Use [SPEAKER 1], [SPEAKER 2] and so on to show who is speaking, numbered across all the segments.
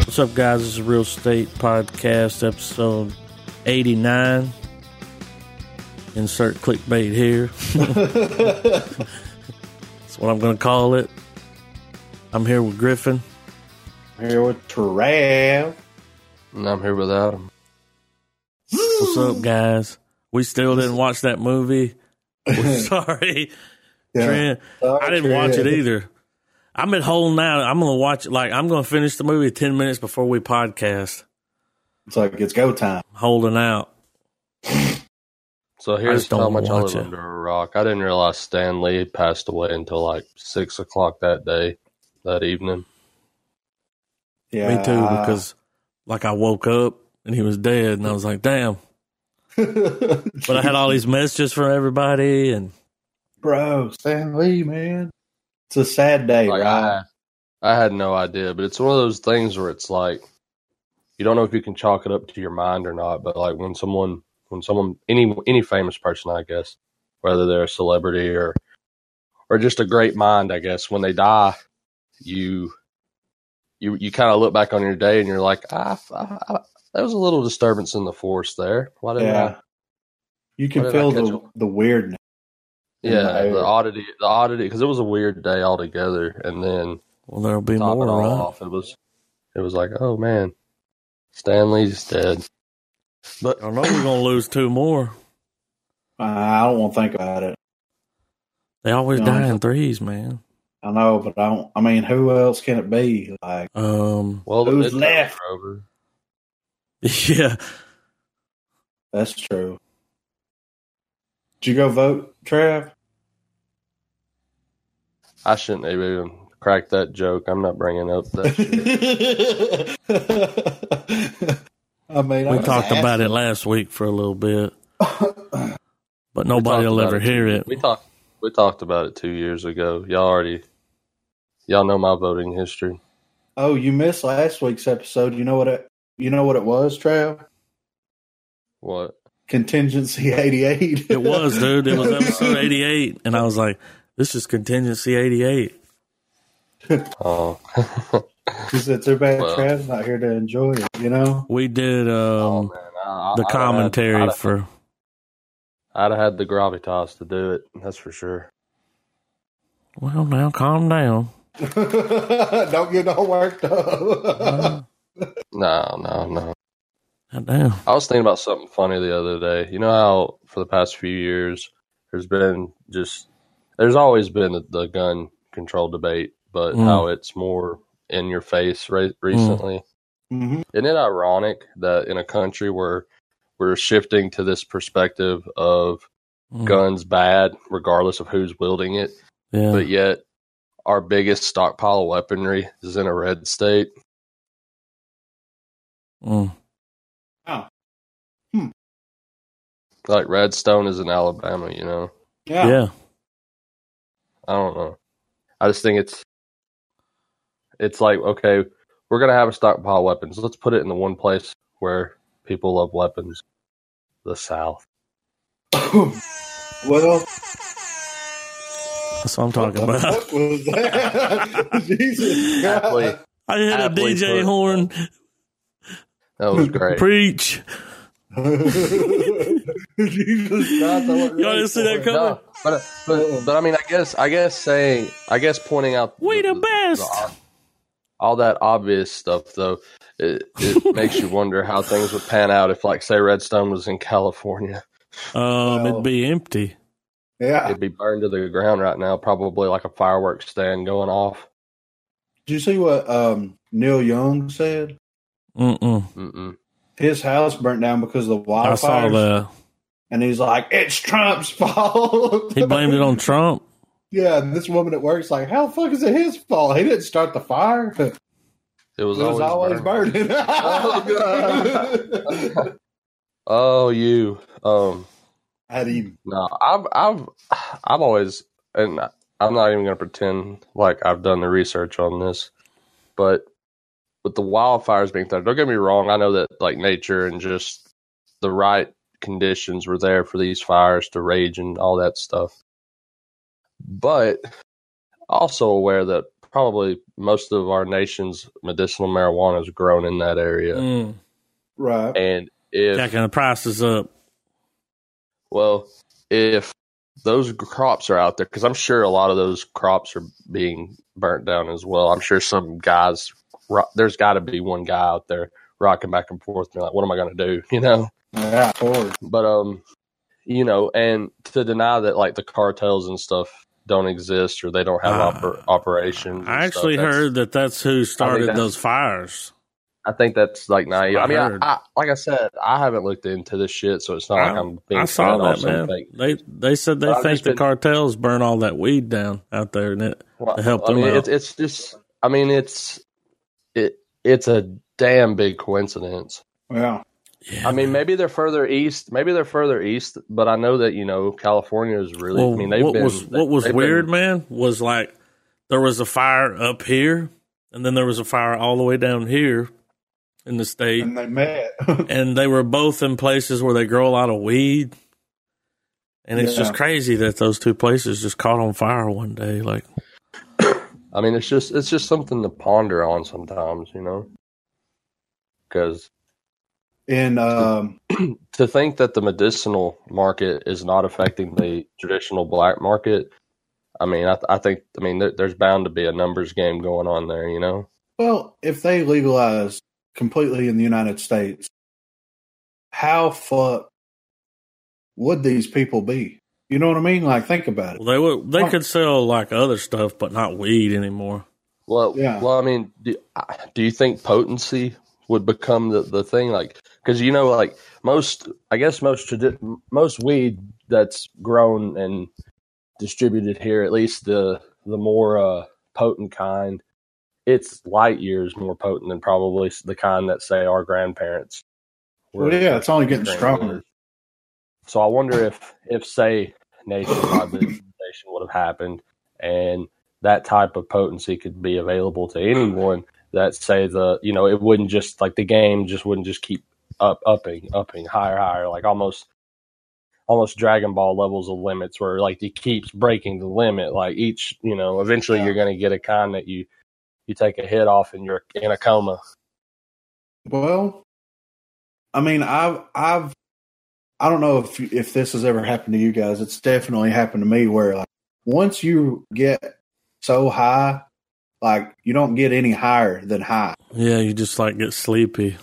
[SPEAKER 1] What's up, guys? This is Real Estate Podcast, episode 89. Insert clickbait here. That's what I'm going to call it. I'm here with Griffin.
[SPEAKER 2] Here with Trav.
[SPEAKER 3] And I'm here without him.
[SPEAKER 1] What's up, guys? We still didn't watch that movie. We're sorry, Trent. I didn't watch it either. I'm at home now. I'm going to watch it. Like, I'm going to finish the movie 10 minutes before we podcast.
[SPEAKER 2] It's like it's go time.
[SPEAKER 1] Holding out.
[SPEAKER 3] So here's
[SPEAKER 1] just don't
[SPEAKER 3] how much I
[SPEAKER 1] watch
[SPEAKER 3] live
[SPEAKER 1] it.
[SPEAKER 3] under a rock. I didn't realize Stan Lee passed away until like six o'clock that day, that evening.
[SPEAKER 2] Yeah,
[SPEAKER 1] Me too, because like I woke up and he was dead, and I was like, damn. But I had all these messages from everybody, and
[SPEAKER 2] bro, Stan Lee, man. It's a sad day,
[SPEAKER 3] Like
[SPEAKER 2] right?
[SPEAKER 3] I, I had no idea, but it's one of those things where it's like you don't know if you can chalk it up to your mind or not. But like when someone, when someone, any any famous person, I guess, whether they're a celebrity or or just a great mind, I guess, when they die, you you you kind of look back on your day and you're like, ah, I, I, there was a little disturbance in the force there. Why didn't I?
[SPEAKER 2] yeah. You
[SPEAKER 3] Why
[SPEAKER 2] can
[SPEAKER 3] did I
[SPEAKER 2] feel
[SPEAKER 3] catch
[SPEAKER 2] the, the weirdness.
[SPEAKER 3] Yeah,
[SPEAKER 2] Yeah.
[SPEAKER 3] the oddity, the oddity, because it was a weird day altogether, and then
[SPEAKER 1] well, there'll be
[SPEAKER 3] top
[SPEAKER 1] more,
[SPEAKER 3] it all
[SPEAKER 1] right?
[SPEAKER 3] off, it was, it was like, oh man, Stanley's dead. But
[SPEAKER 1] I know we're gonna lose two more.
[SPEAKER 2] I don't want to think about it.
[SPEAKER 1] They always
[SPEAKER 2] No.
[SPEAKER 1] die in threes, man.
[SPEAKER 2] I know, but I don't. I mean, who else can it be? Like,
[SPEAKER 1] Um,
[SPEAKER 3] well, the
[SPEAKER 2] Who's
[SPEAKER 3] midterms
[SPEAKER 2] left?
[SPEAKER 3] are Over.
[SPEAKER 1] yeah,
[SPEAKER 2] that's true. Did you go vote, Trav?
[SPEAKER 3] I shouldn't have even cracked that joke. I'm not bringing up that. shit.
[SPEAKER 2] I mean, I
[SPEAKER 1] we
[SPEAKER 2] was
[SPEAKER 1] talked
[SPEAKER 2] asking.
[SPEAKER 1] about it last week for a little bit, but nobody
[SPEAKER 3] talked
[SPEAKER 1] will
[SPEAKER 3] about
[SPEAKER 1] ever
[SPEAKER 3] it.
[SPEAKER 1] hear it.
[SPEAKER 3] we talked, we talked about it two years ago. Y'all already, y'all know my voting history.
[SPEAKER 2] Oh, you missed last week's episode. You know what it? You know what it was, Trav?
[SPEAKER 3] What?
[SPEAKER 2] Contingency eighty-eight.
[SPEAKER 1] It was, dude. It was episode eighty-eight, and I was like, "This is contingency eighty-eight."
[SPEAKER 3] Oh,
[SPEAKER 2] Because it's too bad
[SPEAKER 3] Well.
[SPEAKER 2] Trav's not here to enjoy it. You know.
[SPEAKER 1] We did
[SPEAKER 3] oh
[SPEAKER 1] um
[SPEAKER 3] man, I, I-
[SPEAKER 1] the
[SPEAKER 3] I'd have had-
[SPEAKER 1] commentary
[SPEAKER 3] I'd have-
[SPEAKER 1] for
[SPEAKER 3] I'd have had the gravitas to do it. That's for sure.
[SPEAKER 1] Well, now calm down.
[SPEAKER 2] Don't get all worked
[SPEAKER 1] Uh-huh.
[SPEAKER 2] up.
[SPEAKER 3] No, no, no.
[SPEAKER 1] Goddamn.
[SPEAKER 3] I was thinking about something funny the other day. You know how for the past few years there's been just there's always been the, the gun control debate, but
[SPEAKER 1] Mm.
[SPEAKER 3] how it's more in your face re- recently.
[SPEAKER 2] hmm
[SPEAKER 3] Isn't it ironic that in a country where we're shifting to this perspective of
[SPEAKER 1] Mm,
[SPEAKER 3] guns bad regardless of who's wielding it,
[SPEAKER 1] yeah.
[SPEAKER 3] but yet our biggest stockpile of weaponry is in a red state?
[SPEAKER 1] Mm.
[SPEAKER 3] Like Redstone is in Alabama, you know.
[SPEAKER 2] Yeah.
[SPEAKER 1] yeah.
[SPEAKER 3] I don't know. I just think it's it's like okay, we're gonna have a stockpile of weapons. Let's put it in the one place where people love weapons, the South.
[SPEAKER 2] well,
[SPEAKER 1] That's what I'm talking
[SPEAKER 2] what the
[SPEAKER 1] about.
[SPEAKER 2] fuck was that? Jesus
[SPEAKER 3] Aptly-
[SPEAKER 2] Christ.
[SPEAKER 1] I hit a
[SPEAKER 3] Aptly
[SPEAKER 1] DJ
[SPEAKER 3] put.
[SPEAKER 1] horn.
[SPEAKER 3] That was great.
[SPEAKER 1] Preach.
[SPEAKER 2] Jesus Christ. I wasn't
[SPEAKER 1] Y'all
[SPEAKER 2] ready
[SPEAKER 1] didn't see
[SPEAKER 2] for
[SPEAKER 1] that
[SPEAKER 2] it.
[SPEAKER 1] coming?
[SPEAKER 3] No, but, but but I mean, I guess I guess saying I guess pointing out
[SPEAKER 1] We the best.
[SPEAKER 3] all that obvious stuff though, it, it makes you wonder how things would pan out if, like, say, Redstone was in California.
[SPEAKER 1] Um,
[SPEAKER 2] Wow.
[SPEAKER 1] it'd be empty.
[SPEAKER 2] Yeah.
[SPEAKER 3] It'd be burned to the ground right now, probably like a fireworks stand going off.
[SPEAKER 2] Did you see what um, Neil Young said?
[SPEAKER 1] Mm-mm.
[SPEAKER 3] Mm-mm.
[SPEAKER 2] His house burnt down because of the wildfires.
[SPEAKER 1] I saw that.
[SPEAKER 2] And he's like, it's Trump's fault.
[SPEAKER 1] He blamed it on Trump.
[SPEAKER 2] yeah, and this woman at work's like, how the fuck is it his fault? He didn't start the fire. It
[SPEAKER 3] It was,
[SPEAKER 2] was, always,
[SPEAKER 3] burned.
[SPEAKER 2] burning.
[SPEAKER 3] Oh, Oh, you. Um,
[SPEAKER 2] I'd eat
[SPEAKER 3] no, I've, I've, I've always, and I'm not even gonna pretend like I've done the research on this, but with the wildfires being threatened, don't get me wrong. I know that like nature and just the right conditions were there for these fires to rage and all that stuff, but also aware that probably most of our nation's medicinal marijuana is grown in that area.
[SPEAKER 1] Mm.
[SPEAKER 2] Right.
[SPEAKER 3] And if
[SPEAKER 1] Jacking the prices up.
[SPEAKER 3] well, if those crops are out there, because I'm sure a lot of those crops are being burnt down as well. I'm sure some guys, ro- there's got to be one guy out there rocking back and forth. And they're like, what am I going to do? You know?
[SPEAKER 2] Yeah, of course.
[SPEAKER 3] but um you know and to deny that like the cartels and stuff don't exist or they don't have
[SPEAKER 1] Ah.
[SPEAKER 3] oper- operations and
[SPEAKER 1] I actually
[SPEAKER 3] stuff, Mm, that's-
[SPEAKER 1] heard that that's who started
[SPEAKER 3] that's-
[SPEAKER 1] those fires.
[SPEAKER 3] i think that's like naive
[SPEAKER 1] I
[SPEAKER 3] i, mean I,
[SPEAKER 1] heard.
[SPEAKER 3] I, like i said i haven't looked into this shit so it's not
[SPEAKER 1] I-
[SPEAKER 3] like i'm being
[SPEAKER 1] I saw
[SPEAKER 3] fed off
[SPEAKER 1] that, man.
[SPEAKER 3] something.
[SPEAKER 1] They they said they
[SPEAKER 3] But I've
[SPEAKER 1] think
[SPEAKER 3] just
[SPEAKER 1] the
[SPEAKER 3] been-
[SPEAKER 1] cartels burn all that weed down out there, and it,
[SPEAKER 3] Well,
[SPEAKER 1] to help
[SPEAKER 3] I
[SPEAKER 1] them
[SPEAKER 3] mean,
[SPEAKER 1] out.
[SPEAKER 3] It's, it's just i mean it's it it's a damn big coincidence
[SPEAKER 2] Yeah.
[SPEAKER 1] yeah,
[SPEAKER 3] i mean
[SPEAKER 1] man.
[SPEAKER 3] maybe they're further east maybe they're further east but i know that you know california is really
[SPEAKER 1] well,
[SPEAKER 3] i mean they've
[SPEAKER 1] what
[SPEAKER 3] been
[SPEAKER 1] was what was
[SPEAKER 3] they've been-
[SPEAKER 1] weird, man, was like there was a fire up here, and then there was a fire all the way down here in the state,
[SPEAKER 2] And they met.
[SPEAKER 1] and they were both in places where they grow a lot of weed. And it's
[SPEAKER 2] Yeah.
[SPEAKER 1] just crazy that those two places just caught on fire one day. Like,
[SPEAKER 3] I mean, it's just it's just something to ponder on sometimes, you know. Because
[SPEAKER 2] and um,
[SPEAKER 3] to think that the medicinal market is not affecting the traditional black market, I mean, I, th- I think I mean there, there's bound to be a numbers game going on there, you know.
[SPEAKER 2] well, if they legalize completely in the United States, how fucked would these people be? You know what I mean? Like, think about it.
[SPEAKER 1] they would they could sell like other stuff, but not weed anymore.
[SPEAKER 3] Well,
[SPEAKER 2] Yeah.
[SPEAKER 3] well, I mean, do, I- do you think potency would become the, the thing? Like, because you know, like most, I guess most tradi- most weed that's grown and distributed here, at least the the more uh, potent kind, it's light years more potent than probably the kind that say our grandparents.
[SPEAKER 2] Well, yeah, it's only getting
[SPEAKER 3] Right.
[SPEAKER 2] stronger.
[SPEAKER 3] So I wonder if, if say nationwide legalization would have happened, and that type of potency could be available to anyone. That say the you know it wouldn't just like the game just wouldn't just keep up upping upping higher higher like almost almost Dragon Ball levels of limits where like it keeps breaking the limit. Like each you know eventually
[SPEAKER 2] Yeah.
[SPEAKER 3] you're going to get a kind that you you take a hit off and you're in a coma.
[SPEAKER 2] Well, I mean, I've, I've, I don't know if if this has ever happened to you guys. It's definitely happened to me where like once you get so high, like you don't get any higher than high.
[SPEAKER 1] Yeah, you just like get sleepy.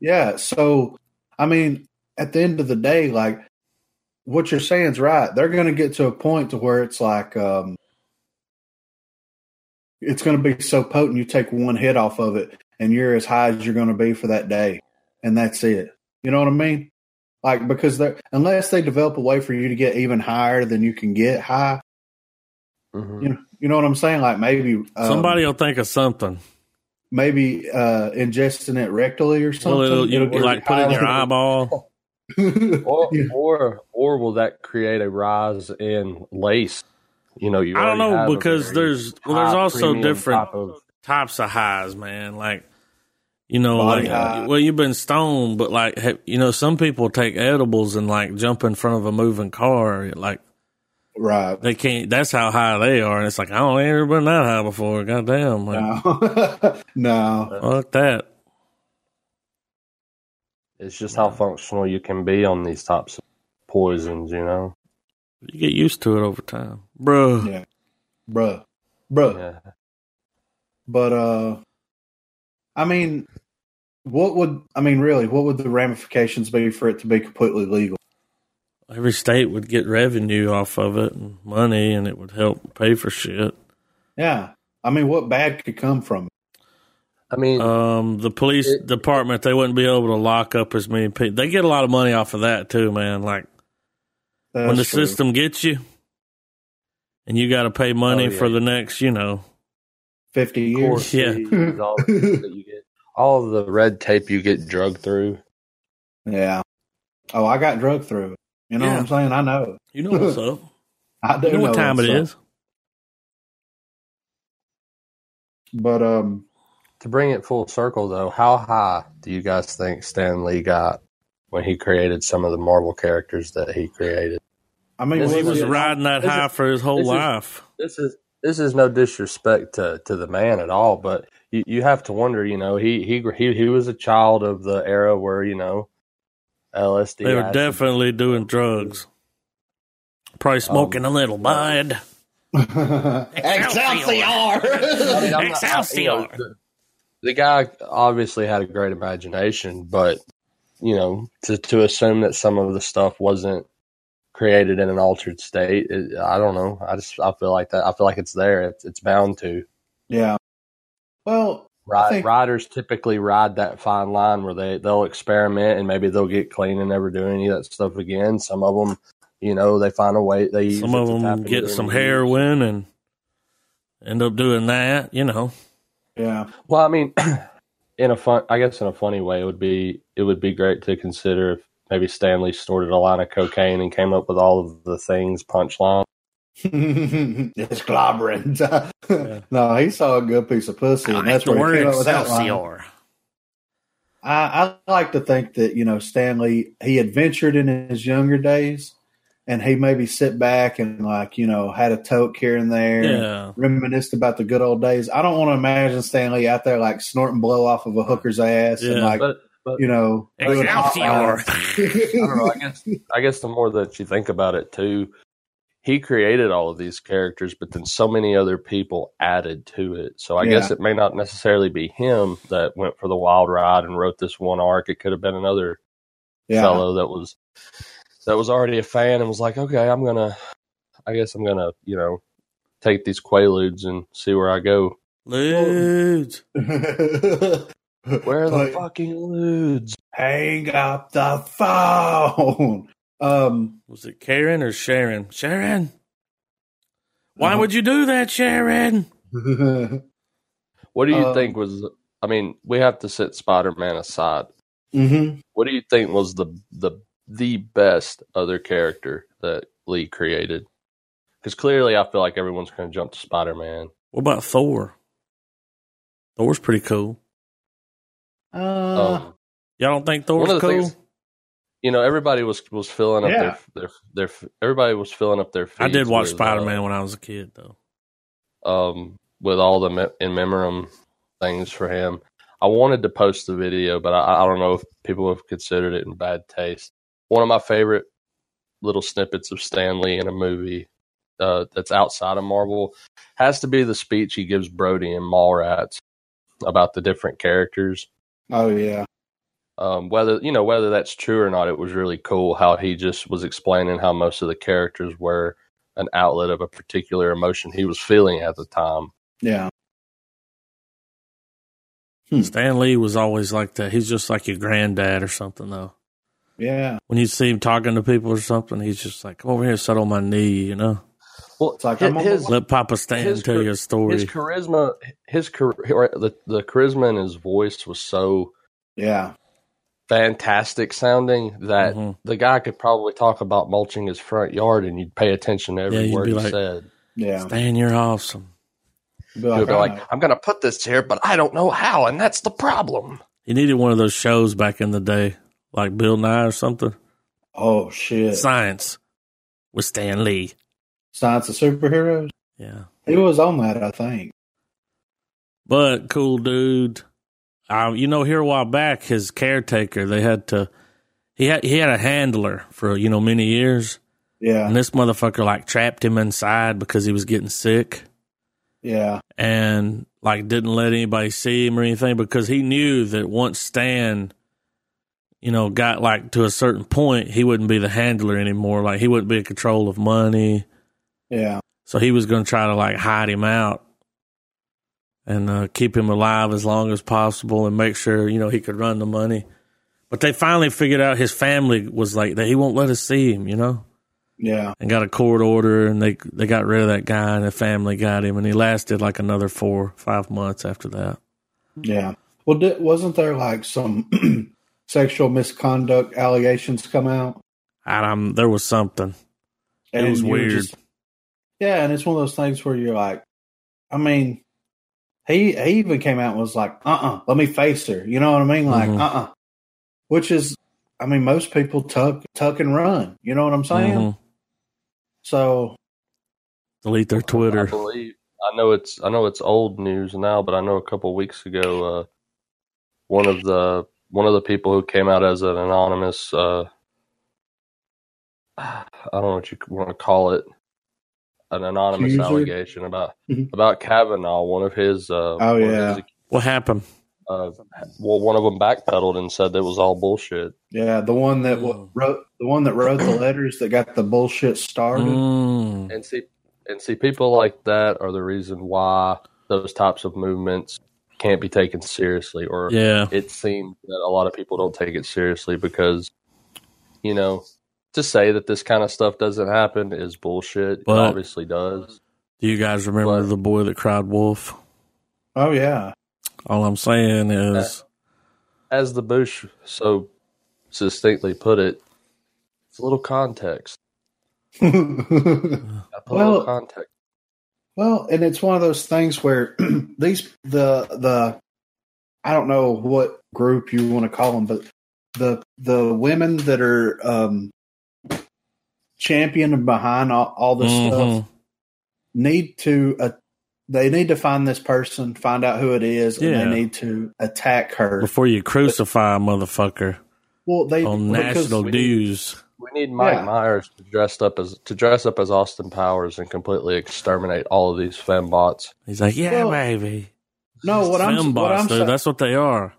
[SPEAKER 2] Yeah. So, I mean, at the end of the day, like what you're saying's right. They're going to get to a point to where it's like, um, it's going to be so potent. You take one hit off of it and you're as high as you're going to be for that day. And that's it. You know what I mean? Like, because they're, unless they develop a way for you to get even higher than you can get high,
[SPEAKER 3] Mhm.
[SPEAKER 2] you know, you know what I'm saying? Like maybe, um,
[SPEAKER 1] Somebody will think of something.
[SPEAKER 2] maybe, uh, ingesting it rectally or something.
[SPEAKER 1] Well, it'll, you'll
[SPEAKER 2] It'll
[SPEAKER 1] like
[SPEAKER 2] get
[SPEAKER 1] put it in your
[SPEAKER 2] higher.
[SPEAKER 1] eyeball.
[SPEAKER 3] or,
[SPEAKER 2] Yeah.
[SPEAKER 3] or or will that create a rise in lace? You know, you
[SPEAKER 1] I don't
[SPEAKER 3] already
[SPEAKER 1] know
[SPEAKER 3] have a
[SPEAKER 1] because
[SPEAKER 3] very
[SPEAKER 1] there's well, there's
[SPEAKER 3] high
[SPEAKER 1] also
[SPEAKER 3] premium
[SPEAKER 1] different
[SPEAKER 3] type of-
[SPEAKER 1] types of highs, man. Like you know,
[SPEAKER 2] Body
[SPEAKER 1] like
[SPEAKER 2] high.
[SPEAKER 1] well, you've been stoned, but like ha- you know, some people take edibles and like jump in front of a moving car. Like
[SPEAKER 2] right.
[SPEAKER 1] they can't. That's how high they are, and it's like I don't ever been that high before. Goddamn, like
[SPEAKER 2] No. no.
[SPEAKER 1] fuck that.
[SPEAKER 3] it's just how functional you can be on these types of poisons. You know,
[SPEAKER 1] You get used to it over time, bro.
[SPEAKER 2] Yeah. Bruh. Bruh.
[SPEAKER 3] yeah.
[SPEAKER 2] But uh I mean what would I mean really, what would the ramifications be for it to be completely legal?
[SPEAKER 1] Every state would get revenue off of it and money, and it would help pay for shit.
[SPEAKER 2] Yeah. I mean what bad could come from it?
[SPEAKER 3] I mean,
[SPEAKER 1] Um, the police
[SPEAKER 3] It-
[SPEAKER 1] department they wouldn't be able to lock up as many people. They get a lot of money off of that too, man. Like when the
[SPEAKER 2] That's true.
[SPEAKER 1] system gets you, and you got to pay money
[SPEAKER 3] Oh, yeah.
[SPEAKER 1] for the next, you know,
[SPEAKER 2] fifty years.
[SPEAKER 3] court
[SPEAKER 1] yeah.
[SPEAKER 3] fees, all, the shit that you get, all the red tape you get drugged through.
[SPEAKER 2] Yeah. Oh, I got drug through it. You know
[SPEAKER 1] Yeah.
[SPEAKER 2] what I'm saying? I know.
[SPEAKER 1] you know what's up.
[SPEAKER 2] I do
[SPEAKER 1] You know what time it
[SPEAKER 2] what's
[SPEAKER 1] is.
[SPEAKER 2] up. But um
[SPEAKER 3] To bring it full circle, though, how high do you guys think Stan Lee got when he created some of the Marvel characters that he created?
[SPEAKER 2] I mean
[SPEAKER 3] Well,
[SPEAKER 1] He
[SPEAKER 2] was
[SPEAKER 1] was
[SPEAKER 2] it-
[SPEAKER 1] riding that
[SPEAKER 3] this
[SPEAKER 1] high for his whole
[SPEAKER 3] this is-
[SPEAKER 1] life.
[SPEAKER 3] this is this is no disrespect to, to the man at all, but you, you have to wonder, you know, he, he he he was a child of the era where you know LSD.
[SPEAKER 1] They were definitely doing drugs. Probably smoking a little bud.
[SPEAKER 3] I mean,
[SPEAKER 2] Excelsior!
[SPEAKER 3] I'm not- I- you know,
[SPEAKER 1] Excelsior.
[SPEAKER 3] the, the guy obviously had a great imagination, but you know, to to assume that some of the stuff wasn't created in an altered state, it, I don't know. I just I feel like that. I feel like it's there. It's it's bound to.
[SPEAKER 2] yeah. Well, I
[SPEAKER 3] Ri
[SPEAKER 2] think-
[SPEAKER 3] riders typically ride that fine line where they they'll experiment and maybe they'll get clean and never do any of that stuff again. Some of them, you know, they find a way. They use
[SPEAKER 1] Some
[SPEAKER 3] it
[SPEAKER 1] of
[SPEAKER 3] to tap
[SPEAKER 1] them
[SPEAKER 3] into
[SPEAKER 1] get
[SPEAKER 3] their
[SPEAKER 1] some
[SPEAKER 3] energy.
[SPEAKER 1] heroin and end up doing that. You know,
[SPEAKER 2] yeah.
[SPEAKER 3] Well, I mean, in a fun, I guess in a funny way, it would be it would be great to consider if maybe Stanley snorted a line of cocaine and came up with all of the things punchline.
[SPEAKER 2] it's clobbering. No, he saw a good piece of pussy, and that's
[SPEAKER 1] the
[SPEAKER 2] where
[SPEAKER 1] word
[SPEAKER 2] he came up with that line.
[SPEAKER 1] Ah, Excelsior.
[SPEAKER 2] I, I like to think that you know Stanley he adventured in his younger days, and he maybe sit back and like you know had a toke here and there, and
[SPEAKER 1] Yeah,
[SPEAKER 2] reminisced about the good old days. I don't want to imagine Stanley out there like snorting blow off of a hooker's ass and
[SPEAKER 1] Yeah.
[SPEAKER 2] like
[SPEAKER 3] But but
[SPEAKER 2] you know doing hot
[SPEAKER 1] Excelsior.
[SPEAKER 2] lines.
[SPEAKER 3] I don't know. I guess I guess the more that you think about it, too, he created all of these characters, but then so many other people added to it. So I
[SPEAKER 2] Yeah.
[SPEAKER 3] guess it may not necessarily be him that went for the wild ride and wrote this one arc. It could have been another
[SPEAKER 2] yeah,
[SPEAKER 3] fellow that was that was already a fan and was like, okay, I'm gonna, I guess I'm gonna, you know, take these quaaludes and see where I go.
[SPEAKER 1] Ludes.
[SPEAKER 3] Where are the
[SPEAKER 2] Like,
[SPEAKER 3] fucking ludes?
[SPEAKER 2] Hang up the phone. Um,
[SPEAKER 1] Was it Karen or Sharon? Sharon. Why
[SPEAKER 3] Uh-huh.
[SPEAKER 1] would you do that, Sharon?
[SPEAKER 2] mhm.
[SPEAKER 3] What do you
[SPEAKER 2] Um,
[SPEAKER 3] think was? I mean, we have to set Spider Man aside. What do you think was the the the best other character that Lee created? Because clearly, I feel like everyone's going to jump to Spider Man.
[SPEAKER 1] What about Thor? Thor's pretty cool.
[SPEAKER 2] Uh,
[SPEAKER 3] um,
[SPEAKER 1] Y'all don't think Thor's cool?
[SPEAKER 3] you know, everybody was was filling up
[SPEAKER 2] Yeah.
[SPEAKER 3] their, their their everybody was filling up their. Feeds
[SPEAKER 1] I did watch
[SPEAKER 3] with, uh,
[SPEAKER 1] Spider Man when I was a kid, though.
[SPEAKER 3] um, with all the me- in memoriam things for him. I wanted to post the video, but I, I don't know if people have considered it in bad taste. One of my favorite little snippets of Stanley in a movie uh, that's outside of Marvel has to be the speech he gives Brody in Mallrats about the different characters.
[SPEAKER 2] oh yeah.
[SPEAKER 3] Um, whether you know whether that's true or not, it was really cool how he just was explaining how most of the characters were an outlet of a particular emotion he was feeling at the time.
[SPEAKER 2] Yeah.
[SPEAKER 1] Stan Lee was always like that. He's just like your granddad or something, though.
[SPEAKER 2] Yeah.
[SPEAKER 1] When you see him talking to people or something, he's just like, come over here, and sit on my knee, you know?
[SPEAKER 3] Well,
[SPEAKER 2] It's like,
[SPEAKER 3] hi-
[SPEAKER 2] I'm on
[SPEAKER 3] his,
[SPEAKER 1] Let Papa Stan
[SPEAKER 3] His
[SPEAKER 1] tell
[SPEAKER 3] char-
[SPEAKER 1] you a story.
[SPEAKER 3] his charisma, his char- or the the charisma in his voice was so
[SPEAKER 2] Yeah.
[SPEAKER 3] fantastic sounding that
[SPEAKER 1] Mhm.
[SPEAKER 3] the guy could probably talk about mulching his front yard, and you'd pay attention to
[SPEAKER 1] Yeah,
[SPEAKER 3] every
[SPEAKER 1] you'd
[SPEAKER 3] word
[SPEAKER 1] be
[SPEAKER 3] he
[SPEAKER 1] like-
[SPEAKER 3] said.
[SPEAKER 2] Yeah.
[SPEAKER 1] Stan, you're awesome.
[SPEAKER 2] Be
[SPEAKER 3] You'd be
[SPEAKER 2] I
[SPEAKER 3] like,
[SPEAKER 2] know.
[SPEAKER 3] "I'm going to put this here, but I don't know how, and that's the problem."
[SPEAKER 1] You needed one of those shows back in the day, like Bill Nye or something.
[SPEAKER 2] oh shit.
[SPEAKER 1] Science with Stan Lee.
[SPEAKER 2] Science of superheroes.
[SPEAKER 1] Yeah.
[SPEAKER 2] He was on that, I think.
[SPEAKER 1] But cool dude. Uh, you know, here a while back, his caretaker, they had to, he had, he had a handler for, you know, many years.
[SPEAKER 2] Yeah.
[SPEAKER 1] And this motherfucker like trapped him inside because he was getting sick
[SPEAKER 2] Yeah.
[SPEAKER 1] and like didn't let anybody see him or anything because he knew that once Stan, you know, got like to a certain point, he wouldn't be the handler anymore. Like he wouldn't be in control of money.
[SPEAKER 2] Yeah.
[SPEAKER 1] So he was going to try to like hide him out and uh, keep him alive as long as possible and make sure, you know, he could run the money. But they finally figured out his family was like that. He won't let us see him, you know,
[SPEAKER 2] Yeah.
[SPEAKER 1] and got a court order and they, they got rid of that guy and the family got him. And he lasted like another four, five months after that.
[SPEAKER 2] Yeah. Well, di- wasn't there like some sexual misconduct allegations come out?
[SPEAKER 1] And um, there was something. It was
[SPEAKER 2] you were
[SPEAKER 1] weird.
[SPEAKER 2] just- yeah, and it's one of those things where you're like, I mean, he he even came out and was like, uh, uh let me face her. You know what I mean? Like,
[SPEAKER 1] Mhm.
[SPEAKER 2] uh, uh which is, I mean, most people tuck tuck and run.
[SPEAKER 1] Mm-hmm.
[SPEAKER 2] You know what I'm saying?
[SPEAKER 1] Mhm.
[SPEAKER 2] So
[SPEAKER 1] Delete their Twitter.
[SPEAKER 3] I believe I know it's I know it's old news now, but I know a couple weeks ago, uh, one of the one of the people who came out as an anonymous, uh, I don't know what you want to call it, an anonymous
[SPEAKER 2] Accuser?
[SPEAKER 3] allegation about
[SPEAKER 2] Mhm.
[SPEAKER 3] about Kavanaugh. One of his,
[SPEAKER 2] Oh,
[SPEAKER 3] uh, one of
[SPEAKER 2] yeah.
[SPEAKER 3] his,
[SPEAKER 1] What happened?
[SPEAKER 3] uh, well, one of them backpedaled and said that it was all bullshit.
[SPEAKER 2] Yeah, the one that wa-
[SPEAKER 1] Oh.
[SPEAKER 2] wrote the one that wrote the letters that got the bullshit started.
[SPEAKER 1] Mm.
[SPEAKER 3] and see and see people like that are the reason why those types of movements can't be taken seriously or
[SPEAKER 1] Yeah.
[SPEAKER 3] it seems that a lot of people don't take it seriously because you know to say that this kind of stuff doesn't happen is bullshit
[SPEAKER 1] But-
[SPEAKER 3] it obviously does
[SPEAKER 1] Do you guys remember
[SPEAKER 3] But-
[SPEAKER 1] the boy that cried wolf? Mm-hmm.
[SPEAKER 2] Oh yeah,
[SPEAKER 1] All I'm saying is,
[SPEAKER 3] as the bush so succinctly put it it's a little context
[SPEAKER 2] well,
[SPEAKER 3] I put a little
[SPEAKER 2] Well-
[SPEAKER 3] context
[SPEAKER 2] and it's one of those things where these the the I don't know what group you want to call them, but the the women that are um championing behind all, all this stuff
[SPEAKER 1] Mhm.
[SPEAKER 2] need to uh, they need to find this person, find out who it is,
[SPEAKER 1] Yeah.
[SPEAKER 2] and they need to attack her.
[SPEAKER 1] before you crucify a motherfucker
[SPEAKER 2] well, they
[SPEAKER 1] on
[SPEAKER 2] because-
[SPEAKER 1] national
[SPEAKER 3] we-
[SPEAKER 1] dues,
[SPEAKER 3] we need Mike
[SPEAKER 2] Yeah.
[SPEAKER 3] Myers to dress up as to dress up as Austin Powers and completely exterminate all of these fembots.
[SPEAKER 1] he's like, "Yeah,
[SPEAKER 2] Well,
[SPEAKER 1] baby,
[SPEAKER 2] No, what I'm, what
[SPEAKER 1] Fembots,
[SPEAKER 2] I'm
[SPEAKER 1] dude,
[SPEAKER 2] saying,
[SPEAKER 1] that's what they are."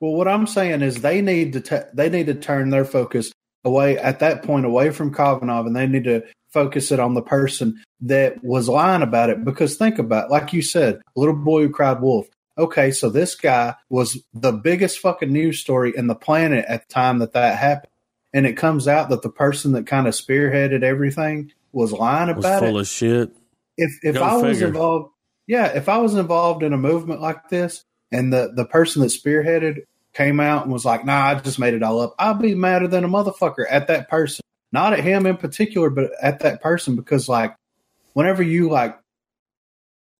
[SPEAKER 2] well, what I'm saying is they need to ta- they need to turn their focus away at that point away from Kovanov, and they need to focus it on the person that was lying about it. Because think about, it, like you said, little boy who cried wolf. Okay, so this guy was the biggest fucking news story in the planet at the time that that happened, and it comes out that the person that kind of spearheaded everything was lying
[SPEAKER 1] Was
[SPEAKER 2] about it.
[SPEAKER 1] full of shit.
[SPEAKER 2] if if
[SPEAKER 1] Go
[SPEAKER 2] I was
[SPEAKER 1] figure.
[SPEAKER 2] involved, yeah, if I was involved in a movement like this, and the the person that spearheaded came out and was like, "Nah, I just made it all up," I'd be madder than a motherfucker at that person, not at him in particular, but at that person because like, whenever you like,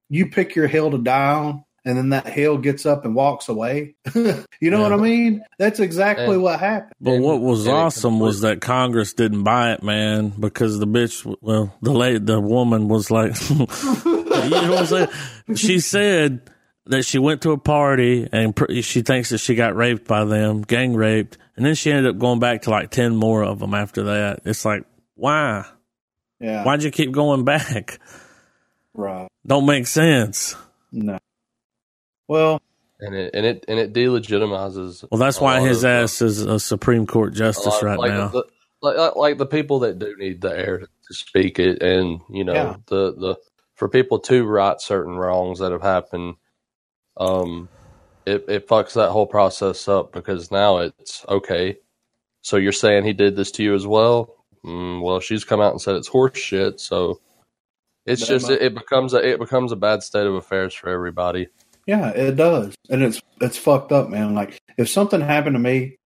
[SPEAKER 2] you pick your hill to die on. And then that hill gets up and walks away. you know what I mean? That's exactly
[SPEAKER 3] And-
[SPEAKER 2] what happened.
[SPEAKER 1] But
[SPEAKER 3] And-
[SPEAKER 1] what was
[SPEAKER 3] and it
[SPEAKER 1] awesome was
[SPEAKER 3] completely-
[SPEAKER 1] that Congress didn't buy it, man, because the bitch, well, the lady, the woman was like, you know what I'm saying? She said that she went to a party and pr- she thinks that she got raped by them, gang raped, and then she ended up going back to like ten more of them after that. It's like, why?
[SPEAKER 2] Yeah.
[SPEAKER 1] Why'd you keep going back?
[SPEAKER 2] Right.
[SPEAKER 1] Don't make sense.
[SPEAKER 2] No. Well,
[SPEAKER 3] and it and it and it delegitimizes.
[SPEAKER 1] Well, that's
[SPEAKER 3] a
[SPEAKER 1] why
[SPEAKER 3] lot
[SPEAKER 1] his
[SPEAKER 3] of, uh,
[SPEAKER 1] ass is a Supreme Court
[SPEAKER 3] a
[SPEAKER 1] justice
[SPEAKER 3] lot of-
[SPEAKER 1] right
[SPEAKER 3] like,
[SPEAKER 1] now.
[SPEAKER 3] The, like, like like the people that do need the air to speak it, and you know
[SPEAKER 2] Yeah.
[SPEAKER 3] the the for people to right certain wrongs that have happened, um, it it fucks that whole process up because now it's okay. So you're saying he did this to you as well? Mm, well, she's come out and said it's horse shit. So it's
[SPEAKER 2] That
[SPEAKER 3] just
[SPEAKER 2] might-
[SPEAKER 3] it, it becomes a it becomes a bad state of affairs for everybody.
[SPEAKER 2] Yeah, it does, and it's it's fucked up, man. Like if something happened to me,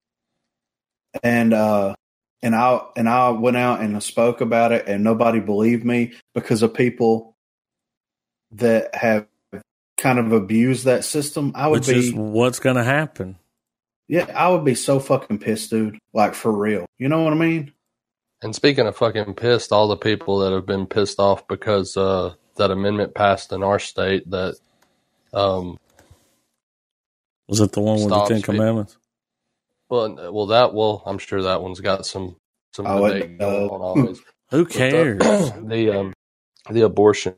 [SPEAKER 2] and uh, and I and I went out and spoke about it, and nobody believed me because of people that have kind of abused that system, I would
[SPEAKER 1] Which
[SPEAKER 2] be
[SPEAKER 1] is what's going to happen.
[SPEAKER 2] yeah, I would be so fucking pissed, dude. Like for real, you know what I mean?
[SPEAKER 3] And speaking of fucking pissed, all the people that have been pissed off because uh, that amendment passed in our state that um,
[SPEAKER 1] Was it the one with the
[SPEAKER 3] Stop
[SPEAKER 1] Ten
[SPEAKER 3] speaking.
[SPEAKER 1] Commandments?
[SPEAKER 3] well, well, that well, I'm sure that one's got some some
[SPEAKER 2] Oh, it
[SPEAKER 3] debate going
[SPEAKER 2] does.
[SPEAKER 3] on always.
[SPEAKER 1] Who
[SPEAKER 3] But
[SPEAKER 1] cares?
[SPEAKER 3] The, the um, the abortion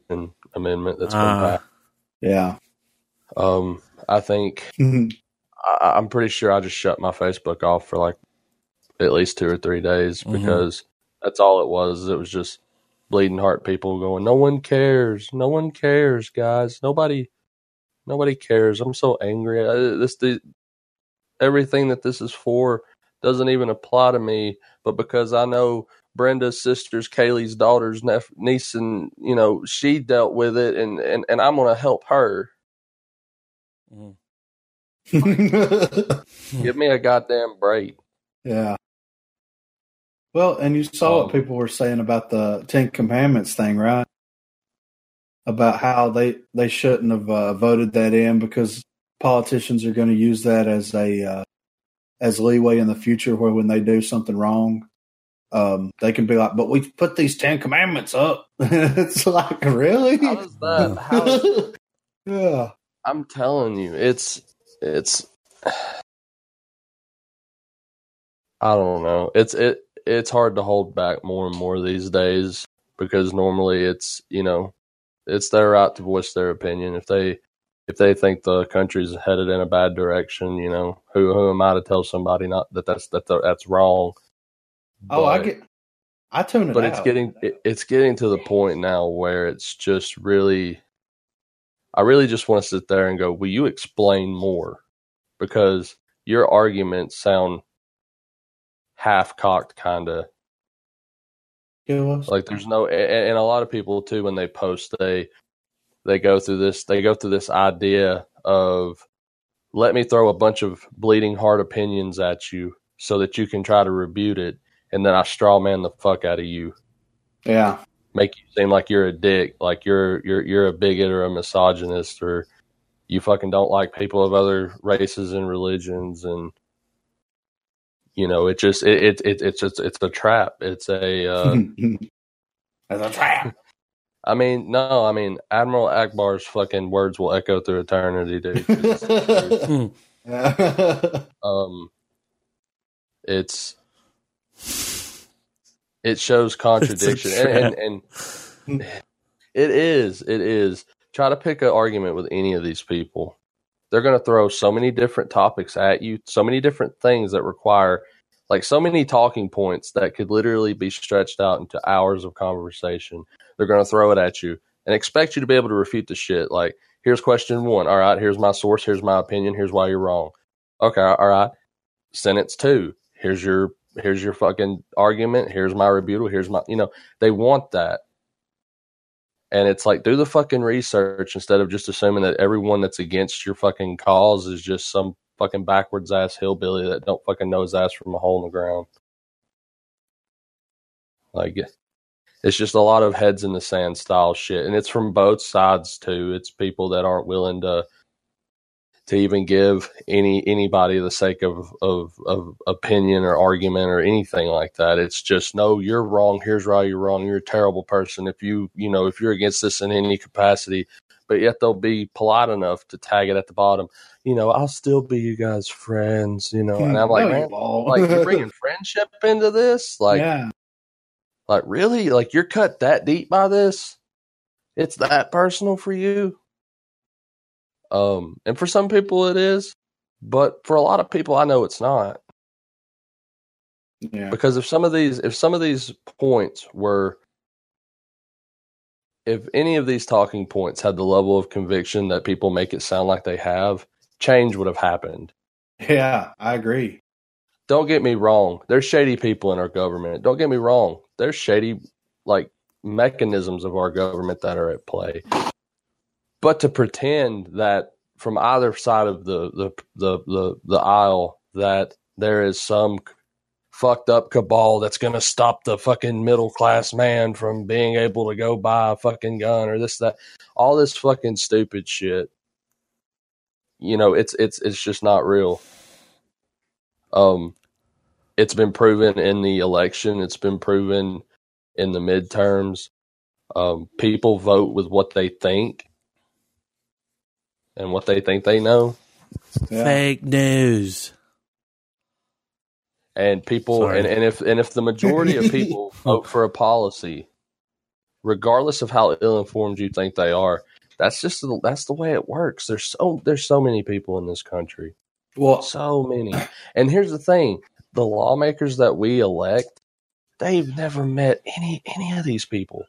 [SPEAKER 3] amendment that's been
[SPEAKER 1] Ah.
[SPEAKER 3] passed.
[SPEAKER 2] Yeah,
[SPEAKER 3] Um, I think I, I'm pretty sure I just shut my Facebook off for like at least two or three days
[SPEAKER 1] Mhm.
[SPEAKER 3] because that's all it was. It was just bleeding heart people going, "No one cares. No one cares, guys. Nobody, nobody cares." I'm so angry. I, this the everything that this is for doesn't even apply to me, but because I know Brenda's sisters, Kaylee's daughters, nep- niece, and you know she dealt with it, and and, and I'm gonna help her.
[SPEAKER 1] Ah.
[SPEAKER 3] Give me a goddamn break.
[SPEAKER 2] yeah. Well, and you saw what
[SPEAKER 3] Um,
[SPEAKER 2] people were saying about the Ten Commandments thing, right? About how they they shouldn't have uh, voted that in because politicians are going to use that as a uh, as leeway in the future, where when they do something wrong, um, they can be like, but we put these Ten Commandments up. it's like, really?
[SPEAKER 3] How is that? How is,
[SPEAKER 2] yeah.
[SPEAKER 3] I'm telling you, it's it's. I don't know. It's it it's hard to hold back more and more these days because normally it's you know it's their right to voice their opinion if they if they think the country's headed in a bad direction you know who who am i to tell somebody not that that's that that's wrong
[SPEAKER 2] oh but, i get i tune it
[SPEAKER 3] but
[SPEAKER 2] out.
[SPEAKER 3] it's getting it, it's getting to the point now where it's just really i really just want to sit there and go will you explain more because your arguments sound half cocked kind of like there's no and, and, a lot of people too when they post they they go through this they go through this idea of let me throw a bunch of bleeding heart opinions at you so that you can try to rebuke it and then i straw man the fuck out of you
[SPEAKER 2] yeah
[SPEAKER 3] make you seem like you're a dick like you're you're you're a bigot or a misogynist or you fucking don't like people of other races and religions and you know it just it, it, it it's it's it's a trap it's a uh
[SPEAKER 2] it's a trap
[SPEAKER 3] i mean no i mean admiral akbar's fucking words will echo through eternity
[SPEAKER 1] Mm.
[SPEAKER 3] dude um it's it shows contradiction and, and, and it is it is try to pick an argument with any of these people they're going to throw so many different topics at you, so many different things that require like so many talking points that could literally be stretched out into hours of conversation. They're going to throw it at you and expect you to be able to refute the shit. Like, here's question one. All right, here's my source. Here's my opinion. Here's why you're wrong. Okay, all right. Sentence two. Here's your here's your fucking argument. Here's my rebuttal. Here's my you know they want that. And it's like, do the fucking research instead of just assuming that everyone that's against your fucking cause is just some fucking backwards ass hillbilly that don't fucking know his ass from a hole in the ground. Like, it's just a lot of heads in the sand style shit. And it's from both sides, too. It's people that aren't willing to. To even give any anybody the sake of, of of opinion or argument or anything like that, it's just no. You're wrong. Here's why you're wrong. You're a terrible person if you you know if you're against this in any capacity. But yet they'll be polite enough to tag it at the bottom. You know, I'll still be you guys friends. You know, and I'm
[SPEAKER 2] Hmm.
[SPEAKER 3] like, man,
[SPEAKER 2] Oh,
[SPEAKER 3] like you're bringing friendship into this. Like,
[SPEAKER 2] yeah.
[SPEAKER 3] like really, like you're cut that deep by this. It's that personal for you. Um, and for some people it is, but for a lot of people I know it's not.
[SPEAKER 2] Yeah.
[SPEAKER 3] Because if some of these if some of these points were if any of these talking points had the level of conviction that people make it sound like they have, change would have happened.
[SPEAKER 2] Yeah, I agree.
[SPEAKER 3] Don't get me wrong. There's shady people in our government. Don't get me wrong. There's shady like mechanisms of our government that are at play but to pretend that from either side of the, the the the the, aisle that there is some fucked up cabal that's going to stop the fucking middle class man from being able to go buy a fucking gun or this that all this fucking stupid shit you know it's it's it's just not real um it's been proven in the election it's been proven in the midterms um people vote with what they think and what they think they know.
[SPEAKER 1] Yeah. Fake news.
[SPEAKER 3] And people Sorry. and, and if and if the majority of people vote for a policy, regardless of how ill informed you think they are, that's just the, that's the way it works. There's so there's so many people in this country.
[SPEAKER 2] Well,
[SPEAKER 3] so many. And here's the thing: the lawmakers that we elect, they've never met any any of these people.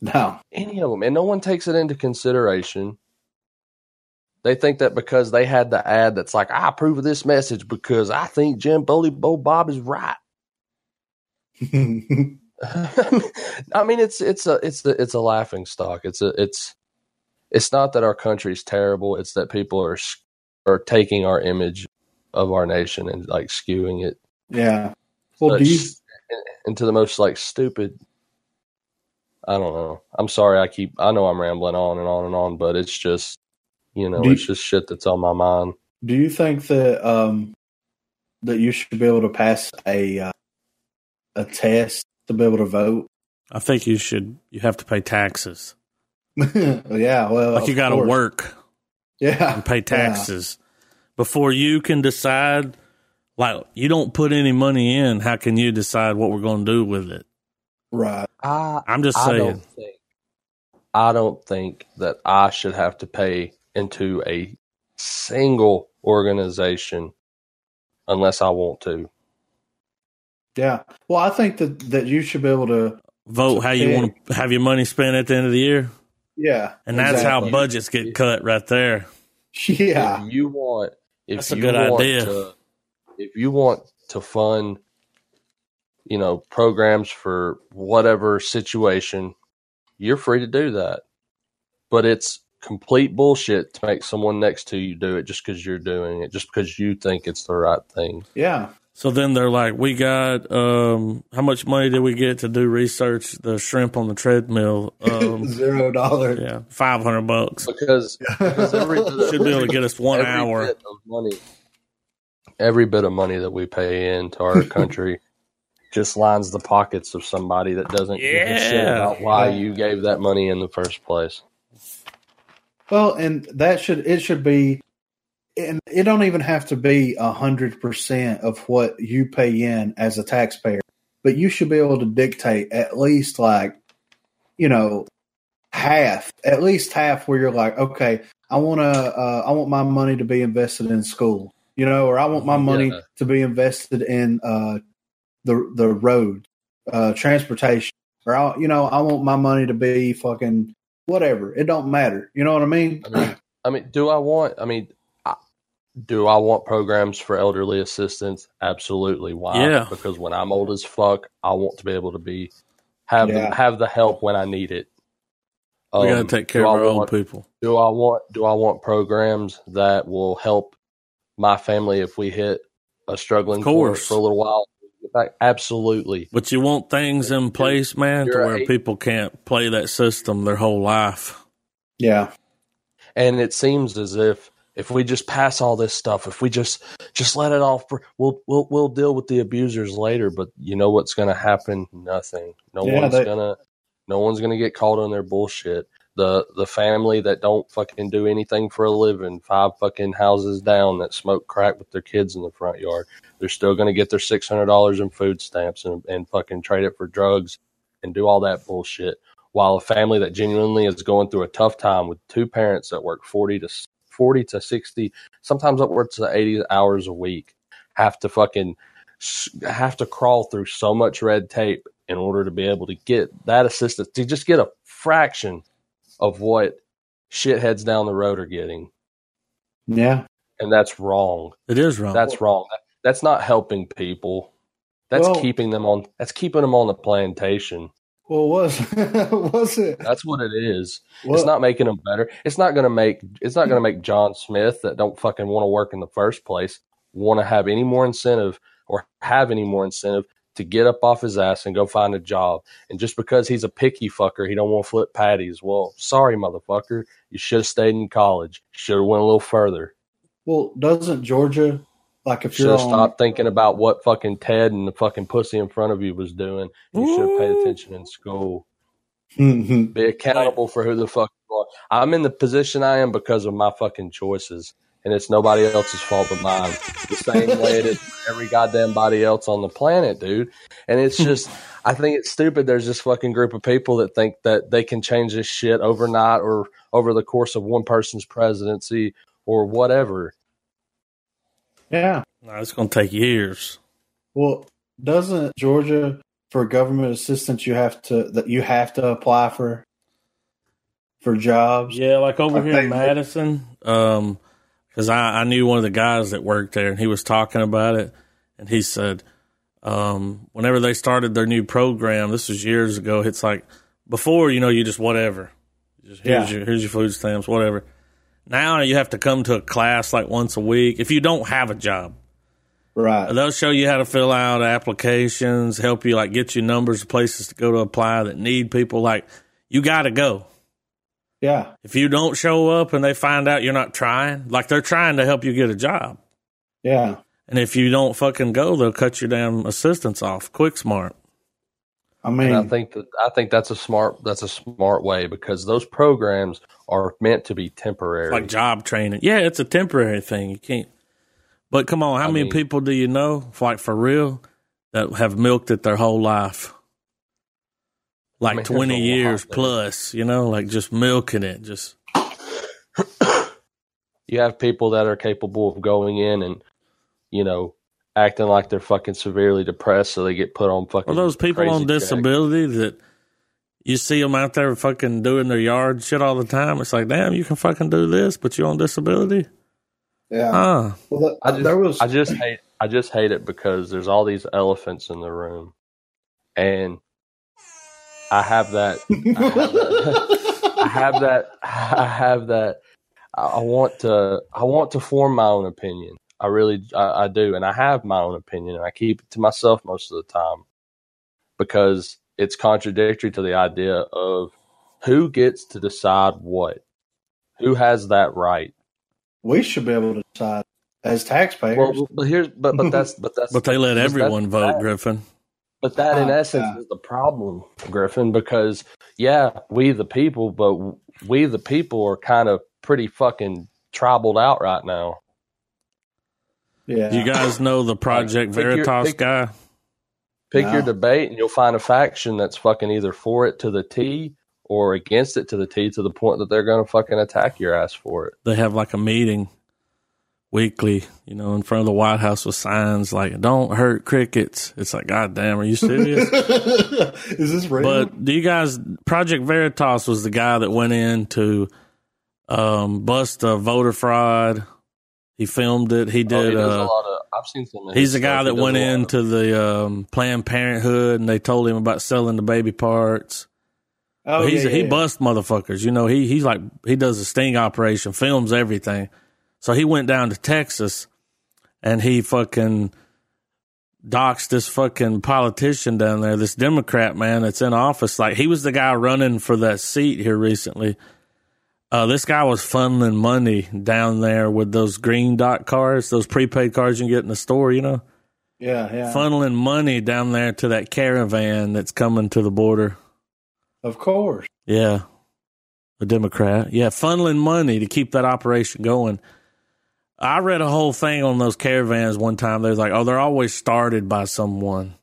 [SPEAKER 2] No,
[SPEAKER 3] any of them, and no one takes it into consideration they think that because they had the ad that's like, I approve of this message because I think Jim Bully Bo Bob is right. I mean, it's it's a it's a it's a laughing stock. It's a it's it's not that our country's terrible. It's that people are are taking our image of our nation and like skewing it.
[SPEAKER 2] Yeah. Well,
[SPEAKER 3] do you... into the most like stupid I don't know. I'm sorry. I keep. I know I'm rambling on and on and on, but it's just you know, you, it's just shit that's on my mind.
[SPEAKER 2] Do you think that um that you should be able to pass a uh, a a test to be able to vote?
[SPEAKER 1] I think you should. You have to pay taxes.
[SPEAKER 2] yeah, well,
[SPEAKER 1] Like you
[SPEAKER 2] of
[SPEAKER 1] got to
[SPEAKER 2] course.
[SPEAKER 1] work
[SPEAKER 2] Yeah,
[SPEAKER 1] and pay taxes before you can decide. Like you don't put any money in, how can you decide what we're going to do with it?
[SPEAKER 2] Right.
[SPEAKER 3] I
[SPEAKER 1] I'm just
[SPEAKER 3] I
[SPEAKER 1] saying.
[SPEAKER 3] don't think I don't think that I should have to pay into a single organization unless I want to.
[SPEAKER 2] Yeah. Well, I think that that you should be able to.
[SPEAKER 1] Vote how you
[SPEAKER 2] Yeah.
[SPEAKER 1] want to have your money spent at the end of the year,
[SPEAKER 2] Yeah.
[SPEAKER 1] and that's how
[SPEAKER 2] exactly.
[SPEAKER 1] budgets get cut right there.
[SPEAKER 2] Yeah.
[SPEAKER 3] If you want if
[SPEAKER 1] That's a
[SPEAKER 3] you
[SPEAKER 1] good
[SPEAKER 3] want
[SPEAKER 1] idea.
[SPEAKER 3] to if you want to fund you know programs for whatever situation, you're free to do that. But it's complete bullshit to make someone next to you do it just because you're doing it, just because you think it's the right thing.
[SPEAKER 2] Yeah.
[SPEAKER 1] So then they're like, "We got um, how much money did we get to do research the shrimp on the treadmill? Um,
[SPEAKER 2] Zero dollars.
[SPEAKER 1] yeah, five hundred bucks
[SPEAKER 3] Because Because every-
[SPEAKER 1] should be able to get us one
[SPEAKER 3] every
[SPEAKER 1] hour."
[SPEAKER 3] bit of money, every bit of money that we pay into our country just lines the pockets of somebody that doesn't give a shit
[SPEAKER 1] Yeah.
[SPEAKER 3] about why you gave that money in the first place.
[SPEAKER 2] Well, and that should it should be, and it don't even have to be a hundred percent of what you pay in as a taxpayer, but you should be able to dictate at least like, you know, half, at least half, where you're like, okay, I want to, uh, I want my money to be invested in school, you know, or I want my money
[SPEAKER 3] Yeah.
[SPEAKER 2] to be invested in uh, the the road, uh, transportation, or I, you know, I want my money to be fucking whatever. It don't matter. You know what I mean?
[SPEAKER 3] I mean, I mean, do I want? I mean, I, do I want programs for elderly assistance? Absolutely. Why?
[SPEAKER 1] Yeah.
[SPEAKER 3] Because when I'm old as fuck, I want to be able to be have
[SPEAKER 2] Yeah.
[SPEAKER 3] the, have the help when I need it.
[SPEAKER 1] we got
[SPEAKER 3] Um,
[SPEAKER 1] to take care
[SPEAKER 3] do
[SPEAKER 1] of
[SPEAKER 3] I
[SPEAKER 1] our own
[SPEAKER 3] want-
[SPEAKER 1] people.
[SPEAKER 3] do I want do I want programs that will help my family if we hit a struggling
[SPEAKER 1] Of course.
[SPEAKER 3] course for a little while? Get back? Absolutely.
[SPEAKER 1] But you want things in place, man, to
[SPEAKER 3] You're
[SPEAKER 1] where
[SPEAKER 3] right.
[SPEAKER 1] people can't play that system their whole life.
[SPEAKER 2] Yeah.
[SPEAKER 3] And it seems as if if we just pass all this stuff, if we just just let it off, for- we'll we'll we'll deal with the abusers later. But you know what's going to happen? Nothing. No
[SPEAKER 2] Yeah,
[SPEAKER 3] one's
[SPEAKER 2] they-
[SPEAKER 3] gonna no one's gonna get caught on their bullshit. The the family that don't fucking do anything for a living, five fucking houses down, that smoke crack with their kids in the front yard, they're still gonna get their six hundred dollars in food stamps and and fucking trade it for drugs and do all that bullshit. While a family that genuinely is going through a tough time with two parents that work forty to forty to sixty, sometimes upwards to eighty hours a week, have to fucking s- have to crawl through so much red tape in order to be able to get that assistance to just get a fraction of what shitheads down the road are getting,
[SPEAKER 2] Yeah.
[SPEAKER 3] and that's wrong.
[SPEAKER 1] It is wrong.
[SPEAKER 3] That's wrong. That's not helping people. That's
[SPEAKER 2] Well-
[SPEAKER 3] keeping them on. That's keeping them on the plantation.
[SPEAKER 2] Well, was was it?
[SPEAKER 3] That's what it is.
[SPEAKER 2] Well,
[SPEAKER 3] It's not making them better. It's not going to make it's not going to make John Smith that don't fucking want to work in the first place want to have any more incentive or have any more incentive to get up off his ass and go find a job. And just because he's a picky fucker, he don't want to flip patties. Well, sorry motherfucker, you should have stayed in college. Should have went a little further.
[SPEAKER 2] well, doesn't Georgia like if
[SPEAKER 3] Should
[SPEAKER 2] you're
[SPEAKER 3] have
[SPEAKER 2] on?
[SPEAKER 3] stopped thinking about what fucking Ted and the fucking pussy in front of you was doing. You should have paid
[SPEAKER 1] Ooh.
[SPEAKER 3] attention in school.
[SPEAKER 2] Mhm.
[SPEAKER 3] be accountable for who the fuck you are. I'm in the position I am because of my fucking choices, and it's nobody else's fault but mine. The same way it is for every goddamn body else on the planet, dude. And it's just, I think it's stupid. There's this fucking group of people that think that they can change this shit overnight or over the course of one person's presidency or whatever.
[SPEAKER 2] yeah.
[SPEAKER 1] No, it's going to take years.
[SPEAKER 2] Well, doesn't Georgia for government assistance you have to that you have to apply for for jobs?
[SPEAKER 1] Yeah, like over here in
[SPEAKER 2] Okay.
[SPEAKER 1] Madison, um, because I, I knew one of the guys that worked there, and he was talking about it, and he said, um, whenever they started their new program, this was years ago. It's like before, you know, you just whatever, just here's
[SPEAKER 2] Yeah.
[SPEAKER 1] your here's your food stamps, whatever. Now you have to come to a class like once a week if you don't have a job.
[SPEAKER 2] Right.
[SPEAKER 1] They'll show you how to fill out applications, help you like get you numbers of places to go to apply that need people. Like you got to go
[SPEAKER 2] Yeah.
[SPEAKER 1] if you don't show up and they find out you're not trying, like they're trying to help you get a job.
[SPEAKER 2] Yeah.
[SPEAKER 1] And if you don't fucking go, they'll cut your damn assistance off. Quick smart.
[SPEAKER 2] I mean,
[SPEAKER 3] And I think that I think that's a smart that's a smart way because those programs are meant to be temporary.
[SPEAKER 1] like job training. Yeah, it's a temporary thing. You can't. But come on, how
[SPEAKER 3] I
[SPEAKER 1] many
[SPEAKER 3] mean-
[SPEAKER 1] people do you know, like for real, that have milked it their whole life? Like
[SPEAKER 3] I mean, there's a
[SPEAKER 1] twenty
[SPEAKER 3] lot
[SPEAKER 1] years
[SPEAKER 3] there.
[SPEAKER 1] plus, you know, like just milking it. Just
[SPEAKER 3] you have people that are capable of going in and you know acting like they're fucking severely depressed, so they get put on fucking.
[SPEAKER 1] well, those people
[SPEAKER 3] crazy
[SPEAKER 1] on
[SPEAKER 3] check.
[SPEAKER 1] disability that you see them out there fucking doing their yard shit all the time. It's like, damn, you can fucking do this, but you on disability?
[SPEAKER 2] yeah.
[SPEAKER 1] Ah,
[SPEAKER 2] Well, that,
[SPEAKER 3] I just,
[SPEAKER 2] there was
[SPEAKER 3] I just hate I just hate it because there's all these elephants in the room, and I have that I have that. I have that. I I want to. I want to form my own opinion. I really, I, I do, and I have my own opinion, and I keep it to myself most of the time because it's contradictory to the idea of who gets to decide what, who has that right.
[SPEAKER 2] we should be able to decide as taxpayers.
[SPEAKER 3] Well, but here's, but but that's, but that's,
[SPEAKER 1] but they let
[SPEAKER 3] that's-
[SPEAKER 1] everyone
[SPEAKER 3] that's
[SPEAKER 1] vote,
[SPEAKER 3] bad.
[SPEAKER 1] Griffin.
[SPEAKER 3] But that, in
[SPEAKER 2] Ah,
[SPEAKER 3] essence,
[SPEAKER 2] yeah.
[SPEAKER 3] is the problem, Griffin, because, yeah, we the people, but we the people are kind of pretty fucking tribaled out right now.
[SPEAKER 2] yeah.
[SPEAKER 1] You guys know the Project
[SPEAKER 3] pick your-
[SPEAKER 1] Veritas
[SPEAKER 3] pick-
[SPEAKER 1] guy?
[SPEAKER 3] Pick
[SPEAKER 2] Yeah.
[SPEAKER 3] your debate and you'll find a faction that's fucking either for it to the T or against it to the T to the point that they're going to fucking attack your ass for it.
[SPEAKER 1] they have like a meeting weekly, you know, in front of the White House with signs like "Don't hurt crickets." It's like, God damn, are you serious?
[SPEAKER 2] Is this real?
[SPEAKER 1] But do you guys? Project Veritas was the guy that went in to um, bust a voter fraud. He filmed it. He
[SPEAKER 3] Oh, he
[SPEAKER 1] did.
[SPEAKER 3] does
[SPEAKER 1] uh,
[SPEAKER 3] a lot of, I've seen some of his
[SPEAKER 1] he's the
[SPEAKER 3] stuff.
[SPEAKER 1] guy
[SPEAKER 3] He
[SPEAKER 1] that
[SPEAKER 3] does
[SPEAKER 1] went
[SPEAKER 3] a lot of-
[SPEAKER 1] into the um, Planned Parenthood and they told him about selling the baby parts.
[SPEAKER 2] oh,
[SPEAKER 1] he's
[SPEAKER 2] yeah,
[SPEAKER 1] he
[SPEAKER 2] yeah.
[SPEAKER 1] busts motherfuckers. You know, he he's like he does a sting operation, films everything. So he went down to Texas and he fucking doxed this fucking politician down there, this Democrat man that's in office. Like he was the guy running for that seat here recently. Uh, this guy was funneling money down there with those green dot cards, those prepaid cards you can get in the store, you know,
[SPEAKER 2] Yeah, yeah.
[SPEAKER 1] funneling money down there to that caravan that's coming to the border.
[SPEAKER 2] Of course.
[SPEAKER 1] Yeah. A Democrat. Yeah, funneling money to keep that operation going. I read a whole thing on those caravans one time. They're like, oh, they're always started by someone.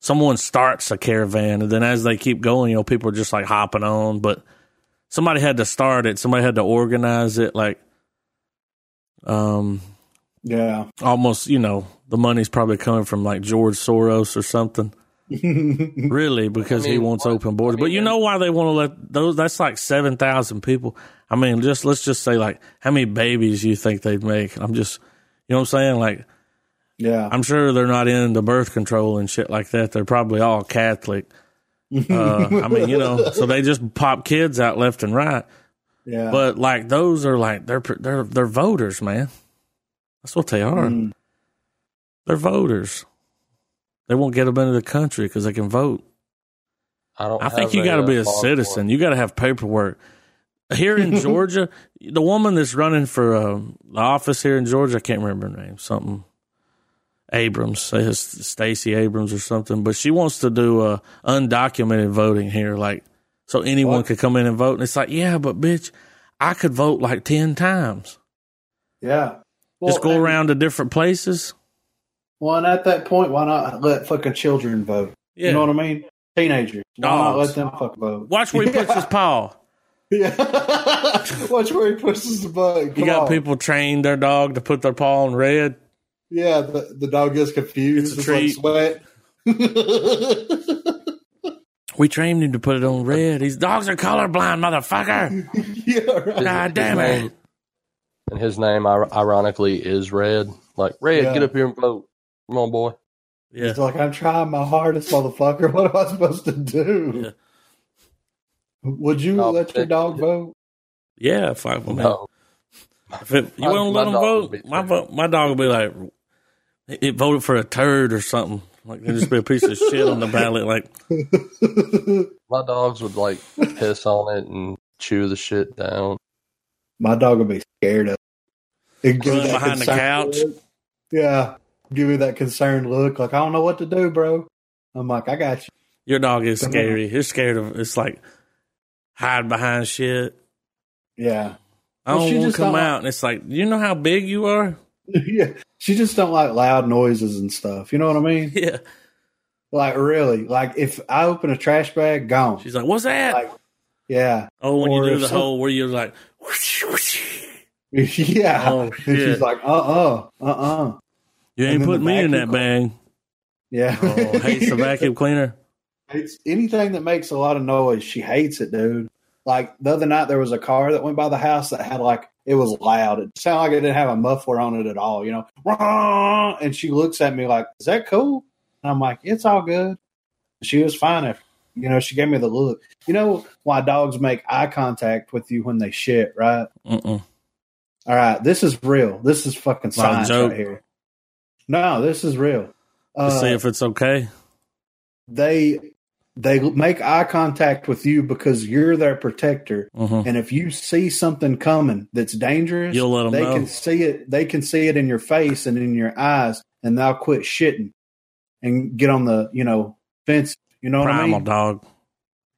[SPEAKER 1] Someone starts a caravan, and then as they keep going, you know, people are just like hopping on. But somebody had to start it. Somebody had to organize it. Like, um,
[SPEAKER 2] Yeah.
[SPEAKER 1] almost, you know, the money's probably coming from like George Soros or something. Really, because he
[SPEAKER 3] mean,
[SPEAKER 1] wants
[SPEAKER 3] what-
[SPEAKER 1] open borders.
[SPEAKER 3] I
[SPEAKER 1] but you
[SPEAKER 3] mean,
[SPEAKER 1] know why they want to let those? That's like seven thousand people. I mean, just let's just say like how many babies you think they'd make? I'm just, you know what I'm saying? Like
[SPEAKER 2] yeah.
[SPEAKER 1] I'm sure they're not into birth control and shit like that. They're probably all Catholic. Uh, I mean, you know, so they just pop kids out left and right.
[SPEAKER 2] yeah.
[SPEAKER 1] But like those are like they're they're they're voters, man. That's what they are.
[SPEAKER 2] Mm.
[SPEAKER 1] They're voters. They won't get them into the country because they can vote.
[SPEAKER 3] I don't.
[SPEAKER 1] I think
[SPEAKER 3] have
[SPEAKER 1] you got to be a
[SPEAKER 3] uh, platform.
[SPEAKER 1] citizen. You got to have paperwork. Here in Georgia, the woman that's running for um, the office here in Georgia, I can't remember her name, something Abrams, say it's Stacey Abrams or something, but she wants to do uh, undocumented voting here, like so anyone
[SPEAKER 2] What?
[SPEAKER 1] could come in and vote. And it's like, yeah, but bitch, I could vote like ten times.
[SPEAKER 2] yeah. Well,
[SPEAKER 1] Just go
[SPEAKER 2] and-
[SPEAKER 1] around to different places.
[SPEAKER 2] Well, and at that point, why not let fucking children vote?
[SPEAKER 1] Yeah.
[SPEAKER 2] You know what I mean? Teenagers. Why not
[SPEAKER 1] Dogs.
[SPEAKER 2] let them fuck vote?
[SPEAKER 1] Watch where he puts his paw.
[SPEAKER 2] Yeah. Watch where he pushes the button.
[SPEAKER 1] You
[SPEAKER 2] Come
[SPEAKER 1] got
[SPEAKER 2] on.
[SPEAKER 1] people train their dog to put their paw on red.
[SPEAKER 2] Yeah, the, the dog gets confused.
[SPEAKER 1] It's
[SPEAKER 2] It's,
[SPEAKER 1] a
[SPEAKER 2] like sweat.
[SPEAKER 1] We trained him to put it on red. These dogs are colorblind, motherfucker.
[SPEAKER 2] yeah, right.
[SPEAKER 1] God damn it.
[SPEAKER 3] And his name, ir- ironically, is Red. Like Red,
[SPEAKER 2] Yeah.
[SPEAKER 3] get up here and vote. Come on, boy.
[SPEAKER 1] Yeah.
[SPEAKER 2] It's like I'm trying my hardest, motherfucker. What am I supposed to do?
[SPEAKER 1] Yeah.
[SPEAKER 2] Would you
[SPEAKER 3] No,
[SPEAKER 2] let your
[SPEAKER 3] that-
[SPEAKER 2] dog vote?
[SPEAKER 1] Yeah. If, I, I mean,
[SPEAKER 3] No.
[SPEAKER 1] if it, you
[SPEAKER 3] My-
[SPEAKER 1] won't let them
[SPEAKER 3] my dog would
[SPEAKER 1] vote,
[SPEAKER 3] be
[SPEAKER 1] my,
[SPEAKER 3] pissed.
[SPEAKER 1] vo- my dog will be like, it it voted for a turd or something. Like, there'd just be a piece of shit on the ballot. Like,
[SPEAKER 3] My dogs would like piss on it and chew the shit down.
[SPEAKER 2] My dog would be scared of. it. It'd give me
[SPEAKER 1] Run
[SPEAKER 2] that
[SPEAKER 1] behind the
[SPEAKER 2] concerned
[SPEAKER 1] couch.
[SPEAKER 2] look. Yeah, give me that concerned look, like I don't know what to do, bro. I'm like, I got you.
[SPEAKER 1] Your dog is scary. It's scared of. It's like hide behind shit.
[SPEAKER 2] Yeah.
[SPEAKER 1] I
[SPEAKER 2] Well,
[SPEAKER 1] don't
[SPEAKER 2] she
[SPEAKER 1] want
[SPEAKER 2] just
[SPEAKER 1] to come
[SPEAKER 2] don't like-
[SPEAKER 1] out, and it's like you know how big you are.
[SPEAKER 2] yeah. She just don't like loud noises and stuff. You know what I mean?
[SPEAKER 1] Yeah.
[SPEAKER 2] Like really. Like if I open a trash bag, gone.
[SPEAKER 1] She's like, "What's that?"
[SPEAKER 2] Like- yeah.
[SPEAKER 1] oh, when you
[SPEAKER 2] or
[SPEAKER 1] do
[SPEAKER 2] if
[SPEAKER 1] the
[SPEAKER 2] some-
[SPEAKER 1] whole where you're like, whoosh, whoosh.
[SPEAKER 2] yeah.
[SPEAKER 1] Oh,
[SPEAKER 2] and
[SPEAKER 1] shit.
[SPEAKER 2] she's like, uh uh-uh, uh,
[SPEAKER 1] "You
[SPEAKER 2] And
[SPEAKER 1] ain't
[SPEAKER 2] then
[SPEAKER 1] putting
[SPEAKER 2] the
[SPEAKER 1] me in that
[SPEAKER 2] vacuum
[SPEAKER 1] bag."
[SPEAKER 2] Yeah.
[SPEAKER 1] Oh, hates the vacuum cleaner.
[SPEAKER 2] It's anything that makes a lot of noise. She hates it, dude. Like the other night, there was a car that went by the house that had like it was loud. It sounded like it didn't have a muffler on it at all, you know. Wah! And she looks at me like, "Is that cool?" And I'm like, "It's all good." She was fine after, you know. She gave me the look. You know why dogs make eye contact with you when they shit, right?
[SPEAKER 1] Mm-mm.
[SPEAKER 2] All right, this is real. This is fucking
[SPEAKER 1] Not a
[SPEAKER 2] science
[SPEAKER 1] joke.
[SPEAKER 2] right here. No, this is real.
[SPEAKER 1] Let's
[SPEAKER 2] Uh,
[SPEAKER 1] see if it's okay.
[SPEAKER 2] they they make eye contact with you because you're their protector
[SPEAKER 1] Mhm.
[SPEAKER 2] and if you see something coming that's dangerous
[SPEAKER 1] You'll let 'em
[SPEAKER 2] they
[SPEAKER 1] know.
[SPEAKER 2] can see it they can see it in your face and in your eyes and they'll quit shitting and get on the you know fence you know
[SPEAKER 1] Primal
[SPEAKER 2] what i mean
[SPEAKER 1] dog.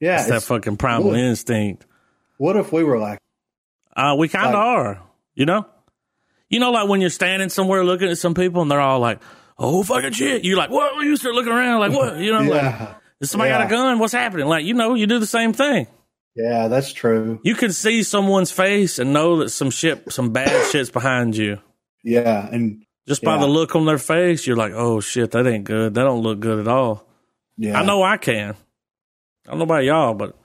[SPEAKER 2] yeah
[SPEAKER 1] That's that
[SPEAKER 2] it's-
[SPEAKER 1] fucking primal
[SPEAKER 2] look.
[SPEAKER 1] instinct.
[SPEAKER 2] what if we were like
[SPEAKER 1] Uh, we kind of
[SPEAKER 2] Like-
[SPEAKER 1] are. You know. You know, like when you're standing somewhere looking at some people, and they're all like, "Oh fucking shit!" You're like, "What?" You start looking around, like, "What?" You know, like,
[SPEAKER 2] yeah
[SPEAKER 1] If somebody got
[SPEAKER 2] Yeah.
[SPEAKER 1] a gun, what's happening? Like, you know, you do the same thing.
[SPEAKER 2] yeah that's true
[SPEAKER 1] You can see someone's face and know that some shit, some bad shit's behind you.
[SPEAKER 2] yeah and
[SPEAKER 1] Just by
[SPEAKER 2] Yeah.
[SPEAKER 1] the look on their face, you're like, oh shit, that ain't good. That don't look good at all.
[SPEAKER 2] yeah
[SPEAKER 1] I know I can. I don't know about y'all, but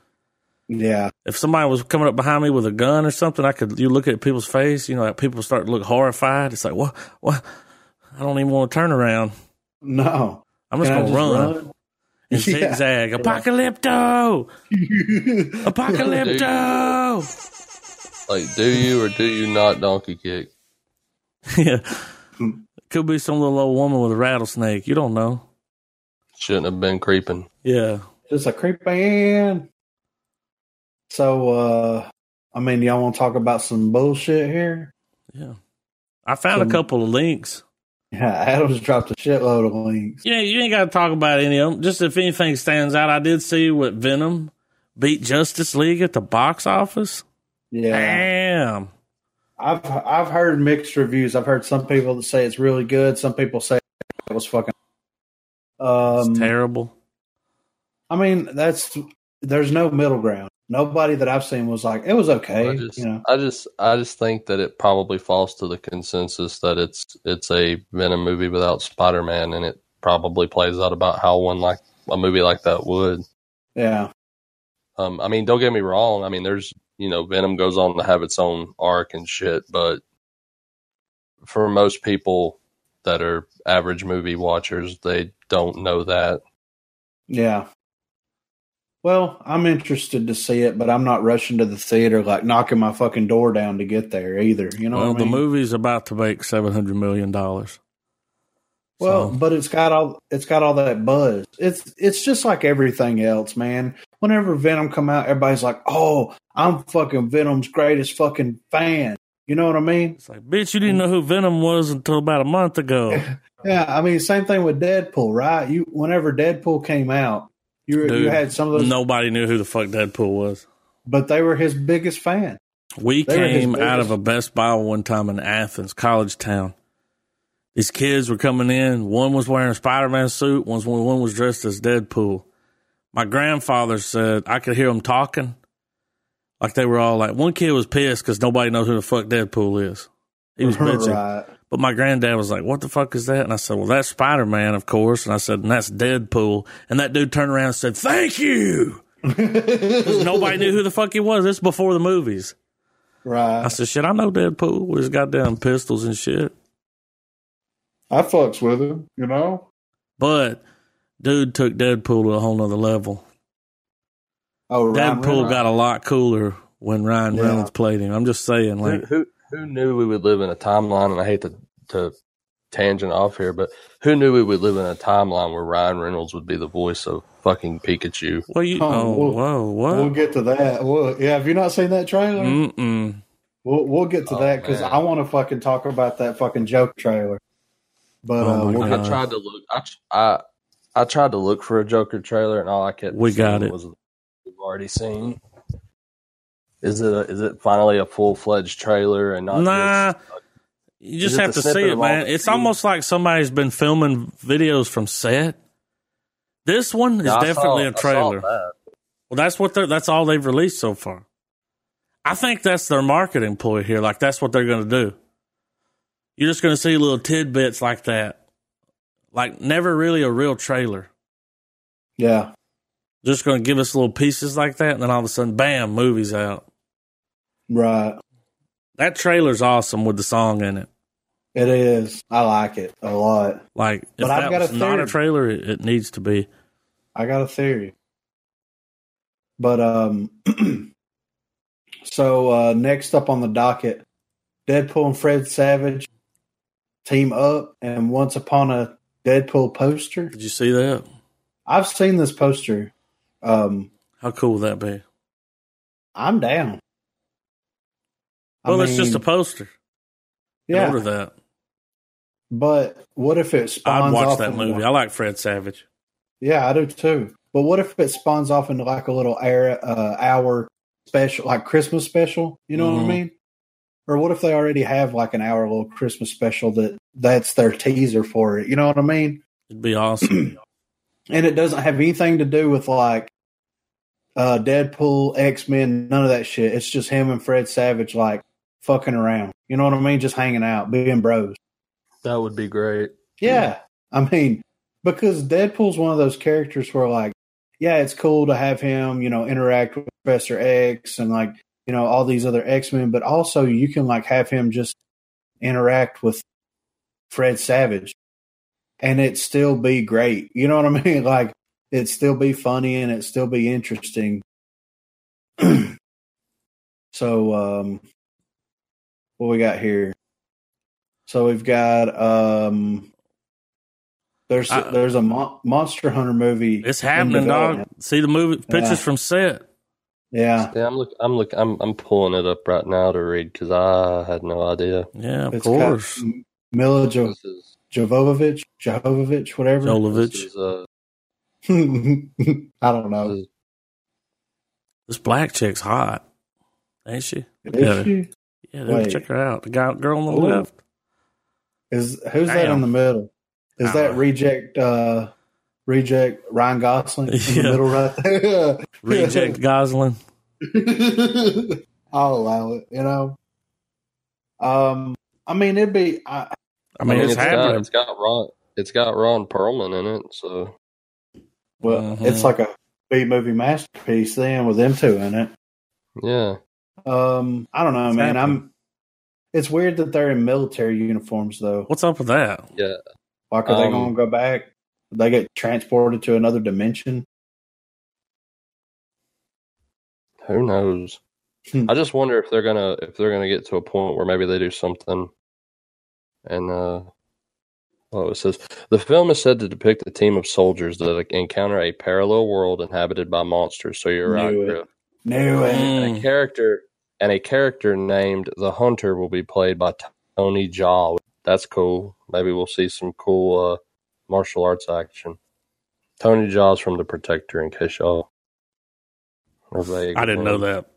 [SPEAKER 2] yeah
[SPEAKER 1] if somebody was coming up behind me with a gun or something, I could, you look at people's face, you know, like people start to look horrified. It's like, what, what? I don't even want to turn around.
[SPEAKER 2] no
[SPEAKER 1] I'm just
[SPEAKER 2] Can I
[SPEAKER 1] going to run, and
[SPEAKER 2] Yeah.
[SPEAKER 1] zigzag. Apocalypto!
[SPEAKER 2] just run?
[SPEAKER 1] Apocalypto!
[SPEAKER 3] Like, do you or do you not donkey kick?
[SPEAKER 1] yeah. Could be some little old woman with a rattlesnake. You don't know.
[SPEAKER 3] Shouldn't have been creeping.
[SPEAKER 1] Yeah.
[SPEAKER 2] Just a creep man. So, uh, I mean, y'all want to talk about some bullshit here?
[SPEAKER 1] Yeah. I found a
[SPEAKER 2] Some-
[SPEAKER 1] couple of links.
[SPEAKER 2] Yeah, Adam's dropped a shitload of links.
[SPEAKER 1] Yeah, you ain't got to talk about any of them. Just if anything stands out, I did see what Venom beat Justice League at the box office.
[SPEAKER 2] Yeah,
[SPEAKER 1] Damn.
[SPEAKER 2] I've I've heard mixed reviews. I've heard some people that say it's really good. Some people say it was fucking.
[SPEAKER 1] It's
[SPEAKER 2] Um,
[SPEAKER 1] terrible.
[SPEAKER 2] I mean, that's there's no middle ground. Nobody that I've seen was like it was okay.
[SPEAKER 3] I just,
[SPEAKER 2] you know,
[SPEAKER 3] I just, I just think that it probably falls to the consensus that it's it's a Venom movie without Spider Man, and it probably plays out about how one like a movie like that would.
[SPEAKER 2] yeah,
[SPEAKER 3] Um, I mean, don't get me wrong. I mean, there's you know, Venom goes on to have its own arc and shit, but for most people that are average movie watchers, they don't know that.
[SPEAKER 2] yeah. Well, I'm interested to see it, but I'm not rushing to the theater like knocking my fucking door down to get there either. You know,
[SPEAKER 1] well,
[SPEAKER 2] what I
[SPEAKER 1] the
[SPEAKER 2] mean?
[SPEAKER 1] movie's about to make $700 million.
[SPEAKER 2] Well,
[SPEAKER 1] So-
[SPEAKER 2] but it's got all it's got all that buzz. It's it's just like everything else, man. Whenever Venom come out, everybody's like, "Oh, I'm fucking Venom's greatest fucking fan." You know what I mean?
[SPEAKER 1] It's like, bitch, you didn't know who Venom was until about a month ago.
[SPEAKER 2] Yeah, I mean same thing with Deadpool, right? You whenever Deadpool came out, you
[SPEAKER 1] Dude,
[SPEAKER 2] you had some of those,
[SPEAKER 1] Nobody knew who the fuck Deadpool was.
[SPEAKER 2] but they were his biggest fan.
[SPEAKER 1] We
[SPEAKER 2] They were his
[SPEAKER 1] came out of
[SPEAKER 2] biggest-
[SPEAKER 1] a Best Buy one time in Athens, college town. These kids were coming in. One was wearing a Spider Man suit, one's, one was dressed as Deadpool. My grandfather said I could hear them talking. Like they were all like, one kid was pissed because nobody knows who the fuck Deadpool is. He was bitching.
[SPEAKER 2] right.
[SPEAKER 1] But my granddad was like, What the fuck is that? And I said, Well, that's Spider Man, of course. And I said, And that's Deadpool. And that dude turned around and said, Thank you. Because nobody knew who the fuck he was. This is before the movies. I
[SPEAKER 2] Right.
[SPEAKER 1] said, shit, I know Deadpool with his goddamn pistols and shit.
[SPEAKER 2] I fucks with him, you know.
[SPEAKER 1] But dude took Deadpool to a whole nother level.
[SPEAKER 2] Oh, Ryan
[SPEAKER 1] Deadpool
[SPEAKER 2] Reynolds.
[SPEAKER 1] got a lot cooler when Ryan
[SPEAKER 2] Yeah.
[SPEAKER 1] Reynolds played him. I'm just saying,
[SPEAKER 3] Who,
[SPEAKER 1] like,
[SPEAKER 3] who who knew we would live in a timeline? And I hate to to tangent off here, but who knew we would live in a timeline where Ryan Reynolds would be the voice of fucking Pikachu?
[SPEAKER 1] well, you,
[SPEAKER 2] Oh,
[SPEAKER 1] oh,
[SPEAKER 2] well-
[SPEAKER 1] whoa, what?
[SPEAKER 2] We'll get to that. We'll, yeah, have you not seen that trailer?
[SPEAKER 1] Mm-hmm. Mm-mm.
[SPEAKER 2] We'll we'll get to
[SPEAKER 3] Oh,
[SPEAKER 2] that 'cause that because
[SPEAKER 3] man.
[SPEAKER 2] I want to fucking talk about that fucking joke trailer. But
[SPEAKER 1] Oh,
[SPEAKER 2] uh,
[SPEAKER 1] my
[SPEAKER 2] we'll
[SPEAKER 1] God.
[SPEAKER 2] get,
[SPEAKER 3] I tried to look. I, tr- I I tried to look for a Joker trailer, and all I kept
[SPEAKER 1] We got it.
[SPEAKER 3] was we've already seen. Is it a, is it finally a full fledged trailer and not
[SPEAKER 1] Nah.
[SPEAKER 3] just-
[SPEAKER 1] You
[SPEAKER 3] Is
[SPEAKER 1] just
[SPEAKER 3] it
[SPEAKER 1] have to
[SPEAKER 3] the
[SPEAKER 1] see
[SPEAKER 3] snippet
[SPEAKER 1] it,
[SPEAKER 3] of all
[SPEAKER 1] man.
[SPEAKER 3] the
[SPEAKER 1] It's
[SPEAKER 3] scenes?
[SPEAKER 1] almost like somebody's been filming videos from set. This one is
[SPEAKER 3] I saw-
[SPEAKER 1] definitely
[SPEAKER 3] I
[SPEAKER 1] a
[SPEAKER 3] saw
[SPEAKER 1] trailer.
[SPEAKER 3] that.
[SPEAKER 1] Well, that's what they're, that's all they've released so far. I think that's their marketing ploy here. Like that's what they're going to do. You're just going to see little tidbits like that, like never really a real trailer.
[SPEAKER 2] Yeah.
[SPEAKER 1] Just going to give us little pieces like that, and then all of a sudden, bam, movies out.
[SPEAKER 2] Right.
[SPEAKER 1] That trailer's awesome with the song in it.
[SPEAKER 2] It is. I like it a lot.
[SPEAKER 1] Like, if
[SPEAKER 2] But I've
[SPEAKER 1] that
[SPEAKER 2] got
[SPEAKER 1] was
[SPEAKER 2] a
[SPEAKER 1] not a
[SPEAKER 2] theory.
[SPEAKER 1] trailer, it, it needs to be.
[SPEAKER 2] I got a theory. But um so uh next up on the docket, Deadpool and Fred Savage team up and once upon a Deadpool poster.
[SPEAKER 1] Did you see that?
[SPEAKER 2] I've seen this poster. Um
[SPEAKER 1] How cool would that be?
[SPEAKER 2] I'm down. I
[SPEAKER 1] Well, it's just
[SPEAKER 2] mean,
[SPEAKER 1] a poster. Yeah.
[SPEAKER 2] yeah.
[SPEAKER 1] Order that.
[SPEAKER 2] But what if it spawns
[SPEAKER 1] I'd watch
[SPEAKER 2] off
[SPEAKER 1] that
[SPEAKER 2] into-
[SPEAKER 1] movie. I like Fred Savage.
[SPEAKER 2] Yeah, I do too. But what if it spawns off into like a little era, uh, hour special, like Christmas special? You know
[SPEAKER 1] Mhm.
[SPEAKER 2] what I mean? Or what if they already have like an hour little Christmas special that that's their teaser for it? You know what I mean?
[SPEAKER 1] It'd be awesome.
[SPEAKER 2] And it doesn't have anything to do with like uh, Deadpool, X Men, none of that shit. It's just him and Fred Savage like fucking around. You know what I mean? Just hanging out, being bros.
[SPEAKER 3] That would be great.
[SPEAKER 2] Yeah. I mean, because Deadpool's one of those characters where, like, yeah, it's cool to have him, you know, interact with Professor X and, like, you know, all these other X Men, but also you can, like, have him just interact with Fred Savage and it still be great. You know what I mean? Like, it still be funny and it still be interesting. so, um, what we got here? So we've got um, there's
[SPEAKER 1] I-
[SPEAKER 2] there's a mon- monster hunter movie.
[SPEAKER 1] It's
[SPEAKER 2] in
[SPEAKER 1] happening, dog.
[SPEAKER 2] development.
[SPEAKER 1] See the movie pictures
[SPEAKER 2] Yeah.
[SPEAKER 1] from set.
[SPEAKER 2] Yeah,
[SPEAKER 3] Yeah, I'm look. I'm look. I'm I'm pulling it up right now to read because I had no idea.
[SPEAKER 1] Yeah, of
[SPEAKER 2] it's got
[SPEAKER 1] course.
[SPEAKER 2] M- Mila jo-
[SPEAKER 3] This is
[SPEAKER 2] Jovovich, Jovovich, whatever.
[SPEAKER 1] Jolovich.
[SPEAKER 3] this is, uh,
[SPEAKER 2] I
[SPEAKER 1] Oh.
[SPEAKER 2] don't know.
[SPEAKER 3] this is-
[SPEAKER 1] This black chick's hot, ain't she? Yeah.
[SPEAKER 2] Is, she?
[SPEAKER 1] Yeah, dude,
[SPEAKER 2] Wait.
[SPEAKER 1] check her out. The guy, girl on the
[SPEAKER 2] Ooh.
[SPEAKER 1] left.
[SPEAKER 2] is who's that
[SPEAKER 1] Damn.
[SPEAKER 2] in the middle? Is
[SPEAKER 1] I
[SPEAKER 2] that
[SPEAKER 1] don't know.
[SPEAKER 2] reject? uh Reject Ryan Gosling in
[SPEAKER 1] Yeah.
[SPEAKER 2] the middle right there.
[SPEAKER 1] Reject Gosling.
[SPEAKER 2] I'll allow it. You know. Um, I mean, it'd be. I,
[SPEAKER 1] I mean, it's,
[SPEAKER 3] Got,
[SPEAKER 1] happening.
[SPEAKER 3] it's got Ron. It's got Ron Perlman in it. So
[SPEAKER 2] well,
[SPEAKER 1] Mhm.
[SPEAKER 2] it's like a B movie masterpiece then with them two in it.
[SPEAKER 3] yeah,
[SPEAKER 2] Um, I don't know,
[SPEAKER 1] It's
[SPEAKER 2] man.
[SPEAKER 1] happening.
[SPEAKER 2] I'm. It's weird that they're in military uniforms though.
[SPEAKER 1] What's up with that?
[SPEAKER 3] yeah.
[SPEAKER 2] Like, are they
[SPEAKER 3] Um,
[SPEAKER 2] gonna go back? They get transported to another dimension.
[SPEAKER 3] Who knows?
[SPEAKER 2] Hmm.
[SPEAKER 3] I just wonder if they're gonna if they're gonna get to a point where maybe they do something, and uh, oh, it says the film is said to depict a team of soldiers that encounter a parallel world inhabited by monsters. So you're right,
[SPEAKER 2] Knew it.
[SPEAKER 3] Griff.
[SPEAKER 2] No way.
[SPEAKER 3] And
[SPEAKER 1] Hmm.
[SPEAKER 3] a character and a character named the Hunter will be played by Tony Jaw. That's cool. Maybe we'll see some cool uh, martial arts action. Tony Jaw's from The Protector, in case y'all. are vague
[SPEAKER 1] I didn't
[SPEAKER 3] with
[SPEAKER 1] know
[SPEAKER 3] him.
[SPEAKER 1] that.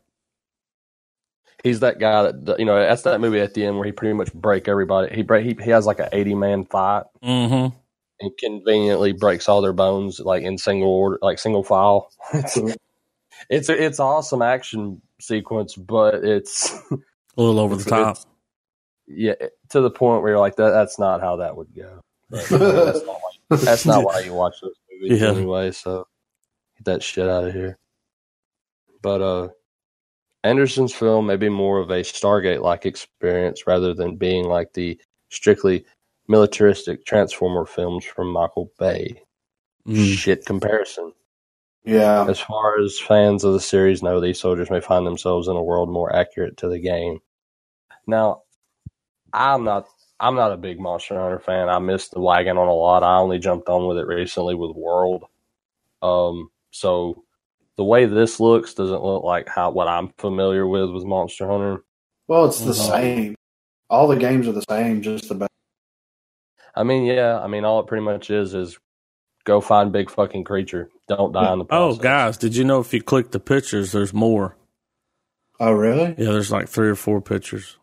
[SPEAKER 3] He's that guy that you know. That's that movie at the end where he pretty much break everybody. He break. He, he has like an eighty man fight
[SPEAKER 1] Mm-hmm.
[SPEAKER 3] and conveniently breaks all their bones like in single order, like single file. it's
[SPEAKER 2] Mm-hmm.
[SPEAKER 3] it's a, it's awesome action sequence, but it's
[SPEAKER 1] A little over the
[SPEAKER 3] It's-
[SPEAKER 1] top.
[SPEAKER 3] it's- yeah, eh, to the point where you're like, that, that's not how that would go. But, you know, that's, not why, that's not why you watch those movies
[SPEAKER 1] Yeah.
[SPEAKER 3] anyway. So get that shit out of here. But uh, Anderson's film may be more of a Stargate like experience rather than being like the strictly militaristic Transformer films from Michael Bay.
[SPEAKER 1] Mm.
[SPEAKER 3] Shit comparison.
[SPEAKER 2] Yeah.
[SPEAKER 3] As far as fans of the series know, these soldiers may find themselves in a world more accurate to the game. Now, I'm not I'm not a big Monster Hunter fan. I missed the wagon on a lot. I only jumped on with it recently with World. Um, so the way this looks doesn't look like how what I'm familiar with with Monster Hunter.
[SPEAKER 2] Well, it's the
[SPEAKER 1] Mhm.
[SPEAKER 2] same. All the games are the same. Just about.
[SPEAKER 3] I mean, yeah, I mean all it pretty much is is go find big fucking creature. Don't die in the
[SPEAKER 1] Oh,
[SPEAKER 3] process.
[SPEAKER 1] guys, did you know if you click the pictures, there's more?
[SPEAKER 2] Oh, really?
[SPEAKER 1] Yeah, there's like three or four pictures.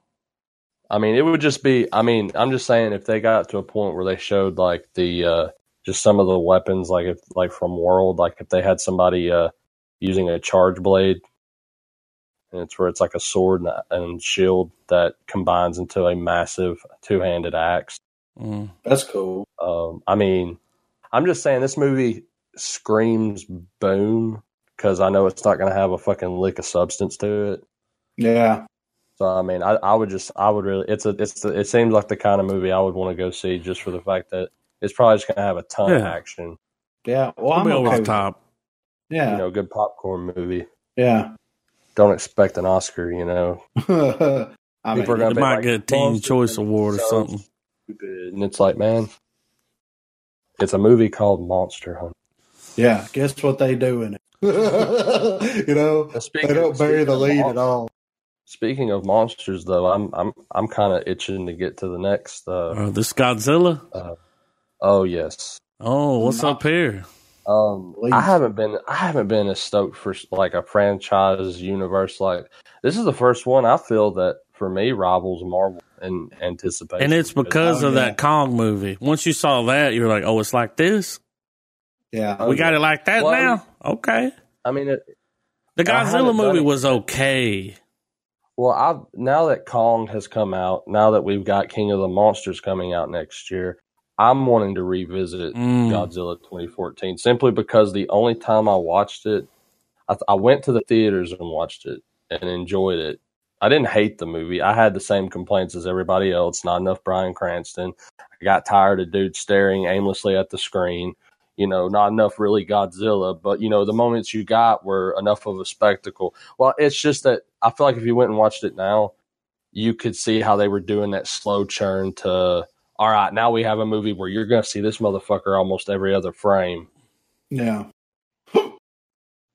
[SPEAKER 3] I mean, it would just be. I mean, I'm just saying if they got to a point where they showed like the uh, just some of the weapons, like if like from World, like if they had somebody uh, using a charge blade, and it's where it's like a sword and, and shield that combines into a massive two handed axe.
[SPEAKER 1] Mm.
[SPEAKER 2] That's cool.
[SPEAKER 3] Um, I mean, I'm just saying this movie screams boom because I know it's not going to have a fucking lick of substance to it.
[SPEAKER 2] Yeah.
[SPEAKER 3] So I mean, I, I would just I would really it's a it's the, it seems like the kind of movie I would want to go see just for the fact that it's probably just going to have a ton of
[SPEAKER 1] Yeah.
[SPEAKER 3] action.
[SPEAKER 2] Yeah. Well,
[SPEAKER 1] I'll
[SPEAKER 2] I'm
[SPEAKER 1] be over
[SPEAKER 2] okay
[SPEAKER 1] the
[SPEAKER 2] with-
[SPEAKER 1] top.
[SPEAKER 2] Yeah.
[SPEAKER 3] You know, good popcorn movie.
[SPEAKER 2] yeah.
[SPEAKER 3] Don't expect an Oscar, you know.
[SPEAKER 2] I mean,
[SPEAKER 3] People are gonna
[SPEAKER 1] It
[SPEAKER 3] be
[SPEAKER 1] might
[SPEAKER 3] like,
[SPEAKER 1] get a Teen
[SPEAKER 3] "Monster
[SPEAKER 1] Choice
[SPEAKER 3] Movie
[SPEAKER 1] Award or
[SPEAKER 3] sounds
[SPEAKER 1] something."
[SPEAKER 3] stupid." And it's like, man, it's a movie called Monster Hunter.
[SPEAKER 2] yeah. Guess what they do in it? you know, they don't bury the lead at all.
[SPEAKER 3] Speaking of monsters, though, I'm I'm I'm kind of itching to get to the next. Uh,
[SPEAKER 1] Uh, this Godzilla.
[SPEAKER 3] oh yes,
[SPEAKER 1] Oh, what's
[SPEAKER 2] Nah.
[SPEAKER 1] up here?
[SPEAKER 3] um,
[SPEAKER 2] Please.
[SPEAKER 3] I haven't been I haven't been as stoked for like a franchise universe like this is the first one I feel that for me rivals Marvel in anticipation,
[SPEAKER 1] And it's because
[SPEAKER 2] Oh,
[SPEAKER 1] of
[SPEAKER 2] yeah.
[SPEAKER 1] that Kong movie. Once you saw that, you were like, "Oh, it's like this.
[SPEAKER 2] Yeah.
[SPEAKER 3] Oh,
[SPEAKER 1] we got
[SPEAKER 3] yeah.
[SPEAKER 1] it like that
[SPEAKER 3] Well,
[SPEAKER 1] now." Okay.
[SPEAKER 3] I mean, it,
[SPEAKER 1] The
[SPEAKER 3] I haven't
[SPEAKER 1] Godzilla
[SPEAKER 3] done
[SPEAKER 1] movie
[SPEAKER 3] it.
[SPEAKER 1] was okay.
[SPEAKER 3] well, I now that Kong has come out, now that we've got King of the Monsters coming out next year, I'm wanting to revisit
[SPEAKER 1] Mm.
[SPEAKER 3] Godzilla 2014 simply because the only time I watched it, I, I went to the theaters and watched it and enjoyed it. I didn't hate the movie. I had the same complaints as everybody else. Not enough Brian Cranston. I got tired of dudes staring aimlessly at the screen. You know, not enough really Godzilla. But you know, the moments you got were enough of a spectacle. Well, it's just that I feel like if you went and watched it now, you could see how they were doing that slow churn to all right, now we have a movie where you're going to see this motherfucker almost every other frame.
[SPEAKER 2] Yeah.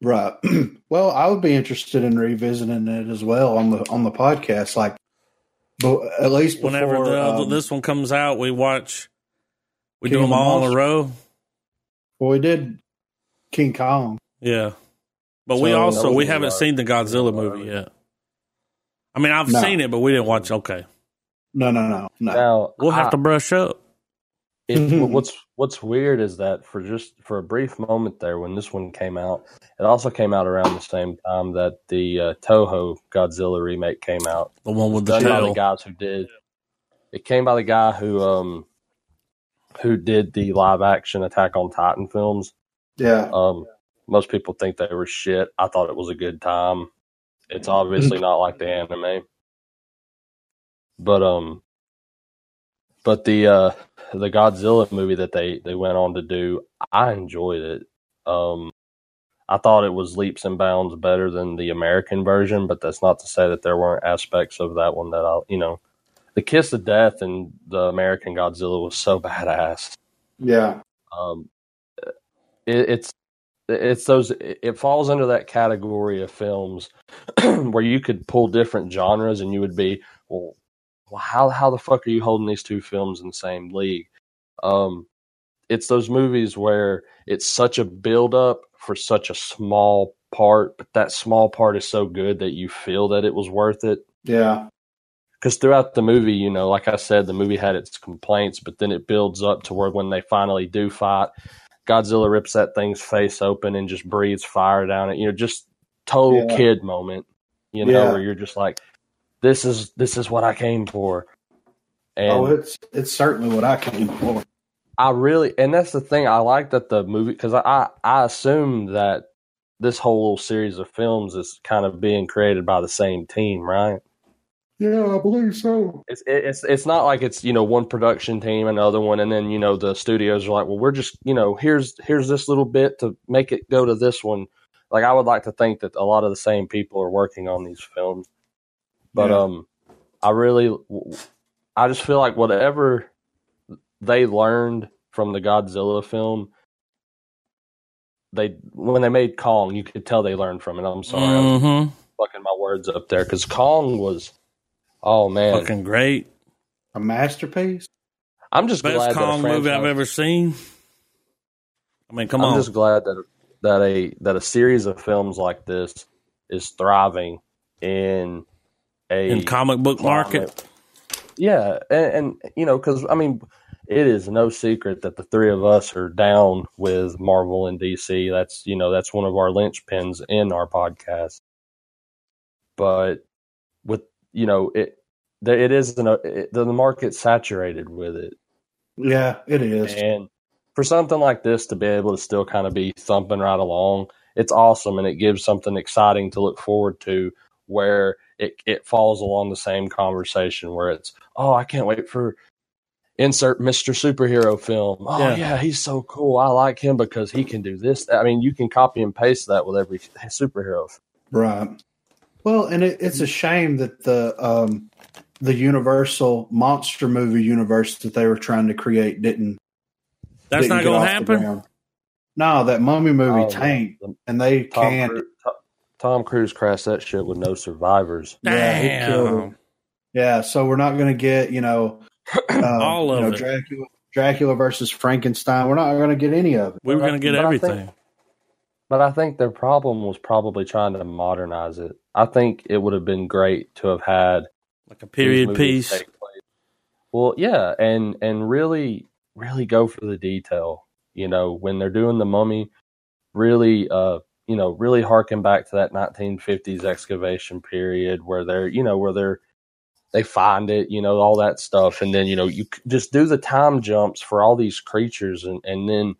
[SPEAKER 2] right. well, I would be interested in revisiting it as well on the on the podcast. Like, but at least before,
[SPEAKER 1] Whenever the, other
[SPEAKER 2] um,
[SPEAKER 1] this one comes out, we watch. We
[SPEAKER 2] King
[SPEAKER 1] do
[SPEAKER 2] of
[SPEAKER 1] them
[SPEAKER 2] the
[SPEAKER 1] all in a
[SPEAKER 2] Monsters.
[SPEAKER 1] row.
[SPEAKER 2] well, we did King Kong.
[SPEAKER 1] Yeah. But we
[SPEAKER 2] So-
[SPEAKER 1] also we
[SPEAKER 3] Those
[SPEAKER 1] haven't
[SPEAKER 3] are-
[SPEAKER 1] seen the Godzilla movie yet. I mean, I've
[SPEAKER 2] No.
[SPEAKER 1] seen it, but we didn't watch. Okay,
[SPEAKER 2] No, no, no, no.
[SPEAKER 3] Now
[SPEAKER 1] we'll have
[SPEAKER 3] I-
[SPEAKER 1] to brush up.
[SPEAKER 3] it, what's what's weird is that for just for a brief moment there, when this one came out, it also came out around the same time that the uh, Toho Godzilla remake came out.
[SPEAKER 1] The one with the
[SPEAKER 3] done by the
[SPEAKER 1] tail.
[SPEAKER 3] guys who did. It came by the guy who um who did the live action Attack on Titan films.
[SPEAKER 2] Yeah.
[SPEAKER 3] Um, most people think they were shit. I thought it was a good time. It's obviously not like the anime, but um, but the uh, the Godzilla movie that they they went on to do, I enjoyed it. Um, I thought it was leaps and bounds better than the American version, but that's not to say that there weren't aspects of that one that I, you know, the kiss of death and the American Godzilla was so badass
[SPEAKER 2] Yeah.
[SPEAKER 3] um, it, it's it's those it falls under that category of films where you could pull different genres and you would be well, well how how the fuck are you holding these two films in the same league um it's those movies where it's such a build up for such a small part but that small part is so good that you feel that it was worth it
[SPEAKER 2] Yeah.
[SPEAKER 3] because throughout the movie, you know, like I said, the movie had its complaints, but then it builds up to where when they finally do fight, Godzilla rips that thing's face open and just breathes fire down it. You know, just total
[SPEAKER 2] Yeah.
[SPEAKER 3] kid moment. You know,
[SPEAKER 2] Yeah.
[SPEAKER 3] where you're just like, this is this is what I came for. And
[SPEAKER 2] oh, it's it's certainly what I came for.
[SPEAKER 3] I really, and that's the thing I like that the movie because I, I I assume that this whole series of films is kind of being created by the same team, right?
[SPEAKER 2] Yeah, I believe so.
[SPEAKER 3] it's it's it's not like it's you know one production team another one and then you know the studios are like well we're just you know here's here's this little bit to make it go to this one like i would like to think that a lot of the same people are working on these films but
[SPEAKER 2] Yeah.
[SPEAKER 3] um i really i just feel like whatever they learned from the godzilla film they when they made kong you could tell they learned from it i'm sorry i'm
[SPEAKER 1] Mm-hmm.
[SPEAKER 3] fucking my words up there because kong was oh man
[SPEAKER 1] Fucking great.
[SPEAKER 2] A masterpiece.
[SPEAKER 3] I'm just
[SPEAKER 1] Best
[SPEAKER 3] glad
[SPEAKER 1] Kong
[SPEAKER 3] that a
[SPEAKER 1] movie I've
[SPEAKER 3] franchise-
[SPEAKER 1] ever seen. I mean, come
[SPEAKER 3] I'm
[SPEAKER 1] on.
[SPEAKER 3] just glad that that a that a series of films like this is thriving in a
[SPEAKER 1] in comic book market.
[SPEAKER 3] Yeah, and, and you know, because I mean, it is no secret that the three of us are down with Marvel and DC. That's you know, that's one of our linchpins in our podcast. But with you know it, there- it is an, it, the market saturated with it,
[SPEAKER 2] Yeah, it is.
[SPEAKER 3] and for something like this to be able to still kind of be thumping right along, it's awesome, and it gives something exciting to look forward to. Where it it falls along the same conversation, where it's oh, I can't wait for insert Mister Superhero film. Oh
[SPEAKER 1] Yeah.
[SPEAKER 3] yeah. he's so cool. I like him because he can do this. I mean, you can copy and paste that with every superhero. film.
[SPEAKER 2] Right. Well, and it, it's a shame that the um, the Universal monster movie universe that they were trying to create didn't.
[SPEAKER 1] That's
[SPEAKER 2] didn't
[SPEAKER 1] not
[SPEAKER 2] get
[SPEAKER 1] going
[SPEAKER 2] off
[SPEAKER 1] to
[SPEAKER 2] the
[SPEAKER 1] happen.
[SPEAKER 2] ground. No, that mummy movie
[SPEAKER 3] Oh,
[SPEAKER 2] tanked,
[SPEAKER 3] the-
[SPEAKER 2] and they
[SPEAKER 3] Tom,
[SPEAKER 2] can't.
[SPEAKER 3] Cru- Tom- Tom Cruise crashed that shit with no survivors.
[SPEAKER 2] Yeah, he killed
[SPEAKER 1] Damn.
[SPEAKER 2] him. Yeah, so we're not going to get you know uh,
[SPEAKER 1] All of
[SPEAKER 2] you know,
[SPEAKER 1] it.
[SPEAKER 2] Dracula, Dracula versus Frankenstein. We're not going to get any of it.
[SPEAKER 1] we were going to get
[SPEAKER 3] But I think-
[SPEAKER 1] everything.
[SPEAKER 3] But I think their problem was probably trying to modernize it. I think it would have been great to have had
[SPEAKER 1] Like a
[SPEAKER 3] these
[SPEAKER 1] period
[SPEAKER 3] movies
[SPEAKER 1] piece.
[SPEAKER 3] take place. Well, yeah, and and really, really go for the detail. You know, when they're doing the mummy, really, uh, you know, really harken back to that 1950s excavation period where they're, you know, where they're they find it, you know, all that stuff, and then you know, you c- just do the time jumps for all these creatures, and and then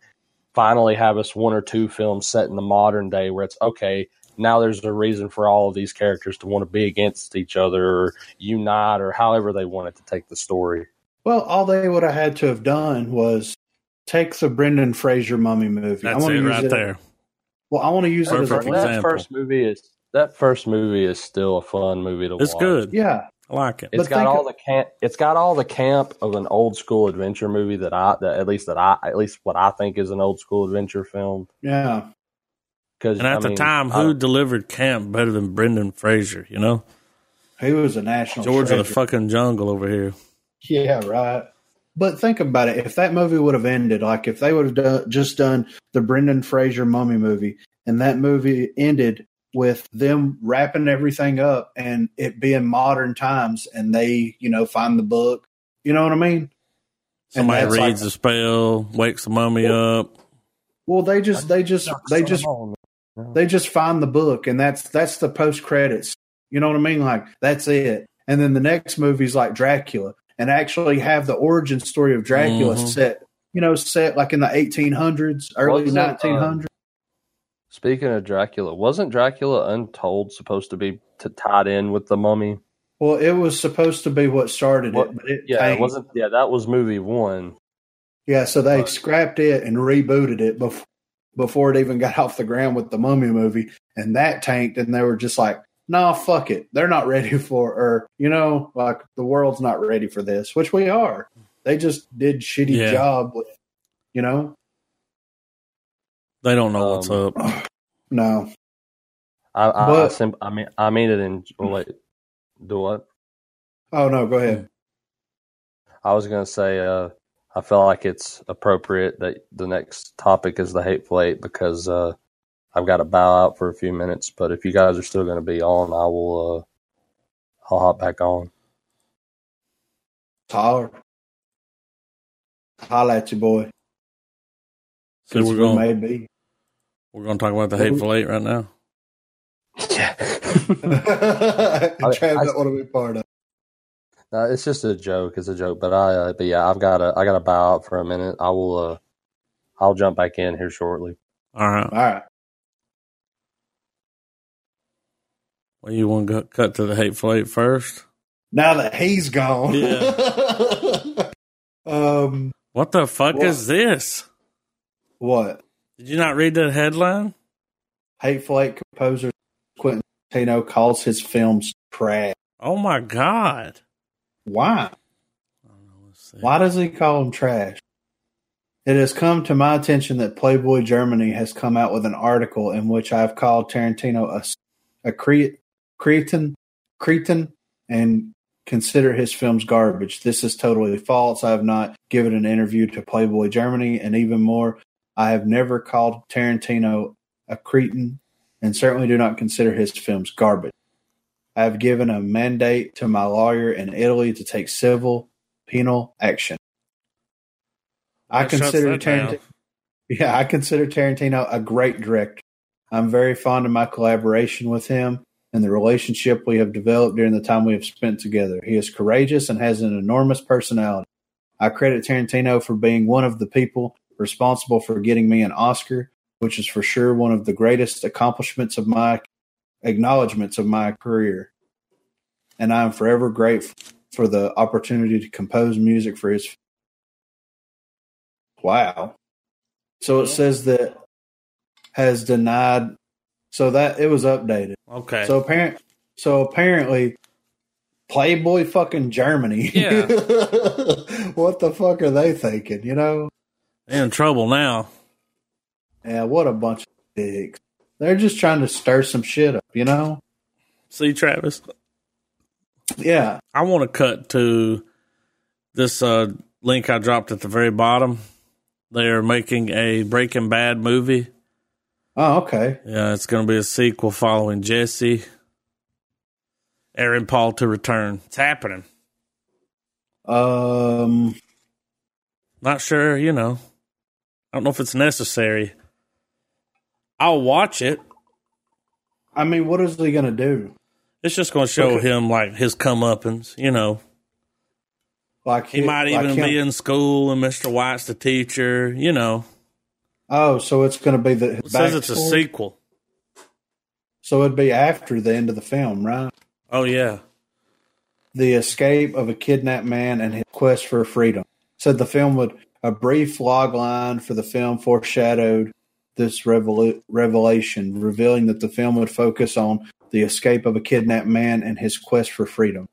[SPEAKER 3] finally have us one or two films set in the modern day where it's okay. Now there's a reason for all of these characters to want to be against each other or unite or however they wanted to take the story.
[SPEAKER 2] Well, all they would have had to have done was take the Brendan Fraser mummy movie.
[SPEAKER 1] That's
[SPEAKER 2] wanna
[SPEAKER 1] it
[SPEAKER 2] use
[SPEAKER 1] right there.
[SPEAKER 2] Well, I want to use it as
[SPEAKER 1] Perfect
[SPEAKER 2] a
[SPEAKER 1] example.
[SPEAKER 3] That first movie is that first movie is still a fun movie to
[SPEAKER 1] It's
[SPEAKER 3] watch.
[SPEAKER 1] good.
[SPEAKER 2] yeah.
[SPEAKER 1] I like it.
[SPEAKER 3] It's
[SPEAKER 2] But
[SPEAKER 3] got
[SPEAKER 2] think
[SPEAKER 3] all the camp. It's got all the camp of an old school adventure movie that I that at least that I at least what I think is an old school adventure film.
[SPEAKER 2] Yeah.
[SPEAKER 3] Because
[SPEAKER 1] And at the time, who delivered camp better than Brendan Fraser? You know,
[SPEAKER 2] He was a national
[SPEAKER 1] George of the
[SPEAKER 2] treasure.
[SPEAKER 1] fucking jungle over here.
[SPEAKER 2] Yeah, right. But think about it. If that movie would have ended, like if they would have done, just done the Brendan Fraser mummy movie, and that movie ended with them wrapping everything up and it being modern times, and they, you know, find the book. You know what I mean? And
[SPEAKER 1] Somebody
[SPEAKER 2] that's like- Oh.
[SPEAKER 1] reads the spell, wakes the mummy up.
[SPEAKER 2] Well, they just, they just, they just, they just find the book, and that's that's the post credits. You know what I mean? Like that's it. And then the next movie's like Dracula, and actually have the origin story of Dracula
[SPEAKER 3] Mm-hmm.
[SPEAKER 1] Mhm.
[SPEAKER 2] set. You know, set like in the 1800s, early
[SPEAKER 3] Wasn't, um,
[SPEAKER 2] 1900s.
[SPEAKER 3] Speaking of Dracula, wasn't Dracula Untold supposed to be t- tied in with the Mummy?
[SPEAKER 2] well, it was supposed to be what started
[SPEAKER 3] What-
[SPEAKER 2] it, but it
[SPEAKER 3] Yeah,
[SPEAKER 2] tanked.
[SPEAKER 3] it wasn't. Yeah, that was movie one.
[SPEAKER 2] Yeah, so they
[SPEAKER 3] Right.
[SPEAKER 2] scrapped it and rebooted it before before it even got off the ground with the Mummy movie, and that tanked. And they were just like, "Nah, fuck it. They're not ready for, or you know, like the world's not ready for this," which we are. They just did shitty
[SPEAKER 1] Yeah.
[SPEAKER 2] job with, you know.
[SPEAKER 1] They don't know what's
[SPEAKER 3] Um,
[SPEAKER 1] up.
[SPEAKER 2] oh, No,
[SPEAKER 3] I, I, I,
[SPEAKER 2] But-
[SPEAKER 3] sim- I mean, I mean it in wait. Do what?
[SPEAKER 2] oh no, go ahead.
[SPEAKER 3] I was gonna say. Uh, I feel like it's appropriate that the next topic is the hateful eight because uh, I've got to bow out for a few minutes. But if you guys are still gonna be on, I will. Uh, I'll hop back on.
[SPEAKER 2] It's hard. Holla at you, boy.
[SPEAKER 1] So we're
[SPEAKER 2] We
[SPEAKER 1] going.
[SPEAKER 2] may be.
[SPEAKER 1] we're going to talk about the hateful eight right now.
[SPEAKER 3] Yeah.
[SPEAKER 2] Trav,
[SPEAKER 3] I-
[SPEAKER 2] that want to be part of.
[SPEAKER 3] No, it's just a joke. It's a joke. But I, uh, but yeah, I've got to, I got to bow out for a minute. I will, uh, I'll jump back in here shortly.
[SPEAKER 1] All right.
[SPEAKER 2] All right.
[SPEAKER 1] Well, you want to cut to the hateful eight first?
[SPEAKER 2] Now that he's gone. um.
[SPEAKER 1] What the fuck
[SPEAKER 2] What?
[SPEAKER 1] is this?
[SPEAKER 2] What?
[SPEAKER 1] Did you not read that headline?
[SPEAKER 2] Hateful Eight composer Quentin Tarantino calls his films trash.
[SPEAKER 1] Oh my god! I
[SPEAKER 2] Why?
[SPEAKER 1] don't know, let's see.
[SPEAKER 2] Why does he call them trash? It has come to my attention that Playboy Germany has come out with an article in which I've called Tarantino a, s- a cre- cretin, cretin, and consider his films garbage. This is totally false. I have not given an interview to Playboy Germany, and even more, I have never called Tarantino a cretin and certainly do not consider his films garbage. I have given a mandate to my lawyer in Italy to take civil penal action. I
[SPEAKER 1] That shuts
[SPEAKER 2] consider
[SPEAKER 1] that down.
[SPEAKER 2] Tarantino Yeah, I consider Tarantino a great director. I'm very fond of my collaboration with him and the relationship we have developed during the time we have spent together. He is courageous and has an enormous personality. I credit Tarantino for being one of the people responsible for getting me an Oscar, which is for sure one of the greatest accomplishments of my acknowledgments of my career. And I am forever grateful for the opportunity to compose music for his. Wow. So it says that has denied. So that it was updated.
[SPEAKER 1] Okay.
[SPEAKER 2] So apparent. So apparently, Playboy fucking Germany.
[SPEAKER 1] Yeah.
[SPEAKER 2] what the fuck are they thinking? You know.
[SPEAKER 1] They're in trouble now.
[SPEAKER 2] Yeah. What a bunch of dicks. They're just trying to stir some shit up. You know.
[SPEAKER 1] See, Travis,
[SPEAKER 2] Yeah.
[SPEAKER 1] I want to cut to this uh, link I dropped at the very bottom. They are making a Breaking Bad movie.
[SPEAKER 2] Oh, okay.
[SPEAKER 1] Yeah, it's going to be a sequel following Jesse. Aaron Paul to return. It's happening.
[SPEAKER 2] Um.
[SPEAKER 1] Not sure, you know. I don't know if it's necessary. I'll watch it.
[SPEAKER 2] I mean, what is he gonna do?
[SPEAKER 1] It's just going to show
[SPEAKER 2] Okay.
[SPEAKER 1] him like his comeuppance, you know.
[SPEAKER 2] Like
[SPEAKER 1] He might
[SPEAKER 2] like
[SPEAKER 1] even
[SPEAKER 2] him-
[SPEAKER 1] be in school and Mr. White's the teacher, you know.
[SPEAKER 2] Oh, so it's gonna be the.
[SPEAKER 1] It says it's a
[SPEAKER 2] backstory?
[SPEAKER 1] sequel.
[SPEAKER 2] So it'd be after the end of the film, right?
[SPEAKER 1] Oh yeah.
[SPEAKER 2] the escape of a kidnapped man and his quest for freedom. Said the film would a brief log line for the film foreshadowed this revolu- revelation, revealing that the film would focus on the escape of a kidnapped man and his quest for freedom.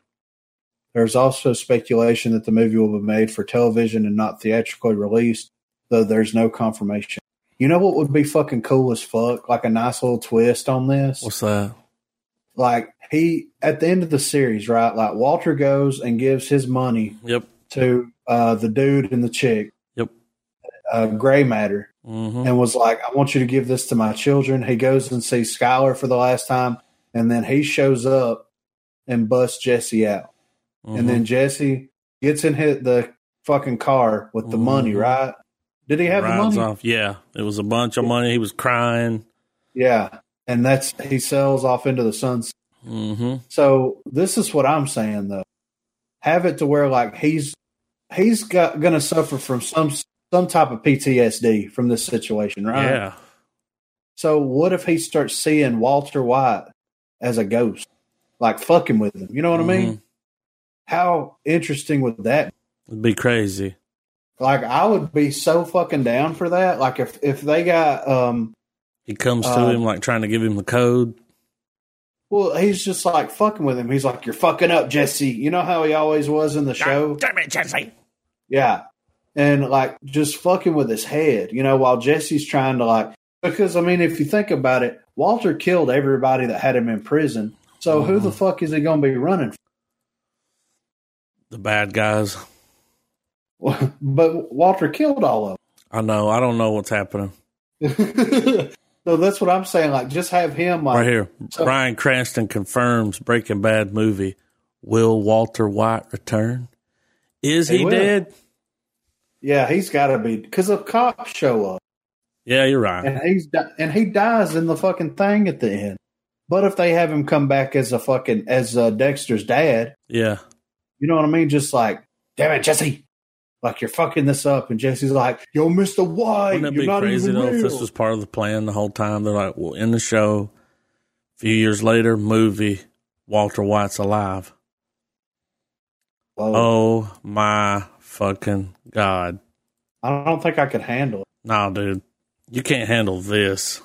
[SPEAKER 2] There's also speculation that the movie will be made for television and not theatrically released, though there's no confirmation. You know what would be fucking cool as fuck? Like a nice little twist on this?
[SPEAKER 1] What's that?
[SPEAKER 2] like he at the end of the series, right? Like Walter goes and gives his money
[SPEAKER 1] Yep.
[SPEAKER 2] to uh, the dude and the chick,
[SPEAKER 1] Yep.
[SPEAKER 2] uh, Gray Matter,
[SPEAKER 1] Mm-hmm.
[SPEAKER 2] and was like, "I want you to give this to my children." He goes and sees Skylar for the last time, and then he shows up and busts Jesse out, and
[SPEAKER 1] mm-hmm.
[SPEAKER 2] then Jesse gets in hit the fucking car with the money,
[SPEAKER 1] Mhm.
[SPEAKER 2] right? Did he have the money?
[SPEAKER 1] off. Yeah. It was a bunch of money. He was crying.
[SPEAKER 2] Yeah, and that's he sells off into the sunset.
[SPEAKER 1] Mm-hmm.
[SPEAKER 2] So this is what I'm saying though. Have it to where like he's he's got, gonna suffer from some some type of PTSD from this situation, right?
[SPEAKER 1] Yeah.
[SPEAKER 2] So what if he starts seeing Walter White as a ghost, like fucking with him? You know what I
[SPEAKER 1] Mm-hmm.
[SPEAKER 2] mean? How interesting would that? be?
[SPEAKER 1] It'd be crazy.
[SPEAKER 2] Like I would be so fucking down for that. Like if if they got um.
[SPEAKER 1] He comes to
[SPEAKER 2] Uh,
[SPEAKER 1] him like trying to give him the code.
[SPEAKER 2] Well, he's just like fucking with him. He's like, "You're fucking up, Jesse." You know how he always was in the show.
[SPEAKER 1] Damn it, Jesse.
[SPEAKER 2] Yeah. And like just fucking with his head, you know, while Jesse's trying to like, because I mean, if you think about it, Walter killed everybody that had him in prison. So who
[SPEAKER 1] Mm-hmm.
[SPEAKER 2] the fuck is he going to be running
[SPEAKER 1] The bad guys.
[SPEAKER 2] for? but Walter killed all of
[SPEAKER 1] I know. I don't know what's happening.
[SPEAKER 2] them. so that's what I'm saying. Like, just have him like,
[SPEAKER 1] Right here. Brian Cranston confirms Breaking Bad movie. Will Walter White return? Is
[SPEAKER 2] He
[SPEAKER 1] he
[SPEAKER 2] will.
[SPEAKER 1] dead?
[SPEAKER 2] yeah, he's got to be because the cops show up
[SPEAKER 1] Yeah, you're right.
[SPEAKER 2] and he's di- and he dies in the fucking thing at the end. But if they have him come back as a fucking as uh, Dexter's dad,
[SPEAKER 1] Yeah.
[SPEAKER 2] You know what I mean? Just like, damn it, Jesse. Like you're fucking this up, and Jesse's like, "Yo, Mister White,
[SPEAKER 1] Wouldn't it
[SPEAKER 2] you're
[SPEAKER 1] be
[SPEAKER 2] not
[SPEAKER 1] crazy
[SPEAKER 2] even
[SPEAKER 1] though
[SPEAKER 2] real."
[SPEAKER 1] if this was part of the plan the whole time? They're like, well, in the show, a few years later, movie, Walter White's alive.
[SPEAKER 2] Whoa.
[SPEAKER 1] Oh my fucking god!
[SPEAKER 2] I don't think I could handle
[SPEAKER 1] Nah, dude, you can't handle this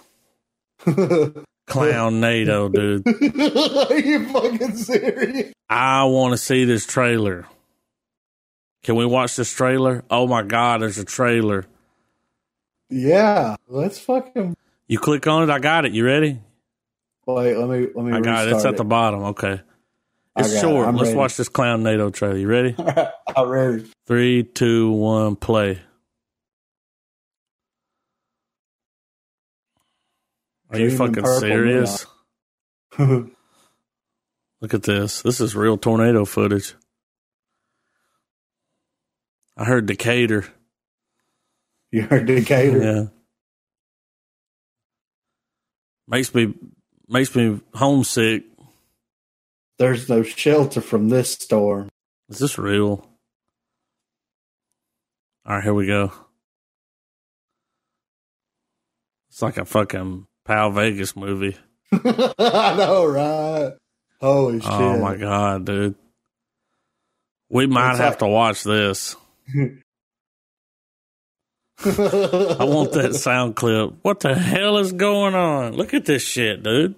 [SPEAKER 2] it.
[SPEAKER 1] clown NATO, dude.
[SPEAKER 2] Are you fucking serious?
[SPEAKER 1] I want to see this trailer. Can we watch this trailer? Oh my god, there's a trailer.
[SPEAKER 2] Yeah, let's fucking
[SPEAKER 1] You click on it. I got it. You ready?
[SPEAKER 2] wait. Let me let me.
[SPEAKER 1] I got it. It's
[SPEAKER 2] restart
[SPEAKER 1] at the bottom. Okay.
[SPEAKER 2] I
[SPEAKER 1] It's
[SPEAKER 2] got it.
[SPEAKER 1] short.
[SPEAKER 2] I'm
[SPEAKER 1] Let's
[SPEAKER 2] ready.
[SPEAKER 1] watch this clown NATO trailer. You ready?
[SPEAKER 2] I read.
[SPEAKER 1] Three, two, one, play. Are you fucking serious? Look at this. This is real tornado footage. I heard Decatur.
[SPEAKER 2] you heard Decatur?
[SPEAKER 1] Yeah. Makes me makes me homesick.
[SPEAKER 2] There's no shelter from this storm.
[SPEAKER 1] Is this real? All right, here we go. It's like a fucking Pal Vegas movie.
[SPEAKER 2] I know, right? Holy shit.
[SPEAKER 1] Oh my god, dude. We might
[SPEAKER 2] It's
[SPEAKER 1] have
[SPEAKER 2] like-
[SPEAKER 1] to watch this. I want that sound clip. What the hell is going on? Look at this shit, dude.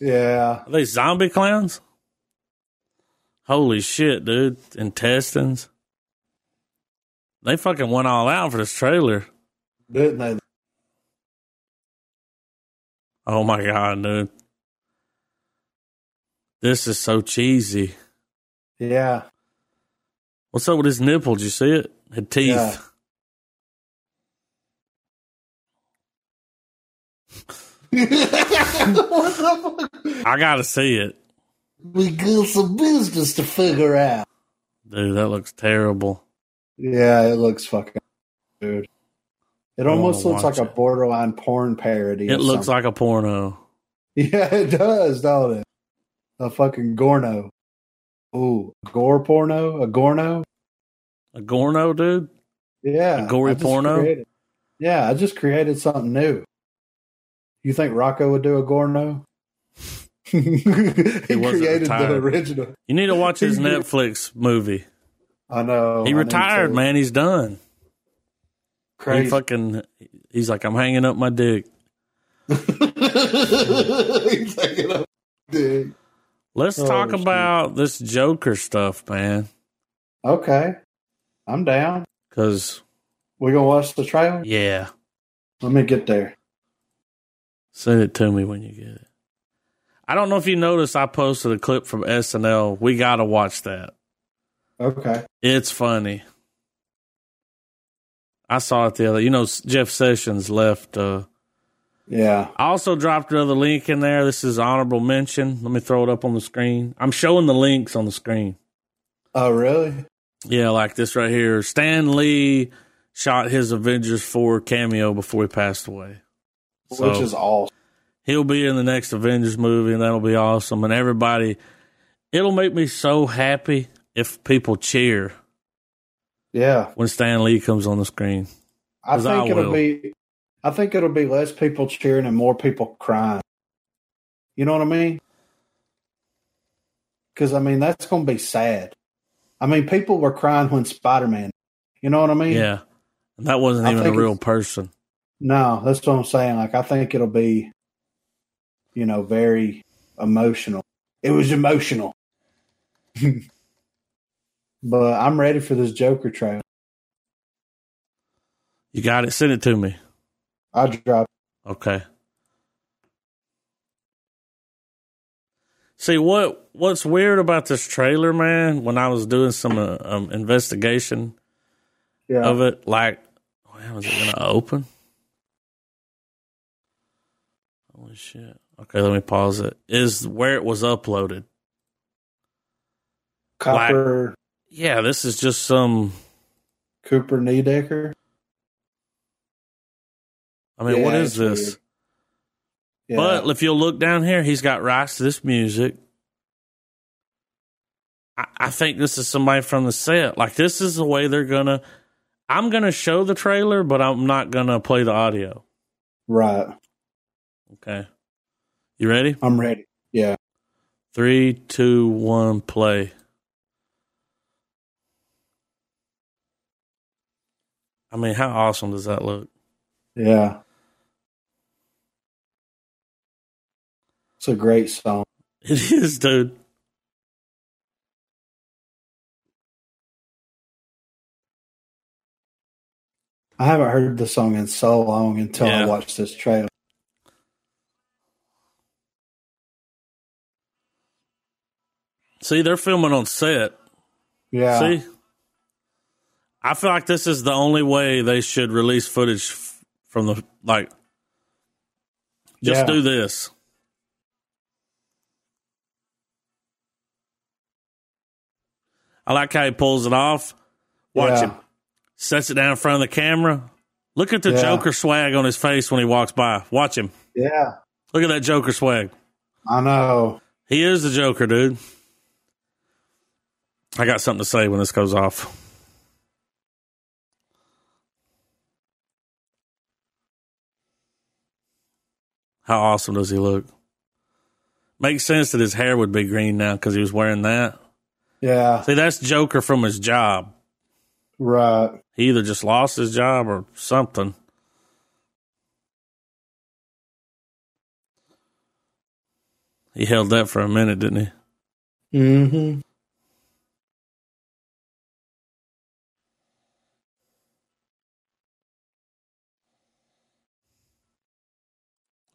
[SPEAKER 2] Yeah.
[SPEAKER 1] Are they zombie clowns? Holy shit, dude. Intestines. They fucking went all out for this trailer.
[SPEAKER 2] Didn't they?
[SPEAKER 1] Oh my god, dude. This is so cheesy.
[SPEAKER 2] Yeah.
[SPEAKER 1] What's up with his nipples? You see it? His teeth.
[SPEAKER 2] Yeah. what the fuck?
[SPEAKER 1] I gotta see it.
[SPEAKER 2] We got some business to figure out.
[SPEAKER 1] Dude, that looks terrible.
[SPEAKER 2] Yeah, it looks fucking dude. It
[SPEAKER 1] I
[SPEAKER 2] almost
[SPEAKER 1] wanna
[SPEAKER 2] looks like
[SPEAKER 1] watch
[SPEAKER 2] a
[SPEAKER 1] it.
[SPEAKER 2] borderline porn parody.
[SPEAKER 1] It looks like a porno.
[SPEAKER 2] like Yeah, it does, don't it? A fucking gorno. Ooh, gore porno? A gorno?
[SPEAKER 1] A gorno, dude?
[SPEAKER 2] Yeah.
[SPEAKER 1] A gory
[SPEAKER 2] I just
[SPEAKER 1] porno?
[SPEAKER 2] created- yeah, I just created something new. You think Rocco would do a Gorno? he
[SPEAKER 1] wasn't
[SPEAKER 2] created
[SPEAKER 1] retired.
[SPEAKER 2] the original.
[SPEAKER 1] You need to watch his
[SPEAKER 2] He-
[SPEAKER 1] Netflix movie.
[SPEAKER 2] I know. Oh, I
[SPEAKER 1] he
[SPEAKER 2] need
[SPEAKER 1] retired,
[SPEAKER 2] to.
[SPEAKER 1] man. He's done. He
[SPEAKER 2] Crazy.
[SPEAKER 1] fucking he's like, I'm hanging up my dick.
[SPEAKER 2] He's taking a dick.
[SPEAKER 1] Let's
[SPEAKER 2] Oh,
[SPEAKER 1] talk
[SPEAKER 2] shit.
[SPEAKER 1] about this Joker stuff, man.
[SPEAKER 2] Okay. I'm down.
[SPEAKER 1] Cause
[SPEAKER 2] We're going to watch the trailer?
[SPEAKER 1] yeah.
[SPEAKER 2] Let me get there.
[SPEAKER 1] Send it to me when you get it. I don't know if you noticed I posted a clip from SNL. We gotta watch that.
[SPEAKER 2] Okay.
[SPEAKER 1] It's funny. I saw it the other. You know, Jeff Sessions left. Uh,
[SPEAKER 2] Yeah.
[SPEAKER 1] I also dropped another link in there. This is honorable mention. Let me throw it up on the screen. I'm showing the links on the screen.
[SPEAKER 2] Oh, really?
[SPEAKER 1] Yeah, like this right here. Stan Lee shot his Avengers 4 cameo before he passed away. So
[SPEAKER 2] Which is awesome.
[SPEAKER 1] he'll be in the next Avengers movie, and that'll be awesome. And everybody, it'll make me so happy if people cheer
[SPEAKER 2] Yeah.
[SPEAKER 1] when Stan Lee comes on the screen.
[SPEAKER 2] I
[SPEAKER 1] 'Cause I
[SPEAKER 2] think it'll
[SPEAKER 1] will.
[SPEAKER 2] be I think it'll be less people cheering and more people crying. You know what I mean? Cuz I mean that's going to be sad. I mean people were crying when Spider-Man. You know what I mean?
[SPEAKER 1] Yeah. And that wasn't
[SPEAKER 2] I
[SPEAKER 1] even a
[SPEAKER 2] think
[SPEAKER 1] real
[SPEAKER 2] it's-
[SPEAKER 1] person.
[SPEAKER 2] No, that's what I'm saying. Like I think it'll be you know very emotional. It was emotional. but I'm ready for this Joker trail.
[SPEAKER 1] You got it. Send it to me.
[SPEAKER 2] I dropped
[SPEAKER 1] Okay. See what what's weird about this trailer, man. When I was doing some uh, um, investigation
[SPEAKER 2] yeah.
[SPEAKER 1] of it, like, when was it gonna open? Holy shit! Okay, let me pause it. Is where it was uploaded.
[SPEAKER 2] Copper
[SPEAKER 1] Yeah, this is just some.
[SPEAKER 2] Cooper Niedecker.
[SPEAKER 1] I mean, what
[SPEAKER 2] Yeah,
[SPEAKER 1] is
[SPEAKER 2] it's
[SPEAKER 1] this?
[SPEAKER 2] weird. Yeah.
[SPEAKER 1] But if you'll look down here, he's got rights to this music. I, I think this is somebody from the set. Like this is the way they're gonna. I'm gonna show the trailer, but I'm not gonna play the audio.
[SPEAKER 2] right.
[SPEAKER 1] Okay, you ready?
[SPEAKER 2] I'm ready. Yeah.
[SPEAKER 1] Three, two, one, play. I mean, how awesome does that look?
[SPEAKER 2] Yeah. It's a great song.
[SPEAKER 1] It is, dude.
[SPEAKER 2] I haven't heard the song in so long until
[SPEAKER 1] Yeah.
[SPEAKER 2] I watched this trailer.
[SPEAKER 1] See, they're filming on set.
[SPEAKER 2] Yeah.
[SPEAKER 1] See, I feel like this is the only way they should release footage f- from the like Just do this. I like how he pulls it off. Watch him. Sets it down in front of the camera. Look at the
[SPEAKER 2] Yeah.
[SPEAKER 1] Joker swag on his face when he walks by. Watch him.
[SPEAKER 2] Yeah.
[SPEAKER 1] Look at that Joker swag.
[SPEAKER 2] I know.
[SPEAKER 1] He is the Joker, dude. I got something to say when this goes off. How awesome does he look? Makes sense that his hair would be green now because he was wearing that.
[SPEAKER 2] Yeah.
[SPEAKER 1] See, that's Joker from his job.
[SPEAKER 2] Right.
[SPEAKER 1] He either just lost his job or something. He held that for a minute, didn't he?
[SPEAKER 2] Mm-hmm.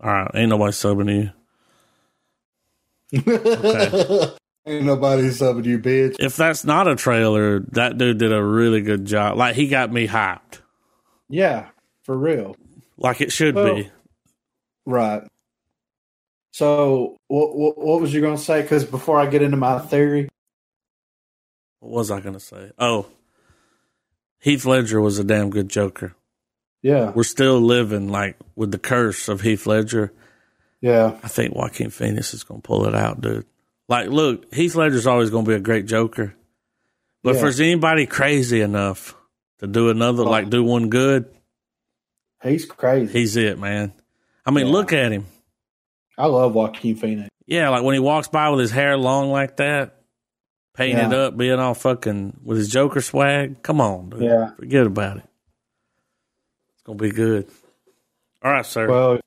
[SPEAKER 1] All right, ain't nobody subbing to you. Okay.
[SPEAKER 2] Ain't nobody subbing you, bitch.
[SPEAKER 1] If that's not a trailer, that dude did a really good job. Like he got me hyped,
[SPEAKER 2] Yeah, for real.
[SPEAKER 1] like it should
[SPEAKER 2] Well-
[SPEAKER 1] be.
[SPEAKER 2] Right. So, what what, what was you gonna say? Because before I get into my theory,
[SPEAKER 1] What was I gonna say? Oh, Heath Ledger was a damn good Joker.
[SPEAKER 2] yeah,
[SPEAKER 1] We're still living like with the curse of Heath Ledger.
[SPEAKER 2] yeah,
[SPEAKER 1] I think Joaquin Phoenix is gonna pull it out, dude. Like, look, Heath Ledger's always gonna be a great Joker, but if
[SPEAKER 2] Yeah.
[SPEAKER 1] there's anybody crazy enough to do another, like do one good,
[SPEAKER 2] he's crazy.
[SPEAKER 1] he's it, man. I mean,
[SPEAKER 2] Yeah.
[SPEAKER 1] look at him.
[SPEAKER 2] I love Joaquin Phoenix.
[SPEAKER 1] Yeah, like when he walks by with his hair long like that, painted
[SPEAKER 2] Yeah.
[SPEAKER 1] up, being all fucking with his Joker swag. Come on, dude.
[SPEAKER 2] Yeah.
[SPEAKER 1] Forget about it. It's gonna be good. All right, sir.
[SPEAKER 2] Well,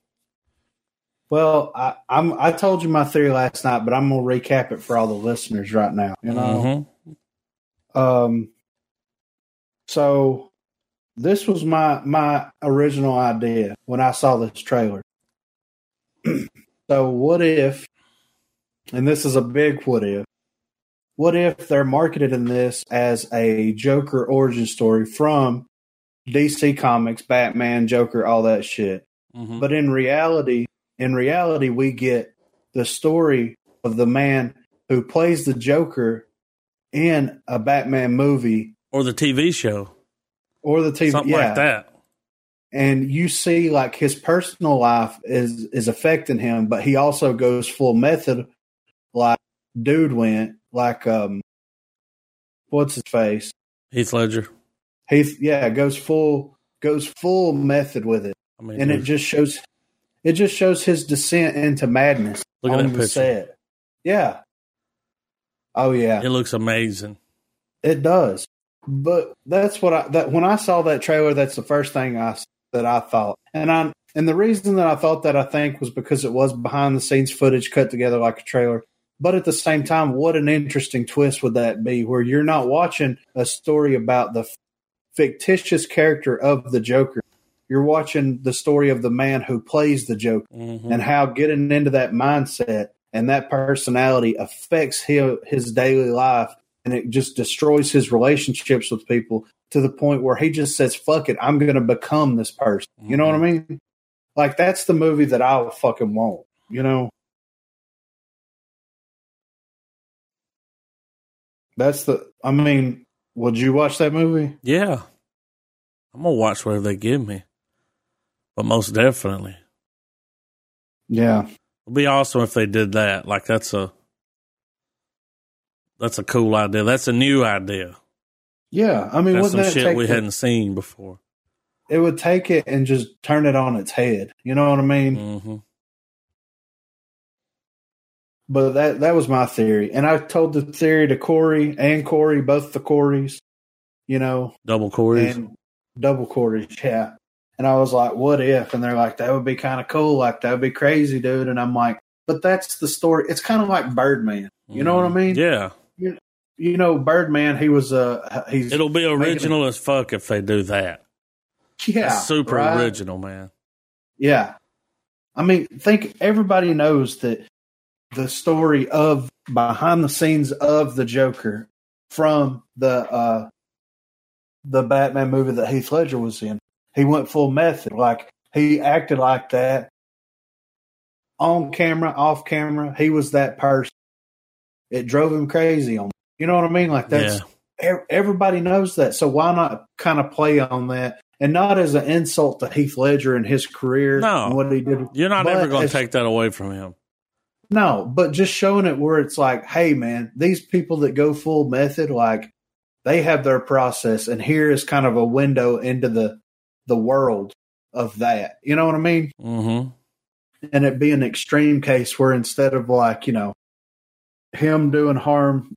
[SPEAKER 2] well, I, I'm I told you my theory last night, but I'm gonna recap it for all the listeners right now. You know.
[SPEAKER 1] Mhm.
[SPEAKER 2] Um, so this was my my original idea when I saw this trailer. so what if, and this is a big what if, what if they're marketed in this as a Joker origin story from DC Comics, Batman, Joker, all that shit.
[SPEAKER 1] Mhm.
[SPEAKER 2] Mm-hmm. But in reality, in reality, we get the story of the man who plays the Joker in a Batman movie
[SPEAKER 1] Or the TV show,
[SPEAKER 2] or the TV.
[SPEAKER 1] something
[SPEAKER 2] yeah,
[SPEAKER 1] like that.
[SPEAKER 2] and you see like his personal life is is affecting him, but he also goes full method, like dude went like um, what's his face?
[SPEAKER 1] Heath Ledger.
[SPEAKER 2] Heath, yeah, goes full goes full method with it,
[SPEAKER 1] I mean,
[SPEAKER 2] and it
[SPEAKER 1] dude,
[SPEAKER 2] just shows it just shows his descent into madness.
[SPEAKER 1] look at
[SPEAKER 2] on
[SPEAKER 1] that
[SPEAKER 2] the
[SPEAKER 1] picture.
[SPEAKER 2] set. Yeah. Oh yeah,
[SPEAKER 1] It looks amazing.
[SPEAKER 2] it does. But that's what I that when I saw that trailer, that's the first thing I s- that I thought, and I and the reason that I thought that I think was because it was behind the scenes footage cut together like a trailer. But at the same time, what an interesting twist would that be, where you're not watching a story about the f- fictitious character of the Joker. You're watching the story of the man who plays the Joker
[SPEAKER 1] Mhm.
[SPEAKER 2] and how getting into that mindset and that personality affects his, his daily life and it just destroys his relationships with people to the point where he just says fuck it i'm going to become this person you know what i
[SPEAKER 1] Mm-hmm.
[SPEAKER 2] mean like that's the movie that i fucking want you know that's the i mean would you watch that movie
[SPEAKER 1] yeah, I'm gonna watch whatever they give me, but most definitely,
[SPEAKER 2] yeah
[SPEAKER 1] It'd be awesome if they did that. Like that's a that's a cool idea. That's a new idea.
[SPEAKER 2] yeah i mean
[SPEAKER 1] that's some
[SPEAKER 2] wouldn't that
[SPEAKER 1] shit
[SPEAKER 2] take
[SPEAKER 1] we
[SPEAKER 2] the-
[SPEAKER 1] hadn't seen before.
[SPEAKER 2] it would take it and just turn it on its head you know what i mean
[SPEAKER 1] hmm
[SPEAKER 2] But that that was my theory, and I told the theory to Corey and Corey, both the Coreys, you know,
[SPEAKER 1] Double Corey's.
[SPEAKER 2] and double Coreys, yeah. And I was like, "What if?" And they're like, "That would be kind of cool. Like that would be crazy, dude." And I'm like, "But that's the story. It's kind of like Birdman. You know what I
[SPEAKER 1] Mhm.
[SPEAKER 2] mean?
[SPEAKER 1] Yeah,
[SPEAKER 2] You know, Birdman. He was a he's
[SPEAKER 1] it'll be original as fuck if they do that.
[SPEAKER 2] yeah
[SPEAKER 1] That's super
[SPEAKER 2] right?
[SPEAKER 1] original, man.
[SPEAKER 2] Yeah. I mean, think everybody knows that the story of behind the scenes of the Joker from the uh the Batman movie that Heath Ledger was in. He went full method. Like he acted like that on camera, off camera, he was that person. It drove him crazy on. You know what I mean? Like that's yeah. e- everybody knows that. So why not kind of play on that? And not as an insult to Heath Ledger and his career
[SPEAKER 1] no,
[SPEAKER 2] and what he did.
[SPEAKER 1] You're not ever going to take that away from him.
[SPEAKER 2] No, but just showing it where it's like, hey man, these people that go full method, like they have their process, and here is kind of a window into the the world of that. You know what I mean?
[SPEAKER 1] Mm-hmm
[SPEAKER 2] and it be an extreme case where instead of like you know him doing harm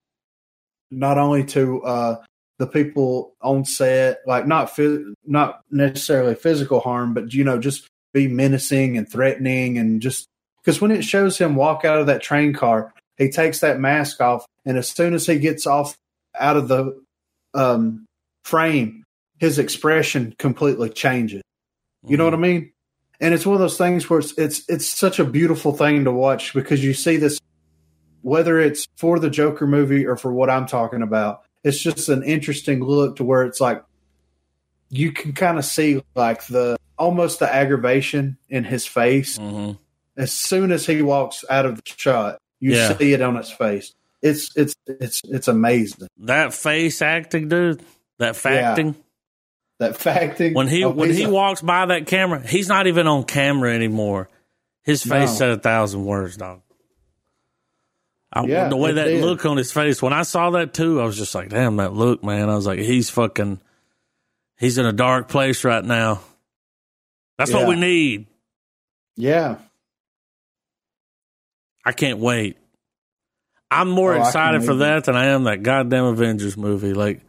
[SPEAKER 2] not only to uh the people on set like not phys- not necessarily physical harm but you know just be menacing and threatening and just because when it shows him walk out of that train car he takes that mask off and as soon as he gets off out of the um frame his expression completely changes you mm-hmm. know what i mean and it's one of those things where it's, it's it's such a beautiful thing to watch because you see this whether it's for the Joker movie or for what I'm talking about, it's just an interesting look to where it's like you can kind of see like the almost the aggravation in his face
[SPEAKER 1] mm-hmm.
[SPEAKER 2] as soon as he walks out of the shot. You yeah. see it on his face. It's it's it's it's amazing.
[SPEAKER 1] That face acting, dude. That facting. Yeah
[SPEAKER 2] that facting.
[SPEAKER 1] When he oh, when he a, walks by that camera, he's not even on camera anymore. His face no. said a thousand words, dog. I, yeah, the way that did. look on his face when I saw that too, I was just like, "Damn, that look, man!" I was like, "He's fucking, he's in a dark place right now." That's yeah. what we need.
[SPEAKER 2] Yeah,
[SPEAKER 1] I can't wait. I'm more oh, excited for that it. than I am that goddamn Avengers movie. Like,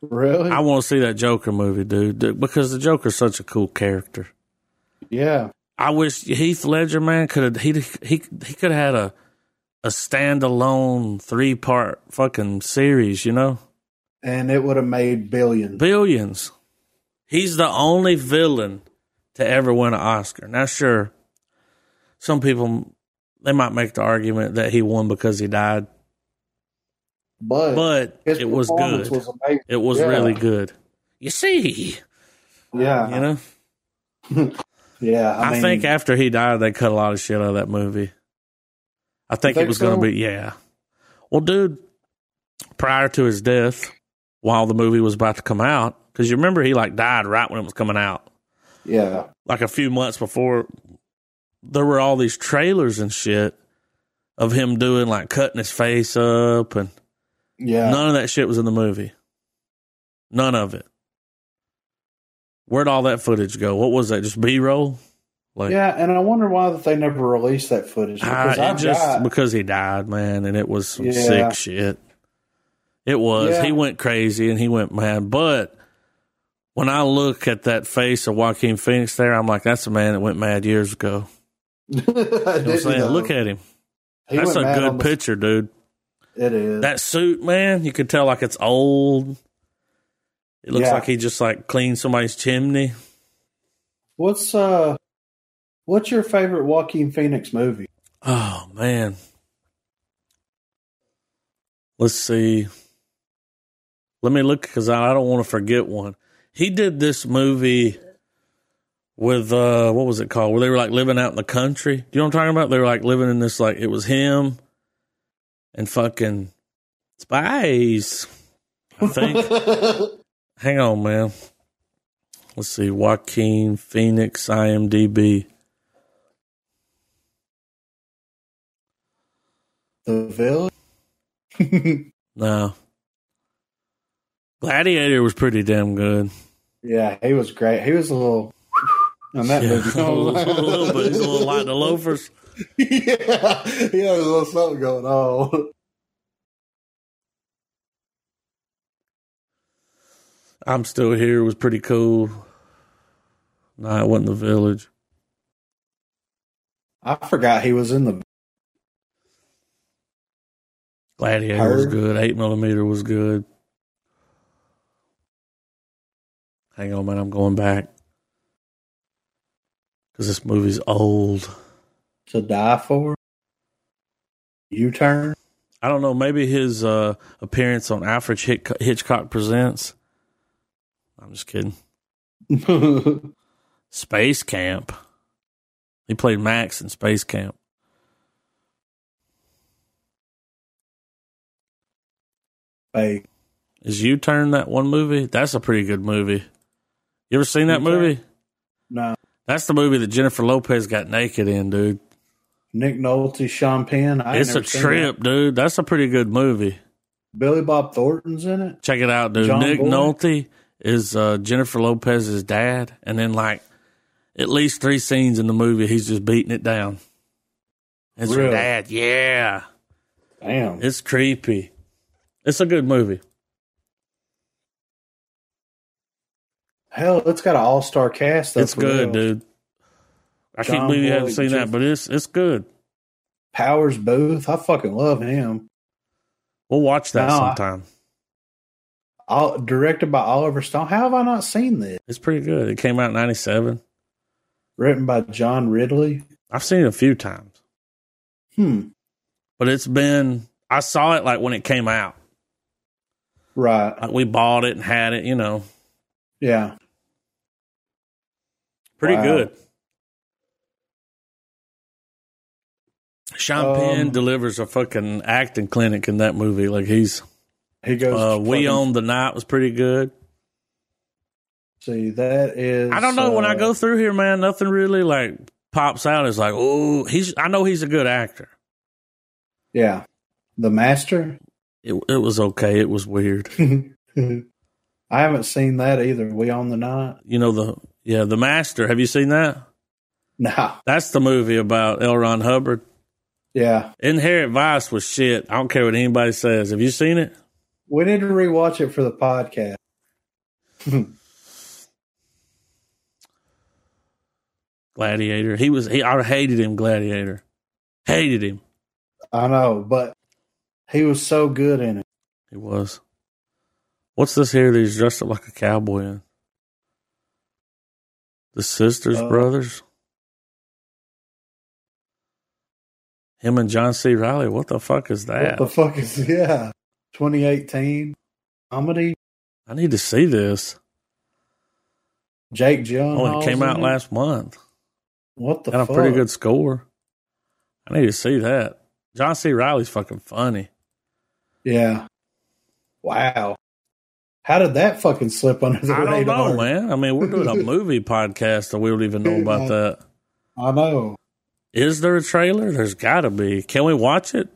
[SPEAKER 2] Really? I
[SPEAKER 1] want to see that Joker movie, dude, dude, because the Joker's such a cool character.
[SPEAKER 2] Yeah.
[SPEAKER 1] I wish Heath Ledger, man, could have he he he could have had a a standalone three part fucking series, you know,
[SPEAKER 2] and it would have made billions.
[SPEAKER 1] Billions. He's the only villain to ever win an Oscar. Now, sure, some people they might make the argument that he won because he died
[SPEAKER 2] but
[SPEAKER 1] but it was good. Was it was yeah. really good. You see,
[SPEAKER 2] yeah,
[SPEAKER 1] you know,
[SPEAKER 2] yeah. I,
[SPEAKER 1] I mean, think after he died, they cut a lot of shit out of that movie. I think, think it was so? going to be yeah. Well, dude, prior to his death, while the movie was about to come out, because you remember he like died right when it was coming out.
[SPEAKER 2] Yeah,
[SPEAKER 1] like a few months before, there were all these trailers and shit of him doing like cutting his face up and.
[SPEAKER 2] Yeah.
[SPEAKER 1] None of that shit was in the movie. None of it. Where'd all that footage go? What was that? Just B roll?
[SPEAKER 2] Like Yeah, and I wonder why that they never released that footage.
[SPEAKER 1] Because I, Uh, just got, because he died, man, and it was yeah. sick shit. It was. Yeah. He went crazy and he went mad. But when I look at that face of Joaquin Phoenix there, I'm like, that's a man that went mad years ago. you know what I'm saying? Know. Look at him. He that's a good the- picture, dude.
[SPEAKER 2] It is.
[SPEAKER 1] That suit, man, you could tell like it's old. It looks yeah. like he just like cleaned somebody's chimney.
[SPEAKER 2] What's uh what's your favorite Joaquin Phoenix movie?
[SPEAKER 1] Oh man. Let's see. Let me look because I, I don't want to forget one. He did this movie with uh what was it called? Where they were like living out in the country. Do you know what I'm talking about? They were like living in this like it was him and fucking spies. I think. Hang on, man. Let's see. Joaquin Phoenix, IMDb.
[SPEAKER 2] The Village?
[SPEAKER 1] no. Gladiator was pretty damn good.
[SPEAKER 2] Yeah, he was great. He was a little. On that yeah, movie.
[SPEAKER 1] a little bit. He's a little like the loafers
[SPEAKER 2] yeah, yeah, there's a little something going on.
[SPEAKER 1] I'm still here. It was pretty cool. No, it wasn't the village.
[SPEAKER 2] I forgot he was in the
[SPEAKER 1] Gladiator Her? was good. Eight millimeter was good. Hang on, man. I'm going back because this movie's old
[SPEAKER 2] to die for? U turn?
[SPEAKER 1] I don't know. Maybe his uh, appearance on Alfred Hitchcock, Hitchcock Presents. I'm just kidding. Space Camp. He played Max in Space Camp.
[SPEAKER 2] Hey,
[SPEAKER 1] Is U Turn that one movie? That's a pretty good movie. You ever seen that
[SPEAKER 2] U-Turn?
[SPEAKER 1] movie?
[SPEAKER 2] no,
[SPEAKER 1] That's the movie that Jennifer Lopez got naked in, dude.
[SPEAKER 2] Nick Nolte, Sean Penn. I ain't
[SPEAKER 1] it's a
[SPEAKER 2] never seen
[SPEAKER 1] trip, dude. That's a pretty good movie.
[SPEAKER 2] that. Billy Bob Thornton's in it.
[SPEAKER 1] Check it out, dude.
[SPEAKER 2] John
[SPEAKER 1] Nick
[SPEAKER 2] Boyd?
[SPEAKER 1] Nolte is uh, Jennifer Lopez's dad, and then like at least three scenes in the movie, he's just beating it down. It's her
[SPEAKER 2] Really?
[SPEAKER 1] dad, yeah.
[SPEAKER 2] Damn.
[SPEAKER 1] It's creepy. It's a good movie.
[SPEAKER 2] Hell, it's got an all star cast. though,
[SPEAKER 1] it's
[SPEAKER 2] for
[SPEAKER 1] good,
[SPEAKER 2] real.
[SPEAKER 1] dude. I can't
[SPEAKER 2] John
[SPEAKER 1] believe you haven't
[SPEAKER 2] Boyd,
[SPEAKER 1] seen that,
[SPEAKER 2] Jeff-
[SPEAKER 1] but it's it's good.
[SPEAKER 2] Powers Booth. I fucking love him.
[SPEAKER 1] We'll watch that
[SPEAKER 2] No, I-
[SPEAKER 1] sometime.
[SPEAKER 2] All, directed by Oliver Stone. How have I not seen this?
[SPEAKER 1] It's pretty good. It came out in '97.
[SPEAKER 2] Written by John Ridley.
[SPEAKER 1] I've seen it a few times,
[SPEAKER 2] Hmm.
[SPEAKER 1] but it's been. I saw it like when it came out.
[SPEAKER 2] Right.
[SPEAKER 1] Like we bought it and had it. You know,
[SPEAKER 2] Yeah.
[SPEAKER 1] pretty
[SPEAKER 2] Wow.
[SPEAKER 1] good. Sean Penn
[SPEAKER 2] Um,
[SPEAKER 1] delivers a fucking acting clinic in that movie. Like he's
[SPEAKER 2] He goes.
[SPEAKER 1] uh, we
[SPEAKER 2] fucking-
[SPEAKER 1] own the night was pretty good.
[SPEAKER 2] See, that is.
[SPEAKER 1] I don't know. when I
[SPEAKER 2] uh,
[SPEAKER 1] go through here, man, nothing really like pops out. It's like, oh, he's. I know he's a good actor.
[SPEAKER 2] Yeah. The Master.
[SPEAKER 1] It, it was okay. It was weird.
[SPEAKER 2] I haven't seen that either. We on the night.
[SPEAKER 1] You know the yeah the master. Have you seen that?
[SPEAKER 2] Nah.
[SPEAKER 1] That's the movie about L. Ron Hubbard.
[SPEAKER 2] Yeah.
[SPEAKER 1] Inherent Vice was shit. I don't care what anybody says. Have you seen it?
[SPEAKER 2] We need to rewatch it for the podcast.
[SPEAKER 1] Gladiator. He was. He. I hated him. Gladiator. Hated him.
[SPEAKER 2] I know, but he was so good in it.
[SPEAKER 1] He was. What's this here that he's dressed up like a cowboy in? The sisters,
[SPEAKER 2] Uh,
[SPEAKER 1] brothers. Him and John C. Riley. What the fuck is that?
[SPEAKER 2] What the fuck is yeah? 2018 comedy.
[SPEAKER 1] I need to see this.
[SPEAKER 2] Jake Gyllenhaal.
[SPEAKER 1] Oh, it came out last month.
[SPEAKER 2] What the
[SPEAKER 1] Got a
[SPEAKER 2] fuck?
[SPEAKER 1] pretty good score. I need to see that. John C. Riley's fucking funny.
[SPEAKER 2] Yeah. Wow. How did that fucking slip under the
[SPEAKER 1] I don't
[SPEAKER 2] radar?
[SPEAKER 1] know, man. I mean, we're doing a movie podcast, and we don't even know about that.
[SPEAKER 2] I know.
[SPEAKER 1] Is there a trailer? There's got to be. Can we watch it?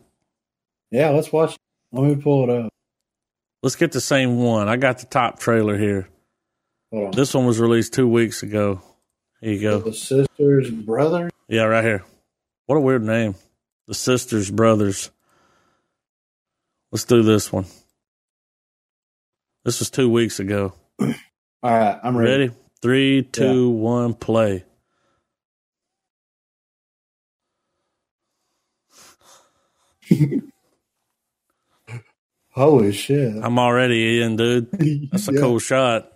[SPEAKER 2] Yeah, let's watch. Let me pull it up.
[SPEAKER 1] Let's get the same one. I got the top trailer here.
[SPEAKER 2] Hold on.
[SPEAKER 1] This one was released two weeks ago. Here you go.
[SPEAKER 2] The sisters, brother.
[SPEAKER 1] Yeah, right here. What a weird name. The Sisters Brothers. Let's do this one. This was two weeks ago.
[SPEAKER 2] All right, I'm ready.
[SPEAKER 1] Ready? Three, two, one, play.
[SPEAKER 2] Holy shit!
[SPEAKER 1] I'm already in, dude. That's a
[SPEAKER 2] Yeah.
[SPEAKER 1] cool shot.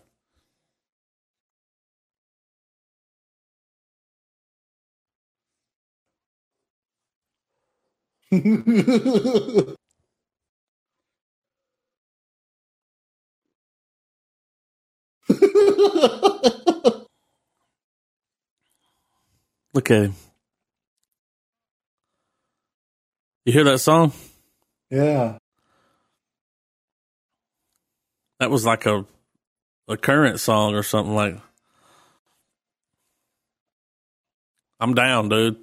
[SPEAKER 1] Look at him. You hear that song?
[SPEAKER 2] yeah.
[SPEAKER 1] That was like a a current song or something like. I'm down, dude.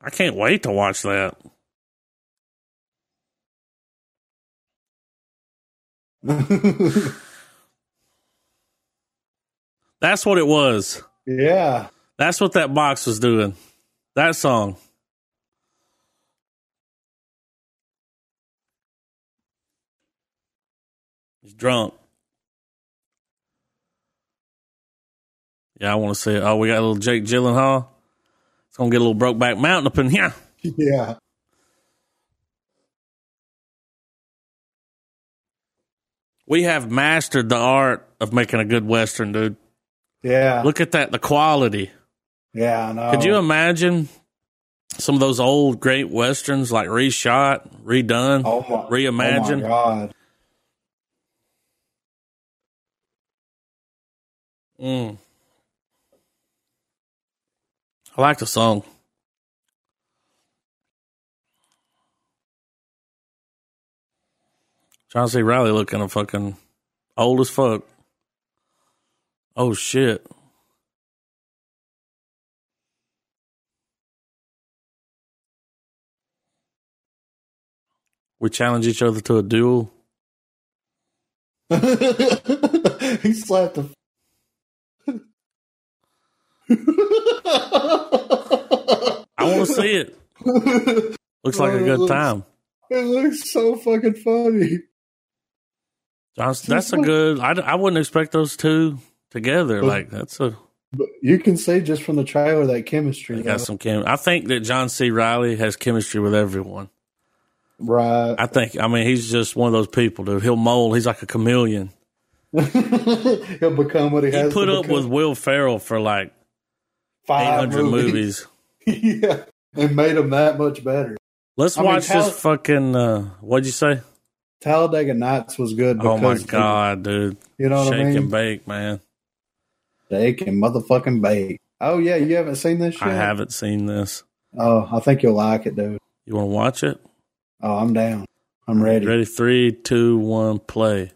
[SPEAKER 1] I can't wait to watch that. That's what it was.
[SPEAKER 2] yeah.
[SPEAKER 1] That's what that box was doing. That song. He's drunk. Yeah, I want to see it. Oh, we got a little Jake Gyllenhaal. It's gonna get a little Brokeback Mountain up in here.
[SPEAKER 2] Yeah.
[SPEAKER 1] We have mastered the art of making a good Western, dude.
[SPEAKER 2] Yeah.
[SPEAKER 1] Look at that, the quality.
[SPEAKER 2] yeah, I know.
[SPEAKER 1] Could you imagine some of those old great Westerns like reshot, redone?
[SPEAKER 2] oh my,
[SPEAKER 1] reimagine?
[SPEAKER 2] Oh my God.
[SPEAKER 1] Mm. I like the song. Trying to see Riley looking a fucking old as fuck. Oh shit. We challenge each other to a duel.
[SPEAKER 2] he slapped the. I
[SPEAKER 1] want to see it. Looks like oh, a good
[SPEAKER 2] looks,
[SPEAKER 1] time.
[SPEAKER 2] It looks so fucking funny.
[SPEAKER 1] That's, that's a good. I, I wouldn't expect those two together. But, like that's a.
[SPEAKER 2] But you can see just from the trailer that chemistry.
[SPEAKER 1] They got some chem. I think that John C. Riley has chemistry with everyone.
[SPEAKER 2] Right.
[SPEAKER 1] I think. I mean, he's just one of those people, dude. He'll mold. He's like a chameleon.
[SPEAKER 2] He'll become what he,
[SPEAKER 1] he
[SPEAKER 2] has.
[SPEAKER 1] put
[SPEAKER 2] to
[SPEAKER 1] up with Will Ferrell for like eight hundred movies.
[SPEAKER 2] movies. yeah, and made him that much better.
[SPEAKER 1] Let's I watch mean, Tal- this fucking. Uh, what'd you say?
[SPEAKER 2] Talladega Nights was good.
[SPEAKER 1] oh my god, dude!
[SPEAKER 2] You know
[SPEAKER 1] Shake
[SPEAKER 2] I mean?
[SPEAKER 1] and bake, man.
[SPEAKER 2] Shake and motherfucking bake. Oh yeah, you haven't seen this? Yet? I
[SPEAKER 1] haven't seen this.
[SPEAKER 2] Oh, I think you'll like it, dude.
[SPEAKER 1] You want to watch it?
[SPEAKER 2] Oh, I'm down. I'm ready.
[SPEAKER 1] Ready? Three, two, one, play.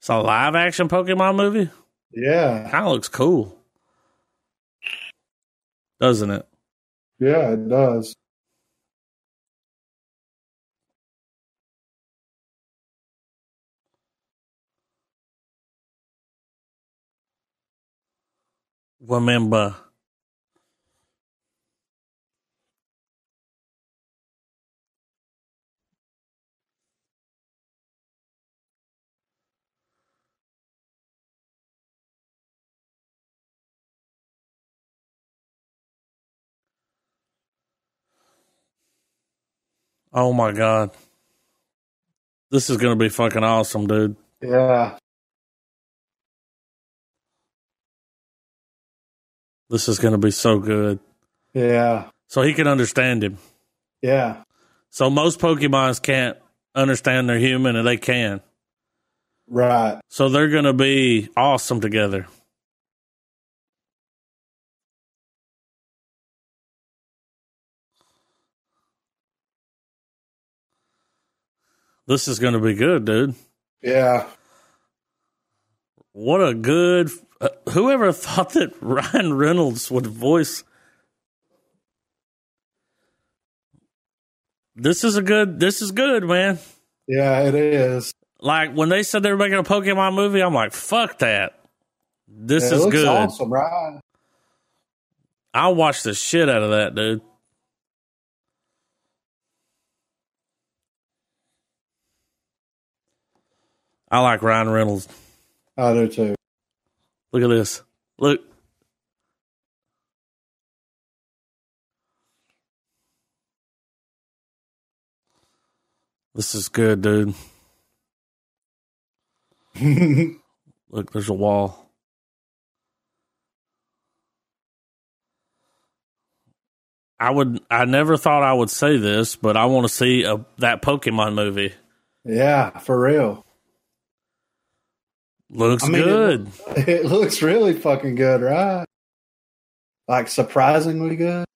[SPEAKER 1] It's a live action Pokemon movie?
[SPEAKER 2] Yeah.
[SPEAKER 1] Kind of looks cool. Doesn't it?
[SPEAKER 2] Yeah, it does.
[SPEAKER 1] Remember. Oh my god. This is going to be fucking awesome, dude.
[SPEAKER 2] Yeah.
[SPEAKER 1] This is going to be so good.
[SPEAKER 2] Yeah.
[SPEAKER 1] So he can understand him.
[SPEAKER 2] Yeah.
[SPEAKER 1] So most Pokemons can't understand their human and they can.
[SPEAKER 2] Right.
[SPEAKER 1] So they're going to be awesome together. this is going to be good, dude.
[SPEAKER 2] Yeah.
[SPEAKER 1] What a good. Uh, whoever thought that Ryan Reynolds would voice. This is a good. This is good, man.
[SPEAKER 2] Yeah, it is.
[SPEAKER 1] Like when they said they were making a Pokemon movie, I'm like, fuck that. This yeah, is good.
[SPEAKER 2] Awesome, right?
[SPEAKER 1] I'll watch the shit out of that, dude. I like Ryan Reynolds.
[SPEAKER 2] I do too.
[SPEAKER 1] Look at this. Look. This is good, dude. Look, there's a wall. I would I never thought I would say this, but I want to see a, that Pokemon movie.
[SPEAKER 2] Yeah, for real.
[SPEAKER 1] Looks I mean, good.
[SPEAKER 2] It, it, looks really fucking good, right? Like surprisingly good.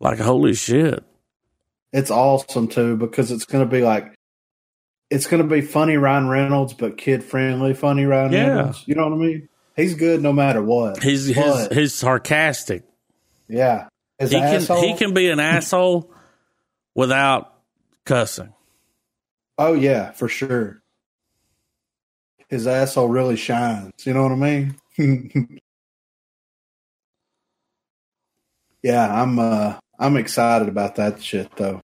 [SPEAKER 1] Like holy shit.
[SPEAKER 2] It's awesome too because it's going to be like it's going to be funny Ryan Reynolds but kid friendly funny Ryan yeah. Reynolds. You know what I mean? He's good no matter what.
[SPEAKER 1] He's his, he's sarcastic.
[SPEAKER 2] Yeah.
[SPEAKER 1] His he can asshole? he can be an asshole without cussing.
[SPEAKER 2] Oh yeah, for sure his asshole really shines. You know what I mean? yeah, I'm uh I'm excited about that shit though.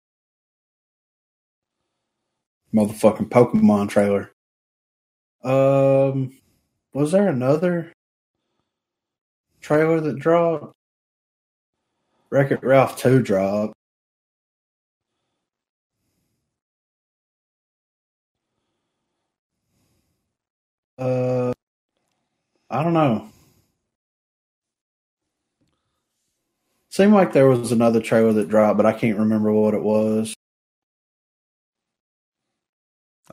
[SPEAKER 2] Motherfucking Pokemon trailer. Um was there another trailer that dropped? Wreck It Ralph 2 dropped. Uh, I don't know. Seemed like there was another trailer that dropped, but I can't remember what it was.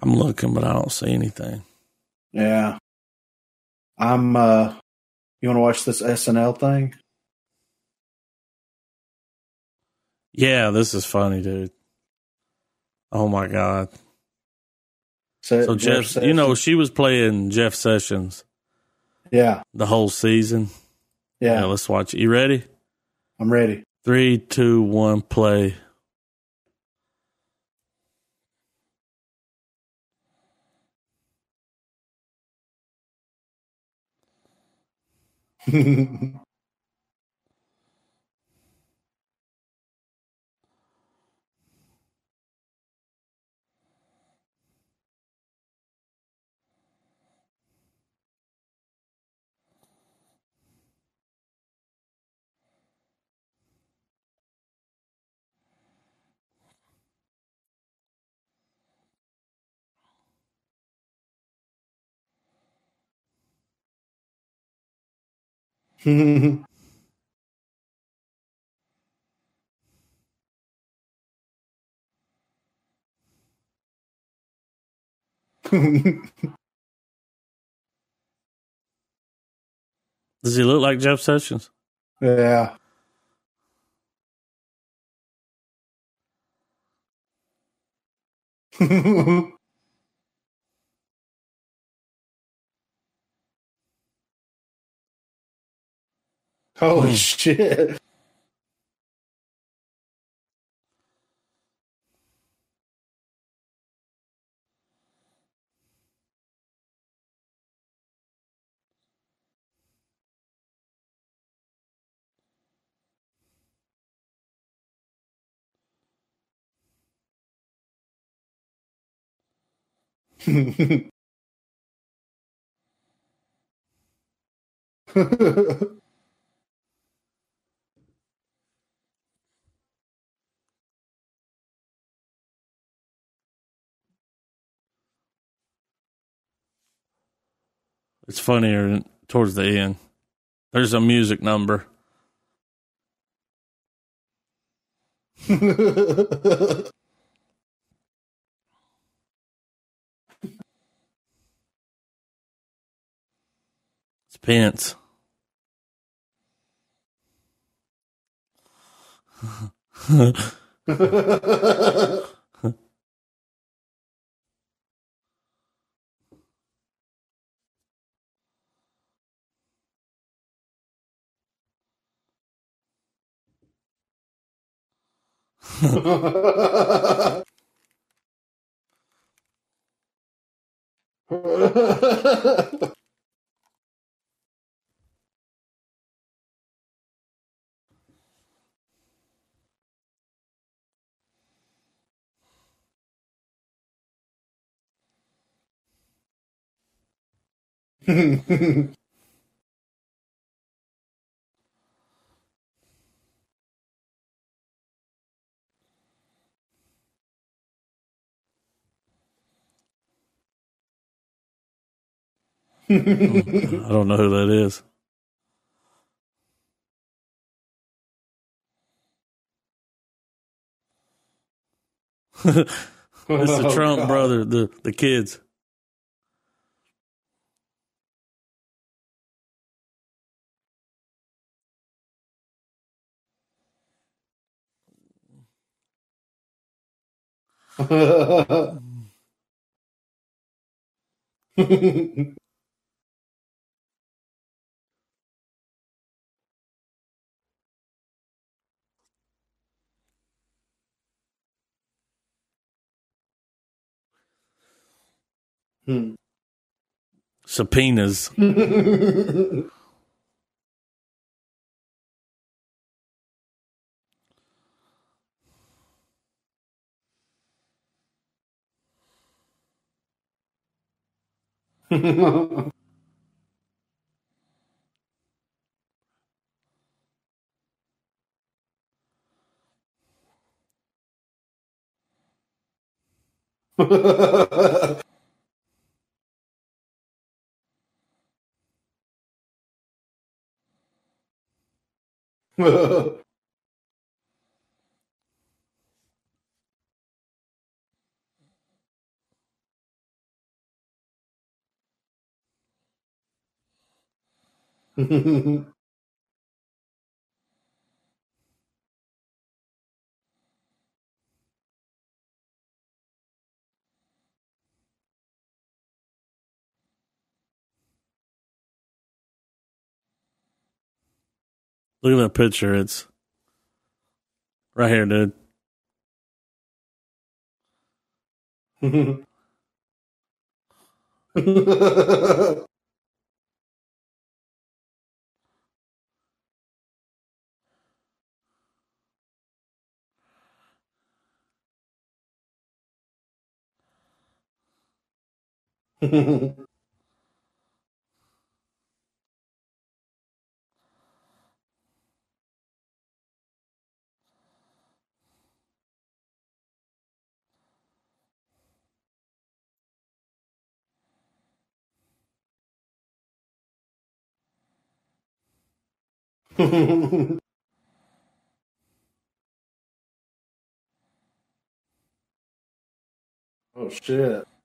[SPEAKER 1] I'm looking, but I don't see anything.
[SPEAKER 2] Yeah. I'm uh you wanna watch this SNL thing?
[SPEAKER 1] Yeah, this is funny, dude. Oh my god.
[SPEAKER 2] So,
[SPEAKER 1] So Uh, Jeff, you know, she was playing Jeff Sessions
[SPEAKER 2] Yeah,
[SPEAKER 1] the whole season.
[SPEAKER 2] yeah.
[SPEAKER 1] Yeah, let's watch it. You ready?
[SPEAKER 2] I'm ready.
[SPEAKER 1] Three, two, one, play.
[SPEAKER 2] That's
[SPEAKER 1] Does he look like Jeff Sessions?
[SPEAKER 2] yeah. Holy
[SPEAKER 1] Hmm.
[SPEAKER 2] shit.
[SPEAKER 1] It's funnier towards the end. There's a music number. It's Pence. I don't know who that is. It's
[SPEAKER 2] Oh,
[SPEAKER 1] the Trump brother, the, the kids.
[SPEAKER 2] Hmm. Hmm.
[SPEAKER 1] Subpoenas. Look at that picture. It's right here, dude.
[SPEAKER 2] oh shit.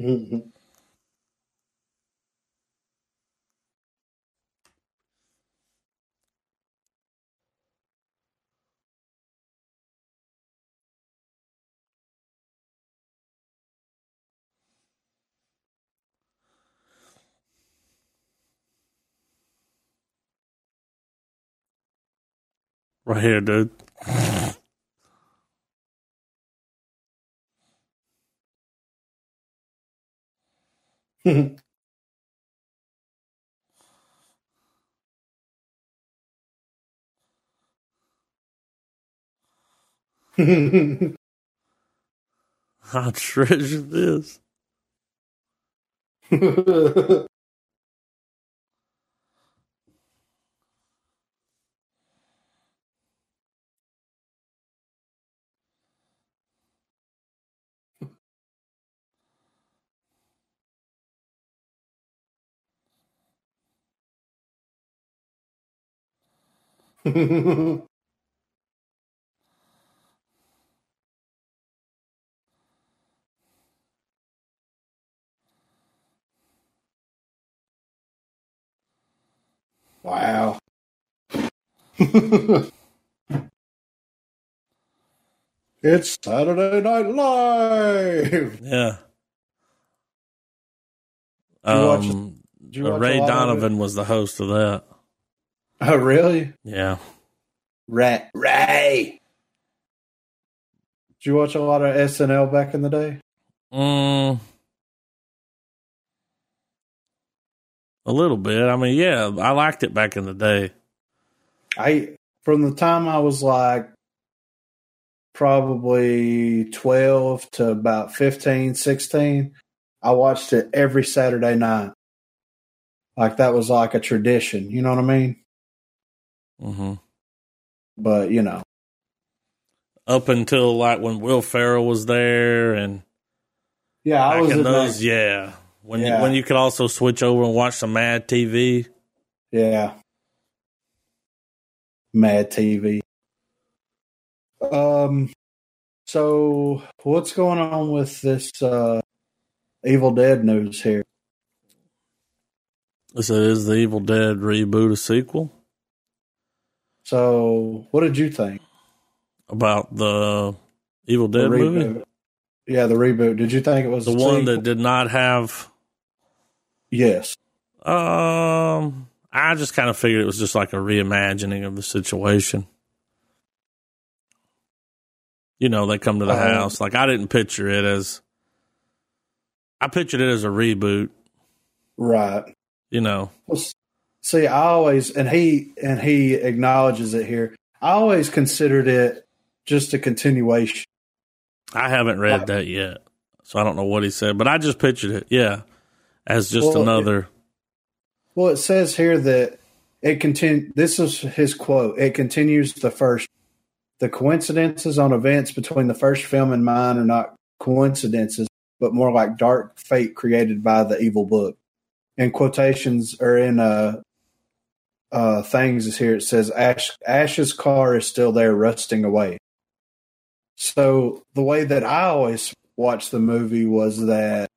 [SPEAKER 2] Mm-hmm.
[SPEAKER 1] Right here, dude.
[SPEAKER 2] oh
[SPEAKER 1] I treasure this.
[SPEAKER 2] wow. it's Saturday Night Live.
[SPEAKER 1] Yeah.
[SPEAKER 2] Did you watch-
[SPEAKER 1] Um,
[SPEAKER 2] Did you watch
[SPEAKER 1] Ray
[SPEAKER 2] a lot of
[SPEAKER 1] Donovan was the host of that.
[SPEAKER 2] it? Oh, really?
[SPEAKER 1] Yeah.
[SPEAKER 2] Rat Ray. Did you watch a lot of SNL back in the day?
[SPEAKER 1] Mm, a little bit. I mean, yeah, I liked it back in the day.
[SPEAKER 2] I from the time I was like probably 12 to about 15, 16, I watched it every Saturday night. Like that was like a tradition, you know what I mean?
[SPEAKER 1] hmm
[SPEAKER 2] But, you know,
[SPEAKER 1] Up until like when Will Ferrell was there, and
[SPEAKER 2] yeah, I
[SPEAKER 1] back
[SPEAKER 2] was
[SPEAKER 1] in
[SPEAKER 2] in that-
[SPEAKER 1] those, yeah. When
[SPEAKER 2] Yeah.
[SPEAKER 1] You, when you could also switch over and watch some Mad TV.
[SPEAKER 2] Yeah. Mad TV. Um so what's going on with this uh Evil Dead news here?
[SPEAKER 1] It said, "Is the Evil Dead reboot a sequel?"
[SPEAKER 2] So what did you think?
[SPEAKER 1] About the Evil
[SPEAKER 2] The
[SPEAKER 1] Dead movie,
[SPEAKER 2] reboot. Yeah, the reboot. Did you think it was
[SPEAKER 1] the
[SPEAKER 2] a
[SPEAKER 1] one
[SPEAKER 2] sequel?
[SPEAKER 1] that did not have.
[SPEAKER 2] Yes.
[SPEAKER 1] Um, I just kind of figured it was just like a reimagining of the situation. You know, they come to the
[SPEAKER 2] Um,
[SPEAKER 1] house. Like I didn't picture it as. I pictured it as a reboot.
[SPEAKER 2] Right.
[SPEAKER 1] You know,
[SPEAKER 2] Well, s- see, I always and he and he acknowledges it here. I always considered it just a continuation.
[SPEAKER 1] I haven't read
[SPEAKER 2] Right.
[SPEAKER 1] that yet, so I don't know what he said. But I just pictured it, yeah, as just
[SPEAKER 2] Well,
[SPEAKER 1] another.
[SPEAKER 2] Well, it says here that It continue. This is his quote. It continues the first. The coincidences on events between the first film and mine are not coincidences, but more like dark fate created by the evil book. And quotations are in uh, uh, things is here. It says Ash, Ash's car is still there, rusting away. So the way that I always watched the movie was that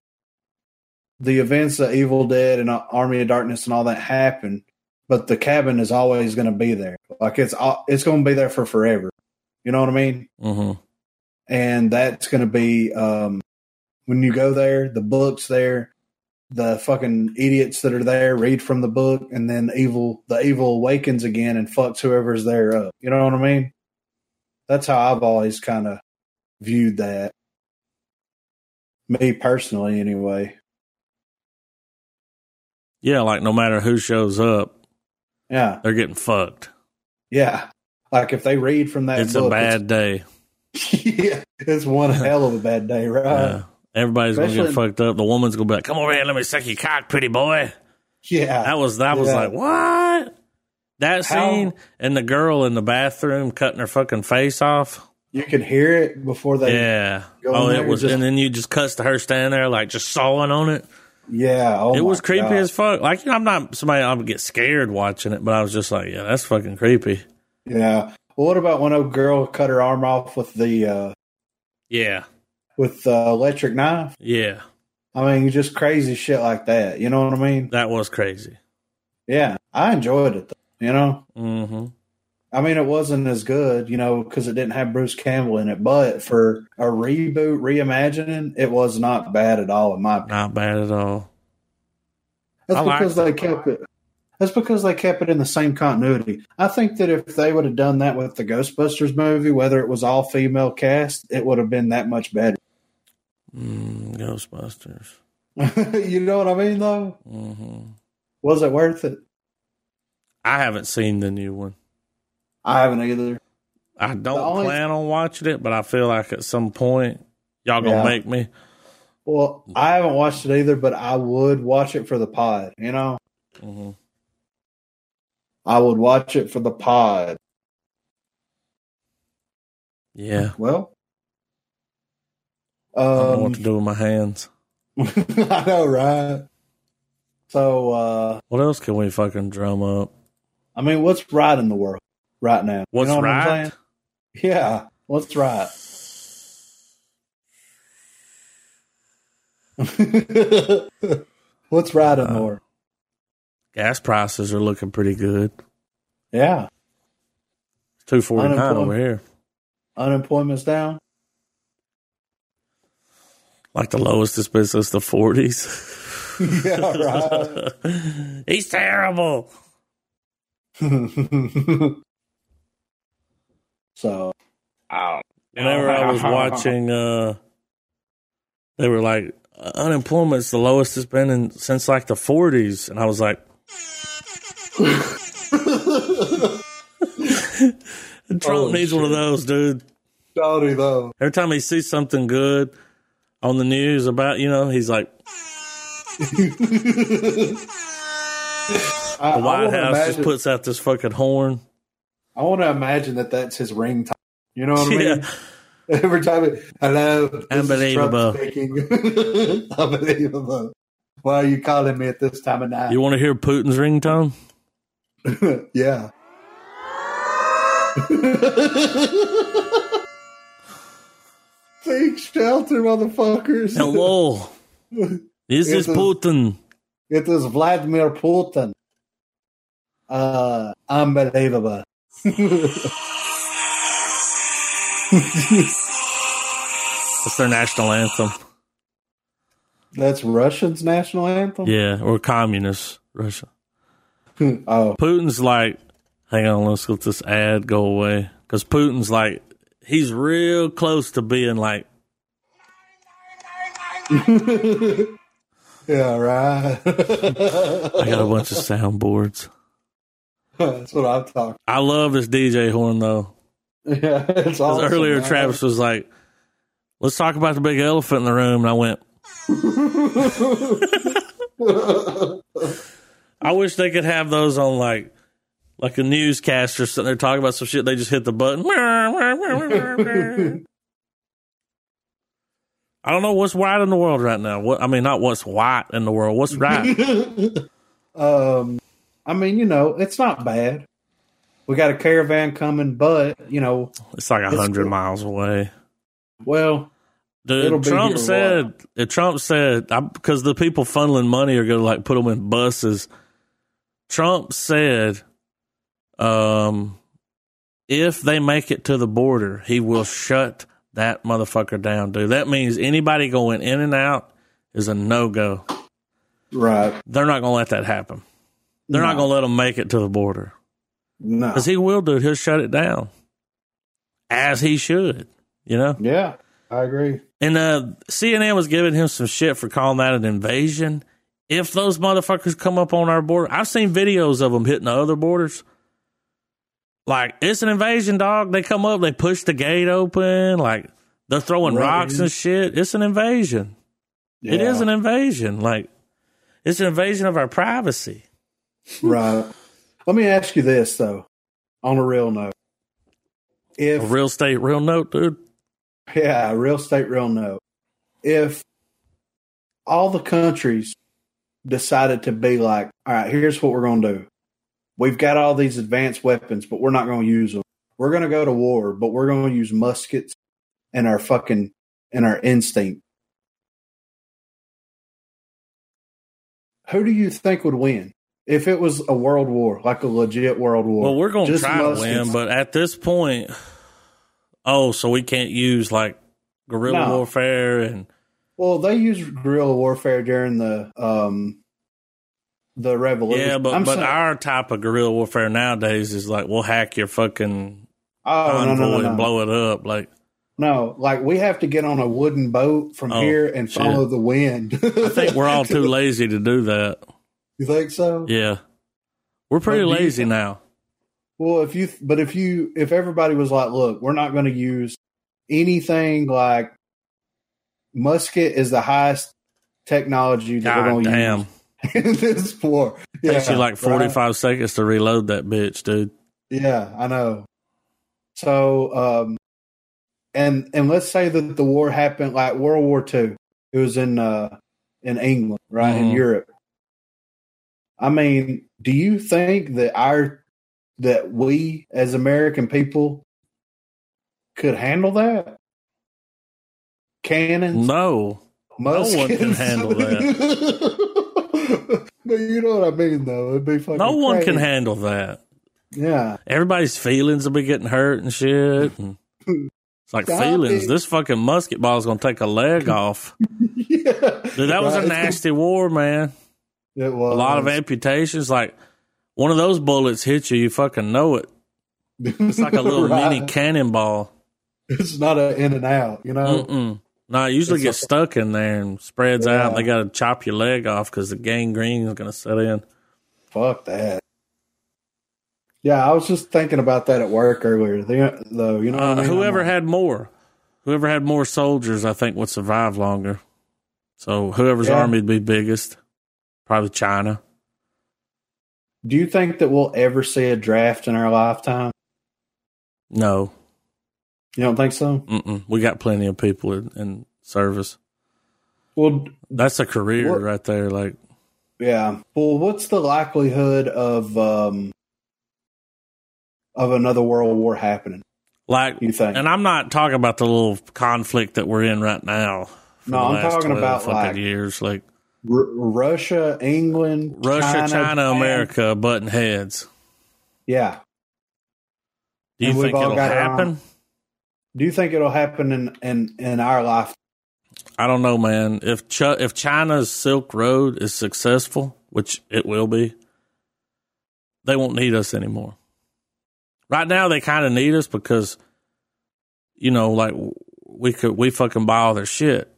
[SPEAKER 2] the events of Evil Dead and uh, Army of Darkness and all that happen, but the cabin is always going to be there. Like it's it's going to be there for forever. You know what I mean?
[SPEAKER 1] Mm-hmm.
[SPEAKER 2] And that's going to be um, when you go there. The book's there. The fucking idiots that are there read from the book, and then the evil the evil awakens again and fucks whoever's there up. You know what I mean? That's how I've always kind of viewed that. Me personally, anyway.
[SPEAKER 1] Yeah, like no matter who shows up,
[SPEAKER 2] yeah,
[SPEAKER 1] they're getting fucked.
[SPEAKER 2] Yeah, like if they read from that,
[SPEAKER 1] it's
[SPEAKER 2] book,
[SPEAKER 1] a bad day.
[SPEAKER 2] yeah, it's one hell of a bad day, right? Yeah.
[SPEAKER 1] Everybody's Uh, Especially gonna get fucked up. The woman's gonna be like, "Come over here, let me suck your cock, pretty boy."
[SPEAKER 2] Yeah,
[SPEAKER 1] that was that yeah. was like what that How? scene and the girl in the bathroom cutting her fucking face off.
[SPEAKER 2] You can hear it before they.
[SPEAKER 1] Yeah. oh, it was, just, and then you just cuss to her standing there like just sawing on it.
[SPEAKER 2] Yeah, oh
[SPEAKER 1] it was creepy
[SPEAKER 2] God.
[SPEAKER 1] as fuck. Like you know, I'm not somebody I would get scared watching it, but I was just like, yeah, that's fucking creepy.
[SPEAKER 2] Yeah. Well, what about when a girl cut her arm off with the? uh
[SPEAKER 1] Yeah.
[SPEAKER 2] With the electric knife.
[SPEAKER 1] Yeah.
[SPEAKER 2] I mean, just crazy shit like that. You know what I mean?
[SPEAKER 1] That was crazy.
[SPEAKER 2] Yeah, I enjoyed it. Though, you know.
[SPEAKER 1] Mm-hmm.
[SPEAKER 2] I mean, it wasn't as good, you know, because it didn't have Bruce Campbell in it. But for a reboot, reimagining, it was not bad at all, in my opinion.
[SPEAKER 1] Not bad at all.
[SPEAKER 2] That's I because they kept it. That's because they kept it in the same continuity. I think that if they would have done that with the Ghostbusters movie, whether it was all female cast, it would have been that much better.
[SPEAKER 1] Mm, Ghostbusters.
[SPEAKER 2] you know what I mean, though.
[SPEAKER 1] Mm-hmm.
[SPEAKER 2] Was it worth it?
[SPEAKER 1] I haven't seen the new one.
[SPEAKER 2] I haven't either.
[SPEAKER 1] I don't only, plan on watching it, but I feel like at some point y'all gonna yeah. make me.
[SPEAKER 2] Well, I haven't watched it either, but I would watch it for the pod. You know,
[SPEAKER 1] mm-hmm.
[SPEAKER 2] I would watch it for the pod.
[SPEAKER 1] Yeah.
[SPEAKER 2] Well,
[SPEAKER 1] um, I don't know what to do with my hands.
[SPEAKER 2] um, I know, right? So, uh,
[SPEAKER 1] what else can we fucking drum up?
[SPEAKER 2] I mean, what's right in the world? right now.
[SPEAKER 1] What's you know what right?
[SPEAKER 2] Yeah, what's right? what's right and uh, more?
[SPEAKER 1] Gas prices are looking pretty good.
[SPEAKER 2] Yeah,
[SPEAKER 1] two forty nine over here.
[SPEAKER 2] Unemployment's down.
[SPEAKER 1] Like the lowest it's been since the forties.
[SPEAKER 2] yeah, right.
[SPEAKER 1] He's terrible.
[SPEAKER 2] So,
[SPEAKER 1] I whenever I was watching, uh, they were like, unemployment's the lowest it's been in, since like the 40s. And I was like, Trump oh, needs shit. one of those, dude.
[SPEAKER 2] Dowdy, though.
[SPEAKER 1] Every time he sees something good on the news about, you know, he's like, I, the White House imagine. just puts out this fucking horn.
[SPEAKER 2] I want to imagine that that's his ring time. You know what I mean? Yeah. Every time, it, hello,
[SPEAKER 1] unbelievable.
[SPEAKER 2] unbelievable. Why are you calling me at this time of night?
[SPEAKER 1] You want to hear Putin's ringtone?
[SPEAKER 2] yeah. Take shelter, motherfuckers.
[SPEAKER 1] Hello. This is Putin.
[SPEAKER 2] It is Vladimir Putin. Uh, unbelievable.
[SPEAKER 1] That's their national anthem.
[SPEAKER 2] That's Russia's national anthem?
[SPEAKER 1] Yeah, or communist Russia.
[SPEAKER 2] oh.
[SPEAKER 1] Putin's like, hang on, let's let this ad go away. Because Putin's like, he's real close to being like.
[SPEAKER 2] yeah, right. I
[SPEAKER 1] got a bunch of soundboards.
[SPEAKER 2] That's what I'm talking. I
[SPEAKER 1] love this DJ horn though.
[SPEAKER 2] Yeah, it's awesome.
[SPEAKER 1] Earlier, man. Travis was like, "Let's talk about the big elephant in the room," and I went. I wish they could have those on like like a newscaster sitting there talking about some shit. They just hit the button. I don't know what's right in the world right now. What I mean, not what's right in the world. What's right?
[SPEAKER 2] um, I mean, you know, it's not bad. We got a caravan coming, but you know,
[SPEAKER 1] it's like a
[SPEAKER 2] It's
[SPEAKER 1] hundred
[SPEAKER 2] cool.
[SPEAKER 1] miles away.
[SPEAKER 2] well, It'll
[SPEAKER 1] Dude,
[SPEAKER 2] be
[SPEAKER 1] Trump
[SPEAKER 2] here a
[SPEAKER 1] said. if Trump said because the people funneling money are going to like put them in buses. Trump said, um, if they make it to the border, he will shut that motherfucker down, dude. That means anybody going in and out is a no go.
[SPEAKER 2] right?
[SPEAKER 1] They're not going to let that happen. They're not
[SPEAKER 2] No.
[SPEAKER 1] going to let them make it to the border
[SPEAKER 2] No,
[SPEAKER 1] because he will, dude. He'll shut it down, as he should. You know.
[SPEAKER 2] yeah, I agree.
[SPEAKER 1] And uh, CNN was giving him some shit for calling that an invasion. If those motherfuckers come up on our border, I've seen videos of them hitting the other borders. Like it's an invasion, dog. They come up, they push the gate open, like they're throwing
[SPEAKER 2] Right.
[SPEAKER 1] rocks and shit. It's an invasion. It
[SPEAKER 2] Yeah,
[SPEAKER 1] is an invasion. Like it's an invasion of our privacy.
[SPEAKER 2] right. Let me ask you this though, on a real note,
[SPEAKER 1] A
[SPEAKER 2] if
[SPEAKER 1] real estate, real note, dude.
[SPEAKER 2] Yeah, real state, real note. If all the countries decided to be like, all right, here's what we're going to do. We've got all these advanced weapons, but we're not going to use them. We're going to go to war, but we're going to use muskets and our fucking and our instinct. Who do you think would win if it was a world war, like a legit world war?
[SPEAKER 1] Well, we're gonna
[SPEAKER 2] Just
[SPEAKER 1] try to
[SPEAKER 2] muskets.
[SPEAKER 1] win, but at this point, oh, so we can't use like guerrilla
[SPEAKER 2] No.
[SPEAKER 1] warfare and
[SPEAKER 2] Well, they used guerrilla warfare during the um the revolution.
[SPEAKER 1] Yeah, but
[SPEAKER 2] I'm
[SPEAKER 1] but
[SPEAKER 2] saying-
[SPEAKER 1] our type of guerrilla warfare nowadays is like we'll hack your fucking
[SPEAKER 2] oh, no,
[SPEAKER 1] convoy
[SPEAKER 2] no, no,
[SPEAKER 1] and
[SPEAKER 2] no.
[SPEAKER 1] blow it up. Like
[SPEAKER 2] no, like we have to get on a wooden boat from
[SPEAKER 1] Oh,
[SPEAKER 2] here and
[SPEAKER 1] shit.
[SPEAKER 2] follow the wind.
[SPEAKER 1] I think we're all too lazy to do that.
[SPEAKER 2] you think so?
[SPEAKER 1] Yeah, we're pretty
[SPEAKER 2] But do you-
[SPEAKER 1] lazy now.
[SPEAKER 2] Well, if you but if you if everybody was like, look, we're not going to use anything like musket is the highest technology that we're
[SPEAKER 1] God
[SPEAKER 2] going to
[SPEAKER 1] damn,
[SPEAKER 2] use in this war. Yeah,
[SPEAKER 1] takes you like forty
[SPEAKER 2] right?
[SPEAKER 1] five seconds to reload that bitch, dude.
[SPEAKER 2] Yeah, I know. So, um, and and let's say that the war happened like World War Two. It was in uh, in England, right in
[SPEAKER 1] Mhm.
[SPEAKER 2] Europe. I mean, do you think that our that we as American people could handle that? Cannons,
[SPEAKER 1] No, one
[SPEAKER 2] muskets.
[SPEAKER 1] can handle
[SPEAKER 2] that. but you know what I mean, though. It'd be fucking
[SPEAKER 1] no one can
[SPEAKER 2] crazy.
[SPEAKER 1] handle that.
[SPEAKER 2] Yeah.
[SPEAKER 1] Everybody's feelings will be getting hurt and shit. and- it's like
[SPEAKER 2] Stop
[SPEAKER 1] feelings.
[SPEAKER 2] it.
[SPEAKER 1] This fucking musket ball's gonna take a leg off.
[SPEAKER 2] yeah.
[SPEAKER 1] Dude, that was a
[SPEAKER 2] Right.
[SPEAKER 1] nasty war, man.
[SPEAKER 2] It was
[SPEAKER 1] a lot of amputations. Like one of those bullets hit you, you fucking know it. It's like a little
[SPEAKER 2] Right.
[SPEAKER 1] mini cannonball.
[SPEAKER 2] It's not an in and out, you know.
[SPEAKER 1] Mm-mm. No, it usually
[SPEAKER 2] Oh. It's
[SPEAKER 1] gets stuck in there and spreads out.
[SPEAKER 2] Yeah.
[SPEAKER 1] They got to chop your leg off because the gangrene is going to set in.
[SPEAKER 2] Fuck that. Yeah, I was just thinking about that at work earlier. The, though, you know, what I
[SPEAKER 1] Uh,
[SPEAKER 2] mean?
[SPEAKER 1] whoever
[SPEAKER 2] I'm like,
[SPEAKER 1] had more, whoever had more soldiers, I think would survive longer. So whoever's
[SPEAKER 2] Yeah.
[SPEAKER 1] army would be biggest, probably China.
[SPEAKER 2] do you think that we'll ever see a draft in our lifetime?
[SPEAKER 1] No,
[SPEAKER 2] You don't think so?
[SPEAKER 1] Mm-mm. we got plenty of people in, in service.
[SPEAKER 2] Well, d-
[SPEAKER 1] That's a career
[SPEAKER 2] What-
[SPEAKER 1] right there. Like
[SPEAKER 2] yeah. Well, what's the likelihood of um of another world war happening?
[SPEAKER 1] Like,
[SPEAKER 2] You think?
[SPEAKER 1] and I'm not talking about the little conflict that we're in right now. for
[SPEAKER 2] No,
[SPEAKER 1] the
[SPEAKER 2] I'm
[SPEAKER 1] last
[SPEAKER 2] talking
[SPEAKER 1] 12
[SPEAKER 2] about,
[SPEAKER 1] fucking
[SPEAKER 2] like,
[SPEAKER 1] years, like
[SPEAKER 2] R- Russia, England,
[SPEAKER 1] Russia, China,
[SPEAKER 2] Japan?
[SPEAKER 1] America, button heads.
[SPEAKER 2] Yeah.
[SPEAKER 1] Do you
[SPEAKER 2] And we've
[SPEAKER 1] think
[SPEAKER 2] all
[SPEAKER 1] it'll
[SPEAKER 2] got um, our
[SPEAKER 1] happen?
[SPEAKER 2] own. Do you think it'll happen in in in our life?
[SPEAKER 1] I don't know, man. If Ch- if China's Silk Road is successful, which it will be, they won't need us anymore. Right now, they kind of need us because, you know, like w- we could we fucking buy all their shit.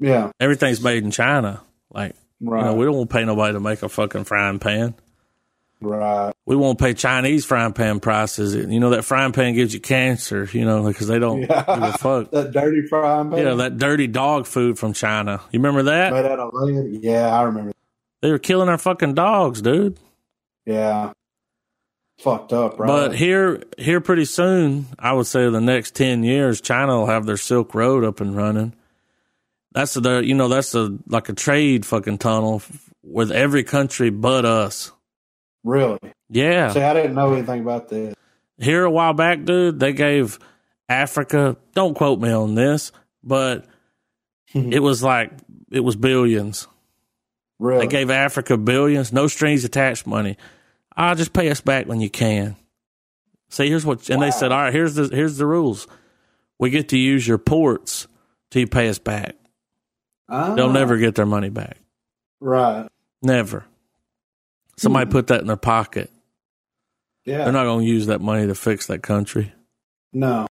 [SPEAKER 2] Yeah.
[SPEAKER 1] Everything's made in China. Like,
[SPEAKER 2] Right.
[SPEAKER 1] you know, we don't want to pay nobody to make a fucking frying pan.
[SPEAKER 2] right.
[SPEAKER 1] we won't pay Chinese frying pan prices. You know that frying pan gives you cancer. You know because they don't
[SPEAKER 2] Yeah.
[SPEAKER 1] give a fuck.
[SPEAKER 2] That dirty frying pan.
[SPEAKER 1] Oh, Yeah, that dirty dog food from China. You remember that?
[SPEAKER 2] made out of lead. Yeah, I remember.
[SPEAKER 1] They were killing our fucking dogs, dude.
[SPEAKER 2] Yeah. fucked up, right?
[SPEAKER 1] But here, here, pretty soon, I would say the next ten years, China will have their Silk Road up and running. That's the you know that's a like a trade fucking tunnel with every country but us.
[SPEAKER 2] really?
[SPEAKER 1] Yeah,
[SPEAKER 2] See, I didn't know anything about this.
[SPEAKER 1] here a while back, dude, they gave Africa, don't quote me on this, but
[SPEAKER 2] Hmm.
[SPEAKER 1] it was like, it was billions.
[SPEAKER 2] Really?
[SPEAKER 1] They gave Africa billions, no strings attached money. I'll just pay us back when you can. See, here's what, and they said, all right, here's the, here's the rules. We get to use your ports till you pay us back.
[SPEAKER 2] Ah,
[SPEAKER 1] They'll never get their money back.
[SPEAKER 2] Right.
[SPEAKER 1] Never. Somebody put that in their pocket.
[SPEAKER 2] Hmm. Yeah.
[SPEAKER 1] They're not going to use that money to fix that country.
[SPEAKER 2] no.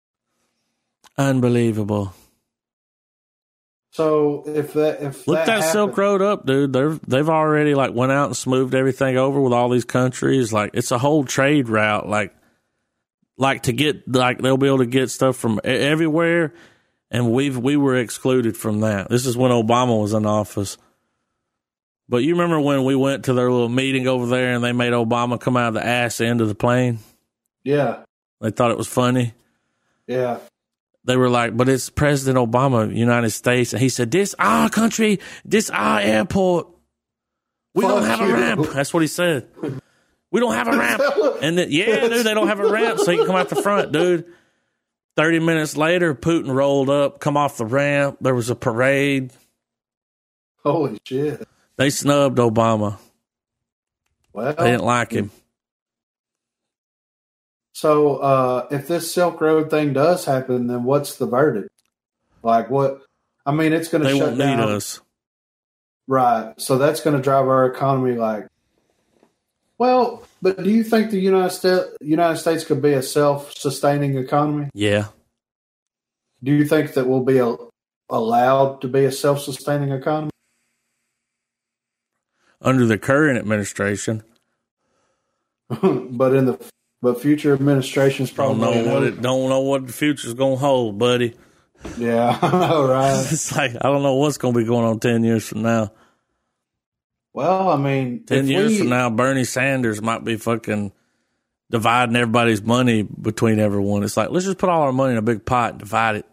[SPEAKER 1] Unbelievable.
[SPEAKER 2] So if that if
[SPEAKER 1] Look that,
[SPEAKER 2] happened-
[SPEAKER 1] Silk Road up, dude. They're they've already like went out and smoothed everything over with all these countries. Like it's a whole trade route. Like like to get like they'll be able to get stuff from e- everywhere, and we've we were excluded from that. This is when Obama was in office. But you remember when we went to their little meeting over there and they made Obama come out of the ass end of the plane?
[SPEAKER 2] yeah,
[SPEAKER 1] They thought it was funny
[SPEAKER 2] yeah,
[SPEAKER 1] they were like, but it's President Obama, of the United States. And he said, this our country, this our airport. We don't
[SPEAKER 2] Fuck
[SPEAKER 1] have a
[SPEAKER 2] you.
[SPEAKER 1] ramp. That's what he said. We don't have a ramp. And then, yeah, dude, they don't have a ramp. So he can come out the front, dude. 30 minutes later, Putin rolled up, come off the ramp. There was a parade.
[SPEAKER 2] holy shit!
[SPEAKER 1] They snubbed Obama.
[SPEAKER 2] Well,
[SPEAKER 1] They didn't like him.
[SPEAKER 2] So, uh, if this Silk Road thing does happen, then what's the verdict? Like, what? I mean, it's going to
[SPEAKER 1] They
[SPEAKER 2] shut
[SPEAKER 1] won't need
[SPEAKER 2] down,
[SPEAKER 1] us.
[SPEAKER 2] right? So that's going to drive our economy. Like, well, but do you think the United States United States could be a self sustaining economy?
[SPEAKER 1] Yeah.
[SPEAKER 2] Do you think that we'll be a, allowed to be a self sustaining economy?
[SPEAKER 1] Under the current administration.
[SPEAKER 2] but in the but future administrations
[SPEAKER 1] Don't
[SPEAKER 2] probably
[SPEAKER 1] know what
[SPEAKER 2] no.
[SPEAKER 1] it don't know what the future's gonna hold, buddy.
[SPEAKER 2] Yeah, I know, right.
[SPEAKER 1] It's like I don't know what's gonna be going on ten years from now.
[SPEAKER 2] Well, I mean,
[SPEAKER 1] Ten
[SPEAKER 2] if
[SPEAKER 1] years
[SPEAKER 2] we-
[SPEAKER 1] from now, Bernie Sanders might be fucking dividing everybody's money between everyone. It's like let's just put all our money in a big pot and divide it.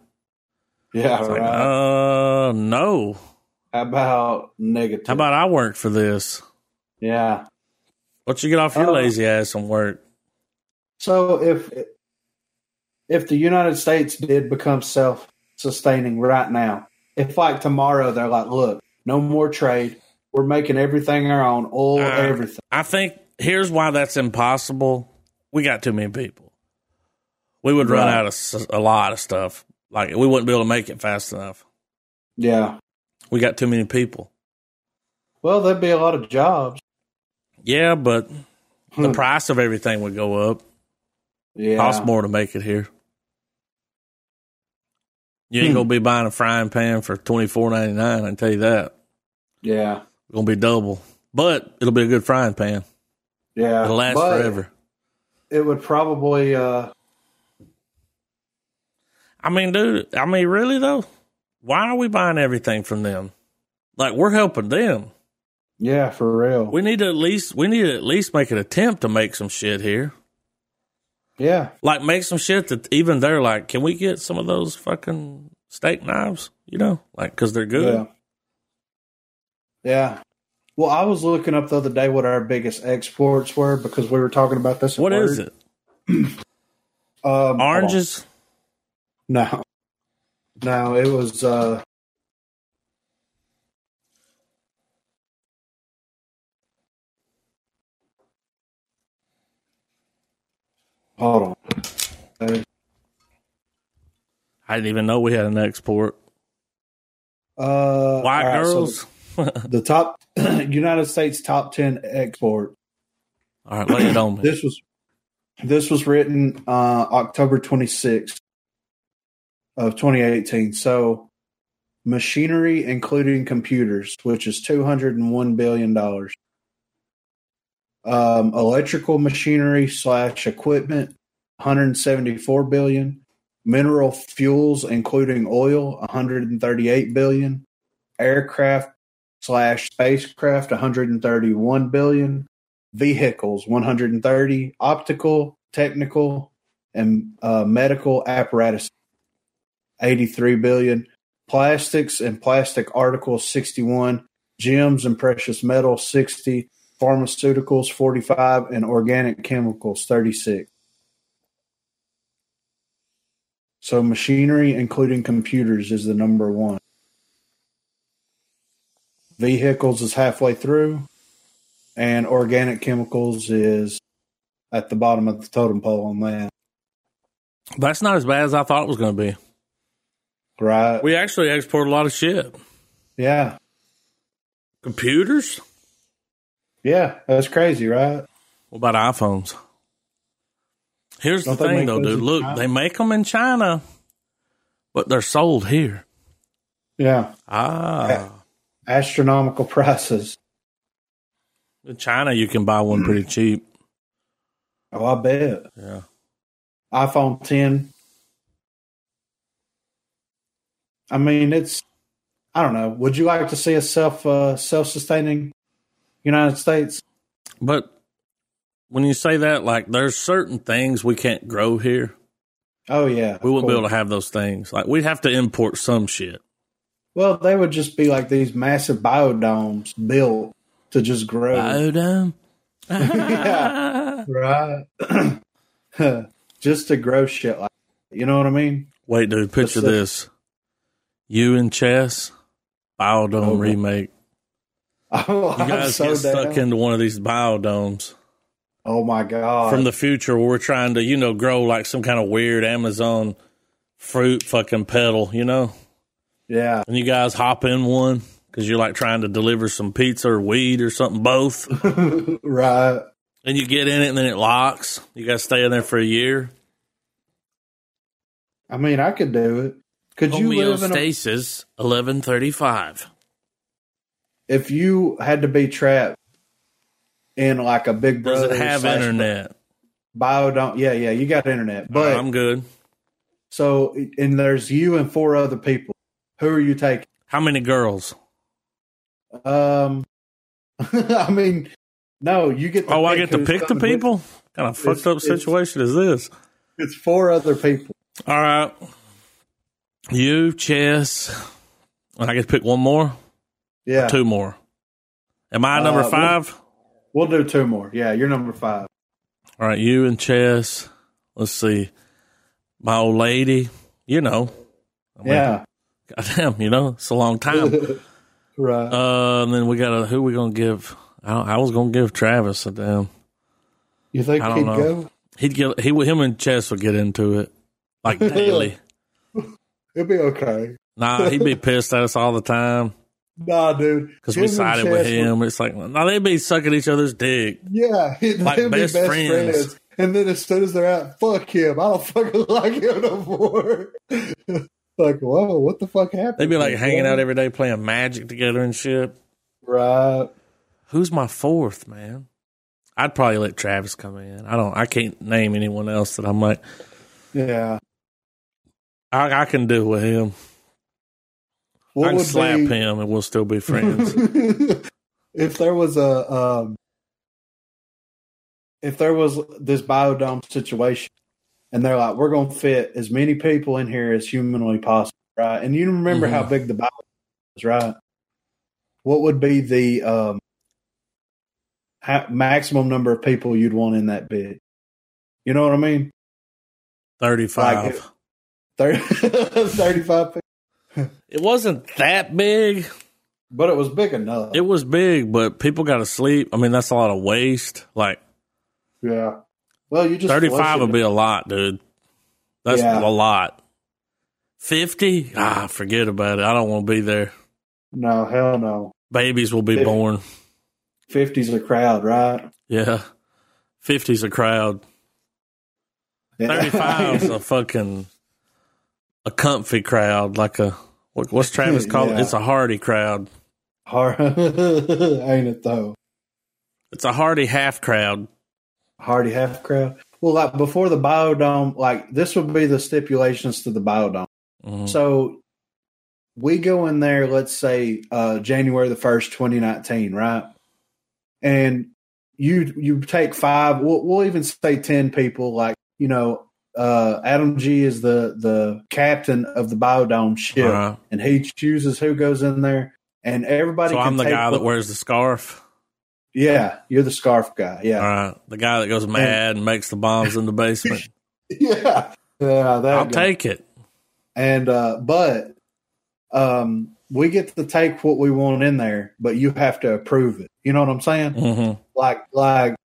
[SPEAKER 2] yeah,
[SPEAKER 1] It's
[SPEAKER 2] right.
[SPEAKER 1] like, uh, no.
[SPEAKER 2] How about negative?
[SPEAKER 1] How about I work for this?
[SPEAKER 2] yeah?
[SPEAKER 1] What you get off your
[SPEAKER 2] Oh.
[SPEAKER 1] lazy ass and work?
[SPEAKER 2] So if if the United States did become self-sustaining right now, if like tomorrow they're like, look, no more trade, we're making everything our own, oil,
[SPEAKER 1] Uh,
[SPEAKER 2] everything.
[SPEAKER 1] I think here's why that's impossible. We got too many people. We would run
[SPEAKER 2] Right.
[SPEAKER 1] out of s- a lot of stuff. Like we wouldn't be able to make it fast enough.
[SPEAKER 2] Yeah.
[SPEAKER 1] We got too many people.
[SPEAKER 2] Well, there'd be a lot of jobs.
[SPEAKER 1] Yeah, but the price of everything would go up.
[SPEAKER 2] Hmm. Yeah.
[SPEAKER 1] Costs more to make it here. You ain't
[SPEAKER 2] Hmm.
[SPEAKER 1] gonna be buying a frying pan for twenty four ninety nine. I can tell you that.
[SPEAKER 2] Yeah.
[SPEAKER 1] It's gonna be double, but it'll be a good frying pan.
[SPEAKER 2] Yeah.
[SPEAKER 1] It'll last
[SPEAKER 2] But
[SPEAKER 1] forever.
[SPEAKER 2] It would probably. uh
[SPEAKER 1] I mean, dude. I mean, really though, why are we buying everything from them? Like we're helping them.
[SPEAKER 2] Yeah, for real.
[SPEAKER 1] We need to at least we need to at least make an attempt to make some shit here.
[SPEAKER 2] yeah.
[SPEAKER 1] Like make some shit that even they're like, can we get some of those fucking steak knives? You know, like because they're good.
[SPEAKER 2] Yeah. Yeah. Well, I was looking up the other day what our biggest exports were because we were talking about this.
[SPEAKER 1] What is it?
[SPEAKER 2] Um, hold on.
[SPEAKER 1] Oranges?
[SPEAKER 2] No. No, it was. uh Hold on.
[SPEAKER 1] I didn't even know we had an export.
[SPEAKER 2] Uh,
[SPEAKER 1] White
[SPEAKER 2] all right, so
[SPEAKER 1] girls.
[SPEAKER 2] the top United States top ten export.
[SPEAKER 1] All right, lay it on me.
[SPEAKER 2] This was this was written uh, October twenty sixth of twenty eighteen. So machinery, including computers, which is two hundred and one billion dollars. Um, electrical machinery slash equipment, one hundred seventy four billion. Mineral fuels, including oil, one hundred and thirty eight billion. Aircraft slash spacecraft, one hundred and thirty one billion vehicles 130 optical technical and uh, medical apparatus 83 billion plastics and plastic articles 61 gems and precious metals 60 pharmaceuticals 45 and organic chemicals 36 so machinery including computers is the number one vehicles is halfway through and organic chemicals is at the bottom of the totem pole on that.
[SPEAKER 1] That's not as bad as I thought it was going to be.
[SPEAKER 2] Right.
[SPEAKER 1] We actually export a lot of shit.
[SPEAKER 2] Yeah.
[SPEAKER 1] Computers?
[SPEAKER 2] Yeah, that's crazy, right?
[SPEAKER 1] What about iPhones? Here's Don't the thing, though, dude. Look, China? they make them in China, but they're sold here.
[SPEAKER 2] Yeah.
[SPEAKER 1] Ah.
[SPEAKER 2] A- astronomical prices.
[SPEAKER 1] In China, you can buy one pretty cheap.
[SPEAKER 2] Oh, I bet.
[SPEAKER 1] Yeah.
[SPEAKER 2] iPhone 10. I mean, it's, I don't know. Would you like to see a self uh, self sustaining United States?
[SPEAKER 1] But when you say that, like, there's certain things we can't grow here.
[SPEAKER 2] Oh, yeah.
[SPEAKER 1] We wouldn't be able to have those things. Like, we'd have to import some shit.
[SPEAKER 2] Well, they would just be like these massive biodomes built to just grow.
[SPEAKER 1] Biodome?
[SPEAKER 2] yeah, right. just to grow shit like that. you know what I mean?
[SPEAKER 1] Wait, dude, picture Let's this. See. You and chess, biodome oh, remake.
[SPEAKER 2] Oh,
[SPEAKER 1] you guys
[SPEAKER 2] so
[SPEAKER 1] get stuck down. into one of these biodomes.
[SPEAKER 2] Oh my god!
[SPEAKER 1] From the future, we're trying to you know grow like some kind of weird Amazon fruit fucking petal, you know?
[SPEAKER 2] Yeah.
[SPEAKER 1] And you guys hop in one because you're like trying to deliver some pizza or weed or something, both.
[SPEAKER 2] right.
[SPEAKER 1] And you get in it and then it locks. You got to stay in there for a year.
[SPEAKER 2] I mean, I could do it. Could you live in
[SPEAKER 1] stasis a- 1135?
[SPEAKER 2] If you had to be trapped in like a big brother,
[SPEAKER 1] does it have internet?
[SPEAKER 2] Bio don't. Yeah, yeah, you got internet. But
[SPEAKER 1] uh, I'm good.
[SPEAKER 2] So, and there's you and four other people. Who are you taking?
[SPEAKER 1] How many girls?
[SPEAKER 2] Um, I mean, no, you get.
[SPEAKER 1] oh, I get to pick the people. With, kind of fucked up situation is this?
[SPEAKER 2] It's four other people.
[SPEAKER 1] All right, you chess, and I get to pick one more.
[SPEAKER 2] Yeah,
[SPEAKER 1] two more. Am I number
[SPEAKER 2] uh,
[SPEAKER 1] 5
[SPEAKER 2] we will we'll do two more. Yeah, you're number five.
[SPEAKER 1] All right, you and chess. Let's see, my old lady. You know.
[SPEAKER 2] I mean, yeah.
[SPEAKER 1] Goddamn, you know, it's a long time.
[SPEAKER 2] Right.
[SPEAKER 1] Uh, and then we got a who we gonna give? I, I was gonna give Travis a damn.
[SPEAKER 2] You think
[SPEAKER 1] I don't
[SPEAKER 2] he'd
[SPEAKER 1] know.
[SPEAKER 2] go?
[SPEAKER 1] He'd get he him and Chess would get into it like daily.
[SPEAKER 2] It'd be okay.
[SPEAKER 1] Nah, he'd be pissed at us all the time
[SPEAKER 2] Nah, dude.
[SPEAKER 1] because we
[SPEAKER 2] Him and
[SPEAKER 1] sided
[SPEAKER 2] Chess
[SPEAKER 1] with him. It's like no, they'd be sucking each other's dick.
[SPEAKER 2] would- Yeah, he'd,
[SPEAKER 1] Like
[SPEAKER 2] they'd be
[SPEAKER 1] best friends.
[SPEAKER 2] And then as soon as they're out, fuck him. I don't fucking like him no more. like, whoa, what the fuck happened?
[SPEAKER 1] They'd be like
[SPEAKER 2] here,
[SPEAKER 1] hanging out
[SPEAKER 2] bro?
[SPEAKER 1] every day playing magic together and shit.
[SPEAKER 2] Right.
[SPEAKER 1] Who's my fourth man? I'd probably let Travis come in. I don't. I can't name anyone else that I'm like
[SPEAKER 2] Yeah.
[SPEAKER 1] I, I can do with him.
[SPEAKER 2] What
[SPEAKER 1] I can
[SPEAKER 2] would
[SPEAKER 1] slap
[SPEAKER 2] be-
[SPEAKER 1] him and we'll still be friends.
[SPEAKER 2] if there was a um, if there was this biodome situation and they're like we're going to fit as many people in here as humanly possible right and you remember how
[SPEAKER 1] Mhm.
[SPEAKER 2] big the biodome is right what would be the um ha- maximum number of people you'd want in that bid you know what i mean
[SPEAKER 1] Thirty-five.
[SPEAKER 2] Like, Thir- 35 people
[SPEAKER 1] It wasn't that big.
[SPEAKER 2] but it was big enough
[SPEAKER 1] It was big, but people got to sleep. I mean, that's a lot of waste. Like
[SPEAKER 2] yeah well you just flush
[SPEAKER 1] 35
[SPEAKER 2] it
[SPEAKER 1] would be a lot, dude. That's
[SPEAKER 2] Yeah.
[SPEAKER 1] a lot. 50? Ah, forget about it. I don't want to be there.
[SPEAKER 2] no hell no
[SPEAKER 1] Babies will be
[SPEAKER 2] Fifty.
[SPEAKER 1] born.
[SPEAKER 2] 50s a crowd right
[SPEAKER 1] Yeah. 50's a crowd.
[SPEAKER 2] Yeah.
[SPEAKER 1] 35's a fucking a comfy crowd like a what, what's Travis called?
[SPEAKER 2] Yeah.
[SPEAKER 1] It's a hardy crowd.
[SPEAKER 2] Hard, ain't it though?
[SPEAKER 1] It's a hardy half crowd.
[SPEAKER 2] Hardy half crowd. Well, like before the biodome, like this would be the stipulations to the biodome.
[SPEAKER 1] Mhm.
[SPEAKER 2] So we go in there, let's say uh, January the first, twenty nineteen, right? And you you take five. We'll, we'll even say ten people. Like you know, uh, Adam G is the the captain of the biodome ship,
[SPEAKER 1] Uh-huh.
[SPEAKER 2] and he chooses who goes in there. And everybody.
[SPEAKER 1] So
[SPEAKER 2] can
[SPEAKER 1] I'm the
[SPEAKER 2] take
[SPEAKER 1] guy that
[SPEAKER 2] what-
[SPEAKER 1] wears the scarf.
[SPEAKER 2] Yeah, you're the scarf guy. Yeah,
[SPEAKER 1] All right. The guy that goes mad and makes the bombs in the basement.
[SPEAKER 2] yeah, yeah. That
[SPEAKER 1] I'll
[SPEAKER 2] guy.
[SPEAKER 1] take it.
[SPEAKER 2] and uh but um we get to take what we want in there but you have to approve it you know what i'm saying
[SPEAKER 1] hmm
[SPEAKER 2] like like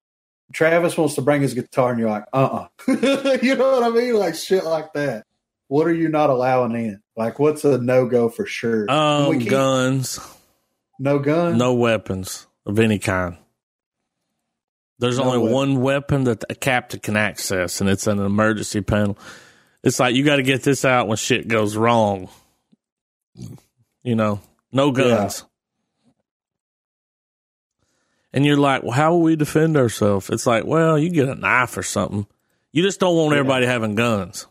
[SPEAKER 2] travis wants to bring his guitar and you're like uh-uh you know what i mean like shit like that what are you not allowing in like what's a no-go for sure
[SPEAKER 1] Um,
[SPEAKER 2] We Uh, can't-
[SPEAKER 1] guns,
[SPEAKER 2] no gun
[SPEAKER 1] no weapons of any kind. There's
[SPEAKER 2] No
[SPEAKER 1] only
[SPEAKER 2] weapon.
[SPEAKER 1] one weapon that a captain can access, and it's an emergency panel. It's like you got to get this out when shit goes wrong. You know, no guns. And you're like, well, how will we defend ourselves? It's like, well, you get a knife or something. You just don't want
[SPEAKER 2] Yeah.
[SPEAKER 1] everybody having guns.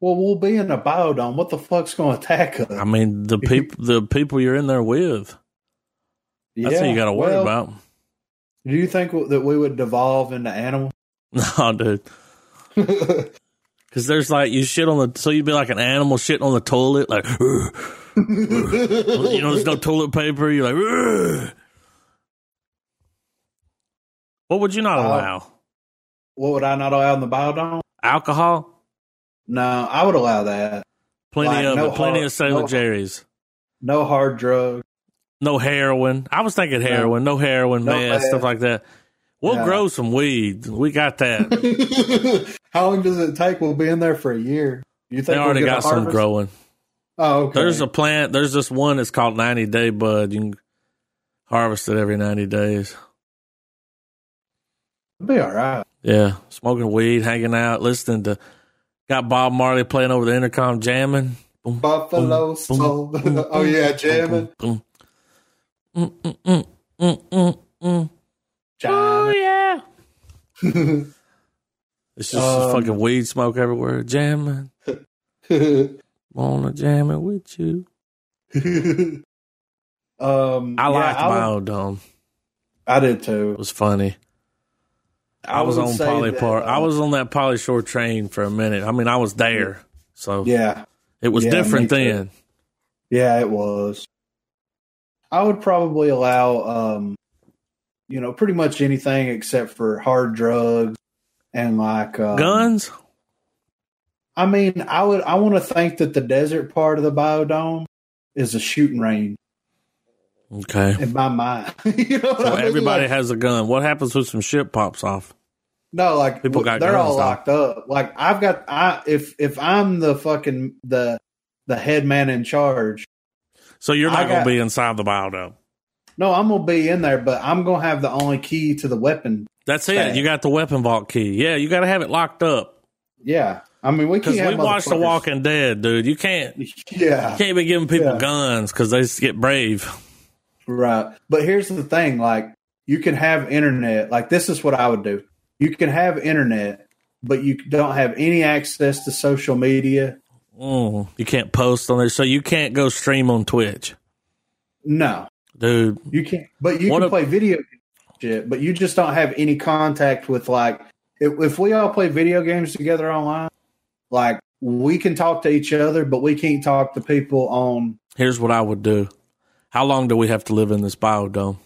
[SPEAKER 2] well we'll be in a biodome what the fuck's gonna attack us
[SPEAKER 1] I mean, the people, the people you're in there with. That's all you got to worry
[SPEAKER 2] well,
[SPEAKER 1] about.
[SPEAKER 2] do you think that we would devolve into animals
[SPEAKER 1] No, dude. Because there's like, you shit on the, so you'd be like an animal shitting on the toilet, like, "Ugh." you know, there's no toilet paper. You're like, "Ugh." what would you not
[SPEAKER 2] Uh,
[SPEAKER 1] allow?
[SPEAKER 2] what would i not allow in the biodome
[SPEAKER 1] Alcohol?
[SPEAKER 2] No, I would allow that.
[SPEAKER 1] Plenty
[SPEAKER 2] like,
[SPEAKER 1] of
[SPEAKER 2] no
[SPEAKER 1] it. Plenty
[SPEAKER 2] hard-
[SPEAKER 1] of Sailor
[SPEAKER 2] no-
[SPEAKER 1] Jerry's.
[SPEAKER 2] No hard drugs.
[SPEAKER 1] No heroin. I was thinking heroin. No, heroin,
[SPEAKER 2] No
[SPEAKER 1] meth, stuff
[SPEAKER 2] meth.
[SPEAKER 1] like that. We'll
[SPEAKER 2] Yeah.
[SPEAKER 1] grow some weed. We got that.
[SPEAKER 2] How long does it take? We'll be in there for a year. You think
[SPEAKER 1] they
[SPEAKER 2] we'll
[SPEAKER 1] already
[SPEAKER 2] get a
[SPEAKER 1] got some
[SPEAKER 2] harvest?
[SPEAKER 1] growing.
[SPEAKER 2] Oh, okay.
[SPEAKER 1] There's a plant. There's this one that's called 90 Day Bud. You can harvest it every 90 days.
[SPEAKER 2] It'll be all right.
[SPEAKER 1] Yeah, smoking weed, hanging out, listening to. Got Bob Marley playing over the intercom, jamming. Boom,
[SPEAKER 2] Buffalo soul. oh yeah, jamming.
[SPEAKER 1] boom, boom. Mm, mm, mm, mm, mm, mm. Oh
[SPEAKER 2] Jamming.
[SPEAKER 1] yeah. It's just
[SPEAKER 2] Um,
[SPEAKER 1] fucking weed smoke everywhere. Jamming, wanna jamming with you.
[SPEAKER 2] um,
[SPEAKER 1] I
[SPEAKER 2] yeah,
[SPEAKER 1] liked
[SPEAKER 2] I,
[SPEAKER 1] my
[SPEAKER 2] would-
[SPEAKER 1] old dome.
[SPEAKER 2] I did
[SPEAKER 1] It
[SPEAKER 2] too.
[SPEAKER 1] was funny. I, was
[SPEAKER 2] would
[SPEAKER 1] on
[SPEAKER 2] say
[SPEAKER 1] Polly
[SPEAKER 2] that,
[SPEAKER 1] Park.
[SPEAKER 2] uh,
[SPEAKER 1] I was on that Polly Shore train for a minute. I mean, I was there, so
[SPEAKER 2] Yeah,
[SPEAKER 1] it was
[SPEAKER 2] Yeah,
[SPEAKER 1] different
[SPEAKER 2] me too.
[SPEAKER 1] then.
[SPEAKER 2] yeah, it was. I would probably allow, um, you know, pretty much anything except for hard drugs and like um,
[SPEAKER 1] Guns?
[SPEAKER 2] I mean, I would I want to think that the desert part of the biodome is a shooting range
[SPEAKER 1] Okay.
[SPEAKER 2] in my mind. you know what I
[SPEAKER 1] So
[SPEAKER 2] mean?
[SPEAKER 1] everybody
[SPEAKER 2] Like,
[SPEAKER 1] has a gun. What happens if some shit pops off?
[SPEAKER 2] no, like
[SPEAKER 1] people got
[SPEAKER 2] they're
[SPEAKER 1] guns,
[SPEAKER 2] all
[SPEAKER 1] though.
[SPEAKER 2] locked up. Like I've got I if if I'm the fucking the the head man in charge.
[SPEAKER 1] So you're
[SPEAKER 2] I
[SPEAKER 1] not going
[SPEAKER 2] got-
[SPEAKER 1] to be inside the biodome.
[SPEAKER 2] No, I'm gonna be in there, but I'm gonna have the only key to the weapon.
[SPEAKER 1] That's it.
[SPEAKER 2] Fact.
[SPEAKER 1] You got the weapon vault key. Yeah, you got to have it locked up
[SPEAKER 2] Yeah, I mean we
[SPEAKER 1] because
[SPEAKER 2] can't
[SPEAKER 1] we
[SPEAKER 2] have
[SPEAKER 1] watched The
[SPEAKER 2] motherfuckers-
[SPEAKER 1] Walking Dead, dude. You can't you
[SPEAKER 2] Yeah,
[SPEAKER 1] can't be giving people
[SPEAKER 2] Yeah.
[SPEAKER 1] guns because they just get brave.
[SPEAKER 2] Right. But here's the thing like, you can have internet. Like, this is what I would do. You can have internet, but you don't have any access to social media.
[SPEAKER 1] Mm, you can't post on there, so you can't go stream on Twitch,
[SPEAKER 2] No,
[SPEAKER 1] dude.
[SPEAKER 2] you can't. But you
[SPEAKER 1] What
[SPEAKER 2] can
[SPEAKER 1] a-
[SPEAKER 2] play video games and shit, but you just don't have any contact with, like, if, if we all play video games together online, like, we can talk to each other, but we can't talk to people on,
[SPEAKER 1] Here's what I would do. How long do we have to live in this biodome?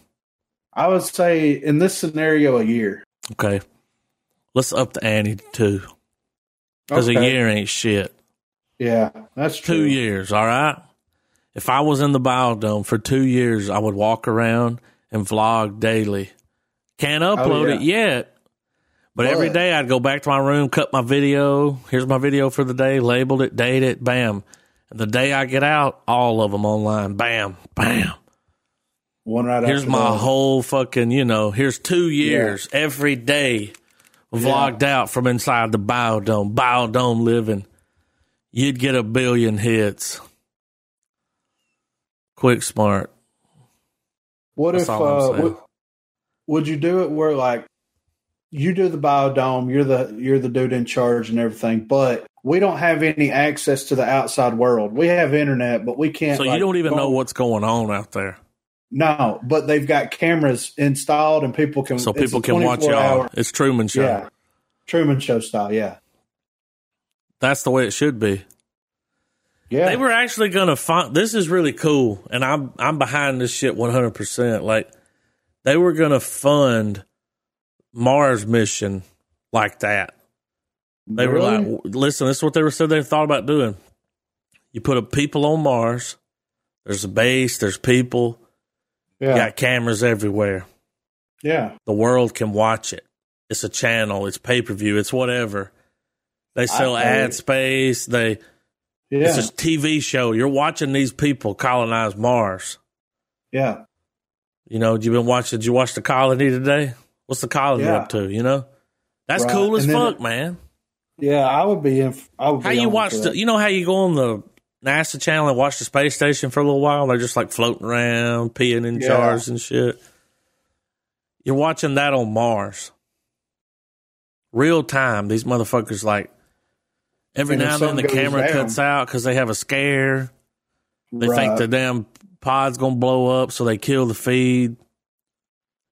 [SPEAKER 2] I would say, in this scenario, a year.
[SPEAKER 1] Okay, let's up the ante to two because a
[SPEAKER 2] Okay.
[SPEAKER 1] year ain't shit.
[SPEAKER 2] Yeah, that's
[SPEAKER 1] two
[SPEAKER 2] true.
[SPEAKER 1] years, all right? If I was in the biodome for two years, I would walk around and vlog daily. Can't upload
[SPEAKER 2] Oh, yeah.
[SPEAKER 1] it yet, but, every
[SPEAKER 2] But-
[SPEAKER 1] day I'd go back to my room, cut my video. Here's my video for the day, labeled it, date it, bam. And the day I get out, all of them online, bam, bam.
[SPEAKER 2] One right
[SPEAKER 1] Here's
[SPEAKER 2] after
[SPEAKER 1] my
[SPEAKER 2] the other.
[SPEAKER 1] whole fucking, you know, here's two years every day vlogged out from inside the biodome, biodome living. You'd get a billion hits. Quick smart.
[SPEAKER 2] What
[SPEAKER 1] That's
[SPEAKER 2] if
[SPEAKER 1] all I'm
[SPEAKER 2] uh,
[SPEAKER 1] saying.
[SPEAKER 2] would, would you do it where like you do the biodome, you're the you're the dude in charge and everything, but we don't have any access to the outside world. We have internet, but we can't.
[SPEAKER 1] So
[SPEAKER 2] like,
[SPEAKER 1] you don't even
[SPEAKER 2] go-
[SPEAKER 1] know what's going on out there.
[SPEAKER 2] No, but they've got cameras installed and people can
[SPEAKER 1] so people can watch y'all.
[SPEAKER 2] hour-
[SPEAKER 1] It's Truman Show.
[SPEAKER 2] Yeah. Truman Show style. Yeah.
[SPEAKER 1] That's the way it should be.
[SPEAKER 2] Yeah.
[SPEAKER 1] They were actually going to find this is really cool, and I'm I'm behind this shit 100. percent Like they were going to fund Mars mission like that. They were
[SPEAKER 2] Really?
[SPEAKER 1] like, w- listen, this is what they were said they thought about doing. You put a people on Mars. There's a base. There's people.
[SPEAKER 2] yeah.
[SPEAKER 1] You got cameras everywhere.
[SPEAKER 2] Yeah.
[SPEAKER 1] The world can watch it. It's a channel. It's pay per view. It's whatever. They sell
[SPEAKER 2] I-
[SPEAKER 1] ad space. They
[SPEAKER 2] Yeah.
[SPEAKER 1] it's a TV show. You're watching these people colonize Mars.
[SPEAKER 2] yeah.
[SPEAKER 1] You know, you've been watching. Did you watch the colony today? What's the colony
[SPEAKER 2] Yeah.
[SPEAKER 1] up to? You know, that's
[SPEAKER 2] Right.
[SPEAKER 1] cool as
[SPEAKER 2] And then-
[SPEAKER 1] fuck, man.
[SPEAKER 2] Yeah. I would be in. I would
[SPEAKER 1] How
[SPEAKER 2] be
[SPEAKER 1] you
[SPEAKER 2] on
[SPEAKER 1] watch
[SPEAKER 2] for
[SPEAKER 1] the? You know how you go on the NASA channel and watch the space station for a little while? They're just like floating around, peeing in
[SPEAKER 2] Yeah.
[SPEAKER 1] jars and shit. You're watching that on Mars, real time. These motherfuckers like every
[SPEAKER 2] And if
[SPEAKER 1] now and then the
[SPEAKER 2] something goes
[SPEAKER 1] camera
[SPEAKER 2] down-
[SPEAKER 1] cuts out because they have a scare. They think
[SPEAKER 2] Right.
[SPEAKER 1] the damn pod's gonna blow up, so they kill the feed,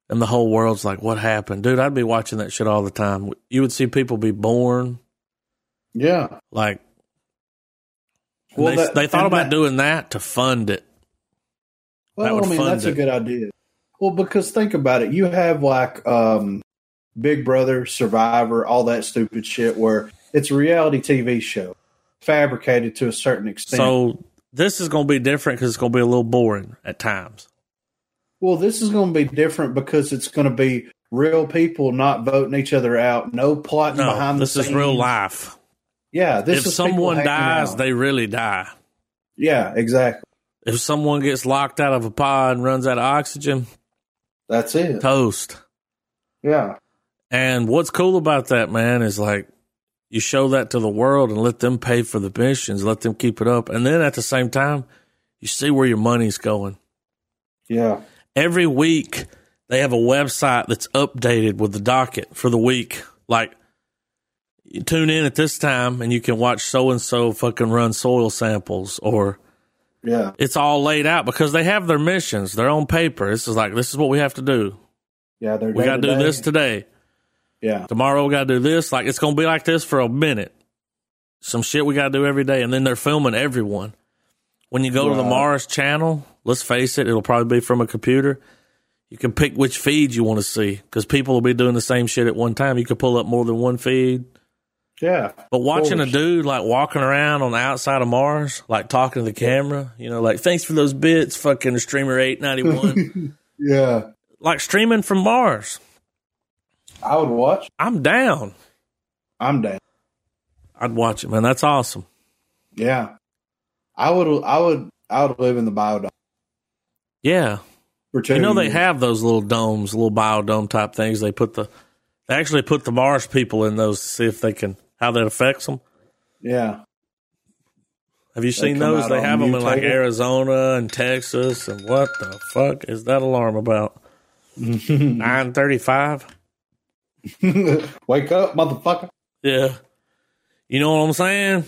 [SPEAKER 1] and the whole world's like, "What happened, dude?" I'd be watching that shit all the time. You would see people be born,
[SPEAKER 2] Yeah.
[SPEAKER 1] like
[SPEAKER 2] Well,
[SPEAKER 1] they,
[SPEAKER 2] that-
[SPEAKER 1] they thought
[SPEAKER 2] and
[SPEAKER 1] about
[SPEAKER 2] that-
[SPEAKER 1] doing that to fund it.
[SPEAKER 2] Well,
[SPEAKER 1] That would
[SPEAKER 2] I mean,
[SPEAKER 1] fund
[SPEAKER 2] that's
[SPEAKER 1] it.
[SPEAKER 2] a good idea. Well, because think about it, you have like um, Big Brother, Survivor, all that stupid shit, where it's a reality TV show fabricated to a certain extent.
[SPEAKER 1] So this is gonna be different because it's gonna be a little boring at times.
[SPEAKER 2] well, this is going to be different because it's going to be real people not voting each other out, no plotting
[SPEAKER 1] No,
[SPEAKER 2] behind
[SPEAKER 1] this
[SPEAKER 2] the
[SPEAKER 1] is
[SPEAKER 2] scenes.
[SPEAKER 1] real life.
[SPEAKER 2] Yeah, this
[SPEAKER 1] if
[SPEAKER 2] is people
[SPEAKER 1] someone
[SPEAKER 2] hanging
[SPEAKER 1] dies,
[SPEAKER 2] out.
[SPEAKER 1] they really die.
[SPEAKER 2] yeah, exactly.
[SPEAKER 1] If someone gets locked out of a pod and runs out of oxygen,
[SPEAKER 2] That's it.
[SPEAKER 1] toast.
[SPEAKER 2] Yeah,
[SPEAKER 1] And what's cool about that, man, is like you show that to the world and let them pay for the missions, let them keep it up. And then at the same time, you see where your money's going.
[SPEAKER 2] yeah,
[SPEAKER 1] Every week, they have a website that's updated with the docket for the week. Like, you tune in at this time and you can watch so and so fucking run soil samples or
[SPEAKER 2] yeah,
[SPEAKER 1] it's all laid out because they have their missions. They're on paper. This is like, this is what we have to do.
[SPEAKER 2] yeah. They're
[SPEAKER 1] We got to do
[SPEAKER 2] day-to-day.
[SPEAKER 1] this today.
[SPEAKER 2] Yeah,
[SPEAKER 1] tomorrow we gotta do this. Like it's gonna be like this for a minute. Some shit we gotta do every day, and then they're filming everyone. When you go to the
[SPEAKER 2] Right.
[SPEAKER 1] Mars channel, let's face it, it'll probably be from a computer. You can pick which feed you want to see because people will be doing the same shit at one time. You could pull up more than one feed.
[SPEAKER 2] yeah,
[SPEAKER 1] But watching a
[SPEAKER 2] course.
[SPEAKER 1] dude like walking around on the outside of Mars, like talking to the camera, you know, like thanks for those bits, fucking streamer eight ninety one,
[SPEAKER 2] yeah.
[SPEAKER 1] like streaming from Mars.
[SPEAKER 2] I would watch.
[SPEAKER 1] I'm down.
[SPEAKER 2] I'm down.
[SPEAKER 1] I'd watch it, man. That's awesome.
[SPEAKER 2] Yeah, I would. I would. I would live in the biodome.
[SPEAKER 1] Yeah.
[SPEAKER 2] For two
[SPEAKER 1] You know they
[SPEAKER 2] years.
[SPEAKER 1] have those little domes, little biodome type things. They put the they actually put the Mars people in those to see if they can how that affects them.
[SPEAKER 2] Yeah,
[SPEAKER 1] Have you seen
[SPEAKER 2] come
[SPEAKER 1] those?
[SPEAKER 2] out
[SPEAKER 1] They
[SPEAKER 2] all
[SPEAKER 1] have them in like
[SPEAKER 2] mutated.
[SPEAKER 1] Arizona and Texas. And what the fuck is that alarm about? Nine thirty-five.
[SPEAKER 2] wake up, motherfucker.
[SPEAKER 1] Yeah. You know what I'm saying?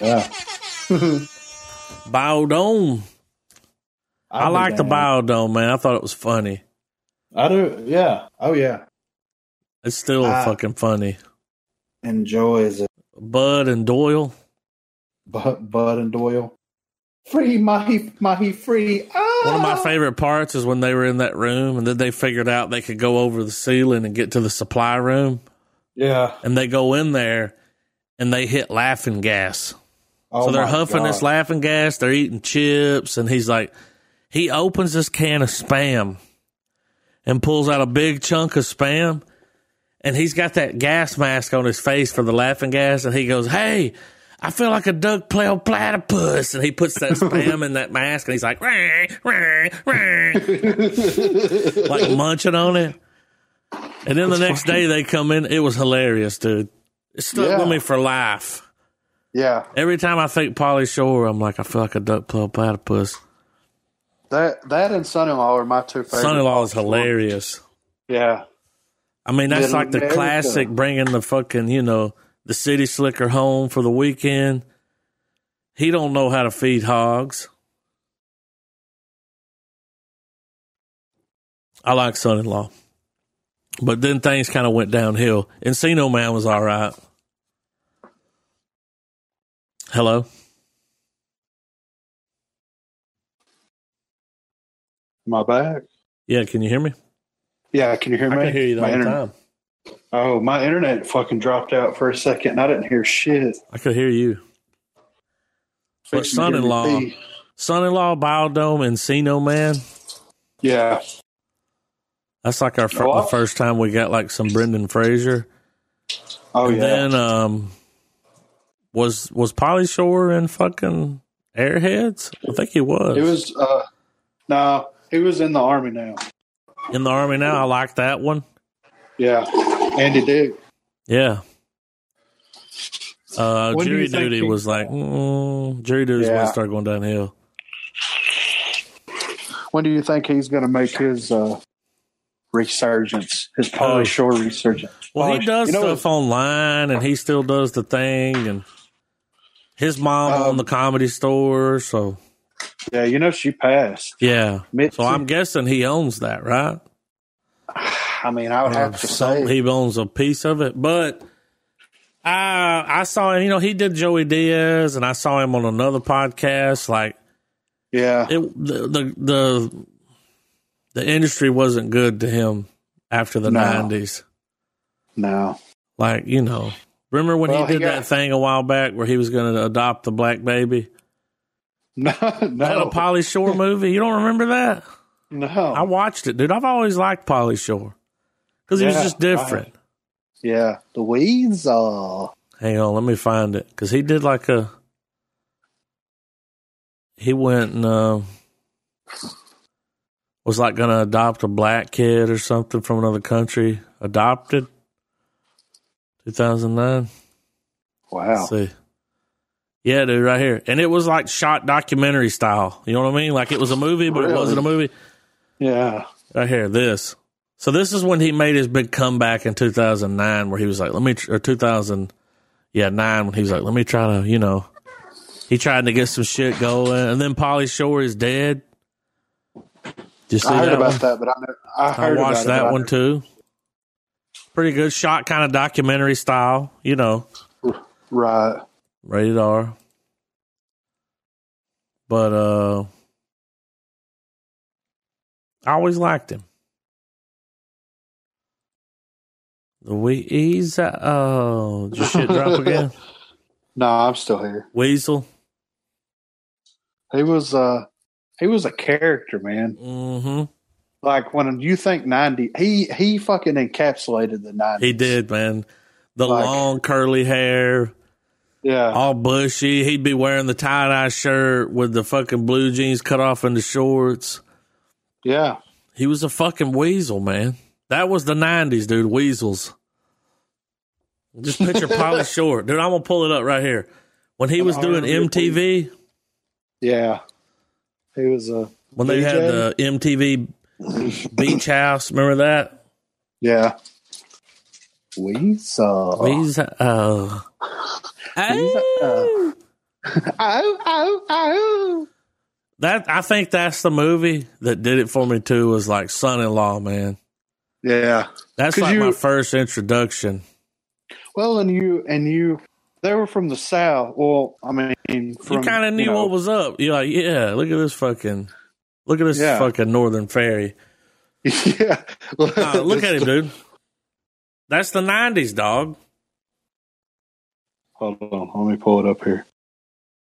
[SPEAKER 2] Yeah,
[SPEAKER 1] Biodome. I
[SPEAKER 2] I'd be
[SPEAKER 1] like the
[SPEAKER 2] down.
[SPEAKER 1] biodome, man. I thought it was funny.
[SPEAKER 2] I do. Yeah. Oh yeah.
[SPEAKER 1] It's still
[SPEAKER 2] Ah.
[SPEAKER 1] fucking funny.
[SPEAKER 2] Enjoys it.
[SPEAKER 1] Bud and Doyle.
[SPEAKER 2] Bud, Bud and Doyle. Free Mahi Mahi free. Ah!
[SPEAKER 1] One of my favorite parts is when they were in that room and then they figured out they could go over the ceiling and get to the supply room.
[SPEAKER 2] Yeah.
[SPEAKER 1] And they go in there and they hit laughing gas.
[SPEAKER 2] Oh,
[SPEAKER 1] so they're
[SPEAKER 2] my
[SPEAKER 1] huffing
[SPEAKER 2] God.
[SPEAKER 1] this laughing gas, they're eating chips. And he's like, he opens this can of spam and pulls out a big chunk of spam. And he's got that gas mask on his face for the laughing gas. And he goes, Hey, I feel like a duck player platypus. And he puts that spam in that mask and he's like, "Rah, rah, rah," like munching on it. And then the next day they come in. It was hilarious, dude. It stuck
[SPEAKER 2] Yeah.
[SPEAKER 1] with me for life.
[SPEAKER 3] Yeah,
[SPEAKER 1] Every time I think Polly Shore, I'm like, I feel like a duck club platypus.
[SPEAKER 2] That that and son in law are my two favorite.
[SPEAKER 1] Son in law is hilarious.
[SPEAKER 2] Yeah.
[SPEAKER 1] I mean, that's
[SPEAKER 2] Middle
[SPEAKER 1] like the
[SPEAKER 2] America.
[SPEAKER 1] classic bringing the fucking, you know, the city slicker home for the weekend. He don't know how to feed hogs. I like Son in Law. But then things kind of went downhill. Encino Man was all right. Hello?
[SPEAKER 2] Am I back?
[SPEAKER 1] Yeah, can you hear me?
[SPEAKER 2] Yeah, can you hear me?
[SPEAKER 1] I can hear you the
[SPEAKER 2] my
[SPEAKER 1] whole
[SPEAKER 2] internet-
[SPEAKER 1] time.
[SPEAKER 2] Oh, my internet fucking dropped out for a second and I didn't hear shit.
[SPEAKER 1] I could hear you. But
[SPEAKER 2] Fixing to give me
[SPEAKER 1] son-in-law.
[SPEAKER 2] tea.
[SPEAKER 1] Son-in-law, Biodome, Encino Man.
[SPEAKER 2] Yeah.
[SPEAKER 1] That's like our fir-
[SPEAKER 2] Oh, I-
[SPEAKER 1] the first time we got like some Brendan Fraser.
[SPEAKER 2] Oh,
[SPEAKER 1] and
[SPEAKER 2] yeah.
[SPEAKER 1] then um, was was Polly Shore in fucking Airheads? I think he was.
[SPEAKER 2] it was, uh, no, he was in the army now.
[SPEAKER 1] in the army now. I like that one.
[SPEAKER 2] Yeah. Andy Dick.
[SPEAKER 1] Yeah. Uh,
[SPEAKER 2] When do
[SPEAKER 1] jury
[SPEAKER 2] you think
[SPEAKER 1] duty
[SPEAKER 2] he-
[SPEAKER 1] was like mm, jury duty's
[SPEAKER 2] Yeah.
[SPEAKER 1] going to start going downhill.
[SPEAKER 2] When do you think he's going to make his, uh, resurgence, his Polly
[SPEAKER 1] Oh.
[SPEAKER 2] Shore resurgence?
[SPEAKER 1] Well, he
[SPEAKER 2] Polly-
[SPEAKER 1] does
[SPEAKER 2] you know,
[SPEAKER 1] stuff online, and he still does the thing, and his mom
[SPEAKER 2] Um,
[SPEAKER 1] on the comedy store. So
[SPEAKER 2] Yeah, you know, she passed.
[SPEAKER 1] yeah,
[SPEAKER 2] Mitzi-
[SPEAKER 1] so I'm guessing he owns that, right?
[SPEAKER 2] I mean, I would have to
[SPEAKER 1] So
[SPEAKER 2] say,
[SPEAKER 1] he owns a piece of it, but I I saw him. You know, he did Joey Diaz, and I saw him on another podcast. Like
[SPEAKER 2] yeah,
[SPEAKER 1] it, the, the the the industry wasn't good to him after the
[SPEAKER 2] No.
[SPEAKER 1] nineties.
[SPEAKER 2] no,
[SPEAKER 1] Like you know, remember when
[SPEAKER 2] Well,
[SPEAKER 1] he
[SPEAKER 2] he
[SPEAKER 1] did
[SPEAKER 2] got-
[SPEAKER 1] that thing a while back where he was going to adopt the black baby?
[SPEAKER 2] no,
[SPEAKER 1] That a
[SPEAKER 2] no,
[SPEAKER 1] Polly Shore movie. You don't remember that? I
[SPEAKER 2] no,
[SPEAKER 1] watched it, dude. I've always liked Polly Shore because he
[SPEAKER 2] Yeah,
[SPEAKER 1] was just different.
[SPEAKER 2] yeah, the weeds uh, are.
[SPEAKER 1] Hang on, let me find it because he did like a. He went and uh, was like going to adopt a black kid or something from another country. Adopted. Two thousand nine.
[SPEAKER 2] Wow.
[SPEAKER 1] See. Yeah, dude, right here, and it was like shot documentary style. You know what I mean? Like it was a movie, but it
[SPEAKER 2] Really?
[SPEAKER 1] wasn't a movie.
[SPEAKER 2] Yeah.
[SPEAKER 1] Right here, this. So this is when he made his big comeback in 2009, where he was like, "Let me," tr- or 2000, yeah, nine, when he was like, "Let me try to," you know, he tried to get some shit going, and then Polly Shore is dead. Did you see
[SPEAKER 2] I heard
[SPEAKER 1] that
[SPEAKER 2] about
[SPEAKER 1] one?
[SPEAKER 2] that, but I, never, I
[SPEAKER 1] I
[SPEAKER 2] heard
[SPEAKER 1] watched
[SPEAKER 2] about it,
[SPEAKER 1] that
[SPEAKER 2] but I
[SPEAKER 1] one too. Pretty good shot, kind of documentary style, you know,
[SPEAKER 2] never- Right.
[SPEAKER 1] rated R. But uh, I always liked him. The Weasel. Oh, did your shit drop again?
[SPEAKER 2] No, I'm still here.
[SPEAKER 1] Weasel.
[SPEAKER 2] He was uh he was a character, man.
[SPEAKER 1] hmm
[SPEAKER 2] Like when you think ninety he he fucking encapsulated the nineties.
[SPEAKER 1] He did, man. The
[SPEAKER 2] Like-
[SPEAKER 1] long curly hair,
[SPEAKER 2] Yeah.
[SPEAKER 1] all bushy. He'd be wearing the tie dye shirt with the fucking blue jeans cut off and the shorts.
[SPEAKER 2] Yeah.
[SPEAKER 1] He was a fucking weasel, man. That was the nineties, dude. Weasels. Just picture Polly Shore, dude. I'm gonna pull it up right here. When he was doing MTV,
[SPEAKER 2] Yeah. He was a
[SPEAKER 1] when they had the MTV Beach House, remember that?
[SPEAKER 2] Yeah. We saw
[SPEAKER 1] He's oh,
[SPEAKER 2] oh. oh oh
[SPEAKER 1] that I think that's the movie that did it for me too. Was like Son-in-Law, man.
[SPEAKER 2] Yeah.
[SPEAKER 1] That's
[SPEAKER 2] Could
[SPEAKER 1] like my
[SPEAKER 2] you-
[SPEAKER 1] first introduction.
[SPEAKER 2] Well and you and you they were from the South. Well, I mean from
[SPEAKER 1] you kind of knew
[SPEAKER 2] know,
[SPEAKER 1] what was up. You're like, yeah, look at this fucking, look at this
[SPEAKER 2] Yeah.
[SPEAKER 1] fucking Northern Fairy.
[SPEAKER 2] yeah.
[SPEAKER 1] Nah, look at him, dude. That's the '90s, dog.
[SPEAKER 2] Hold on, let me pull it up here.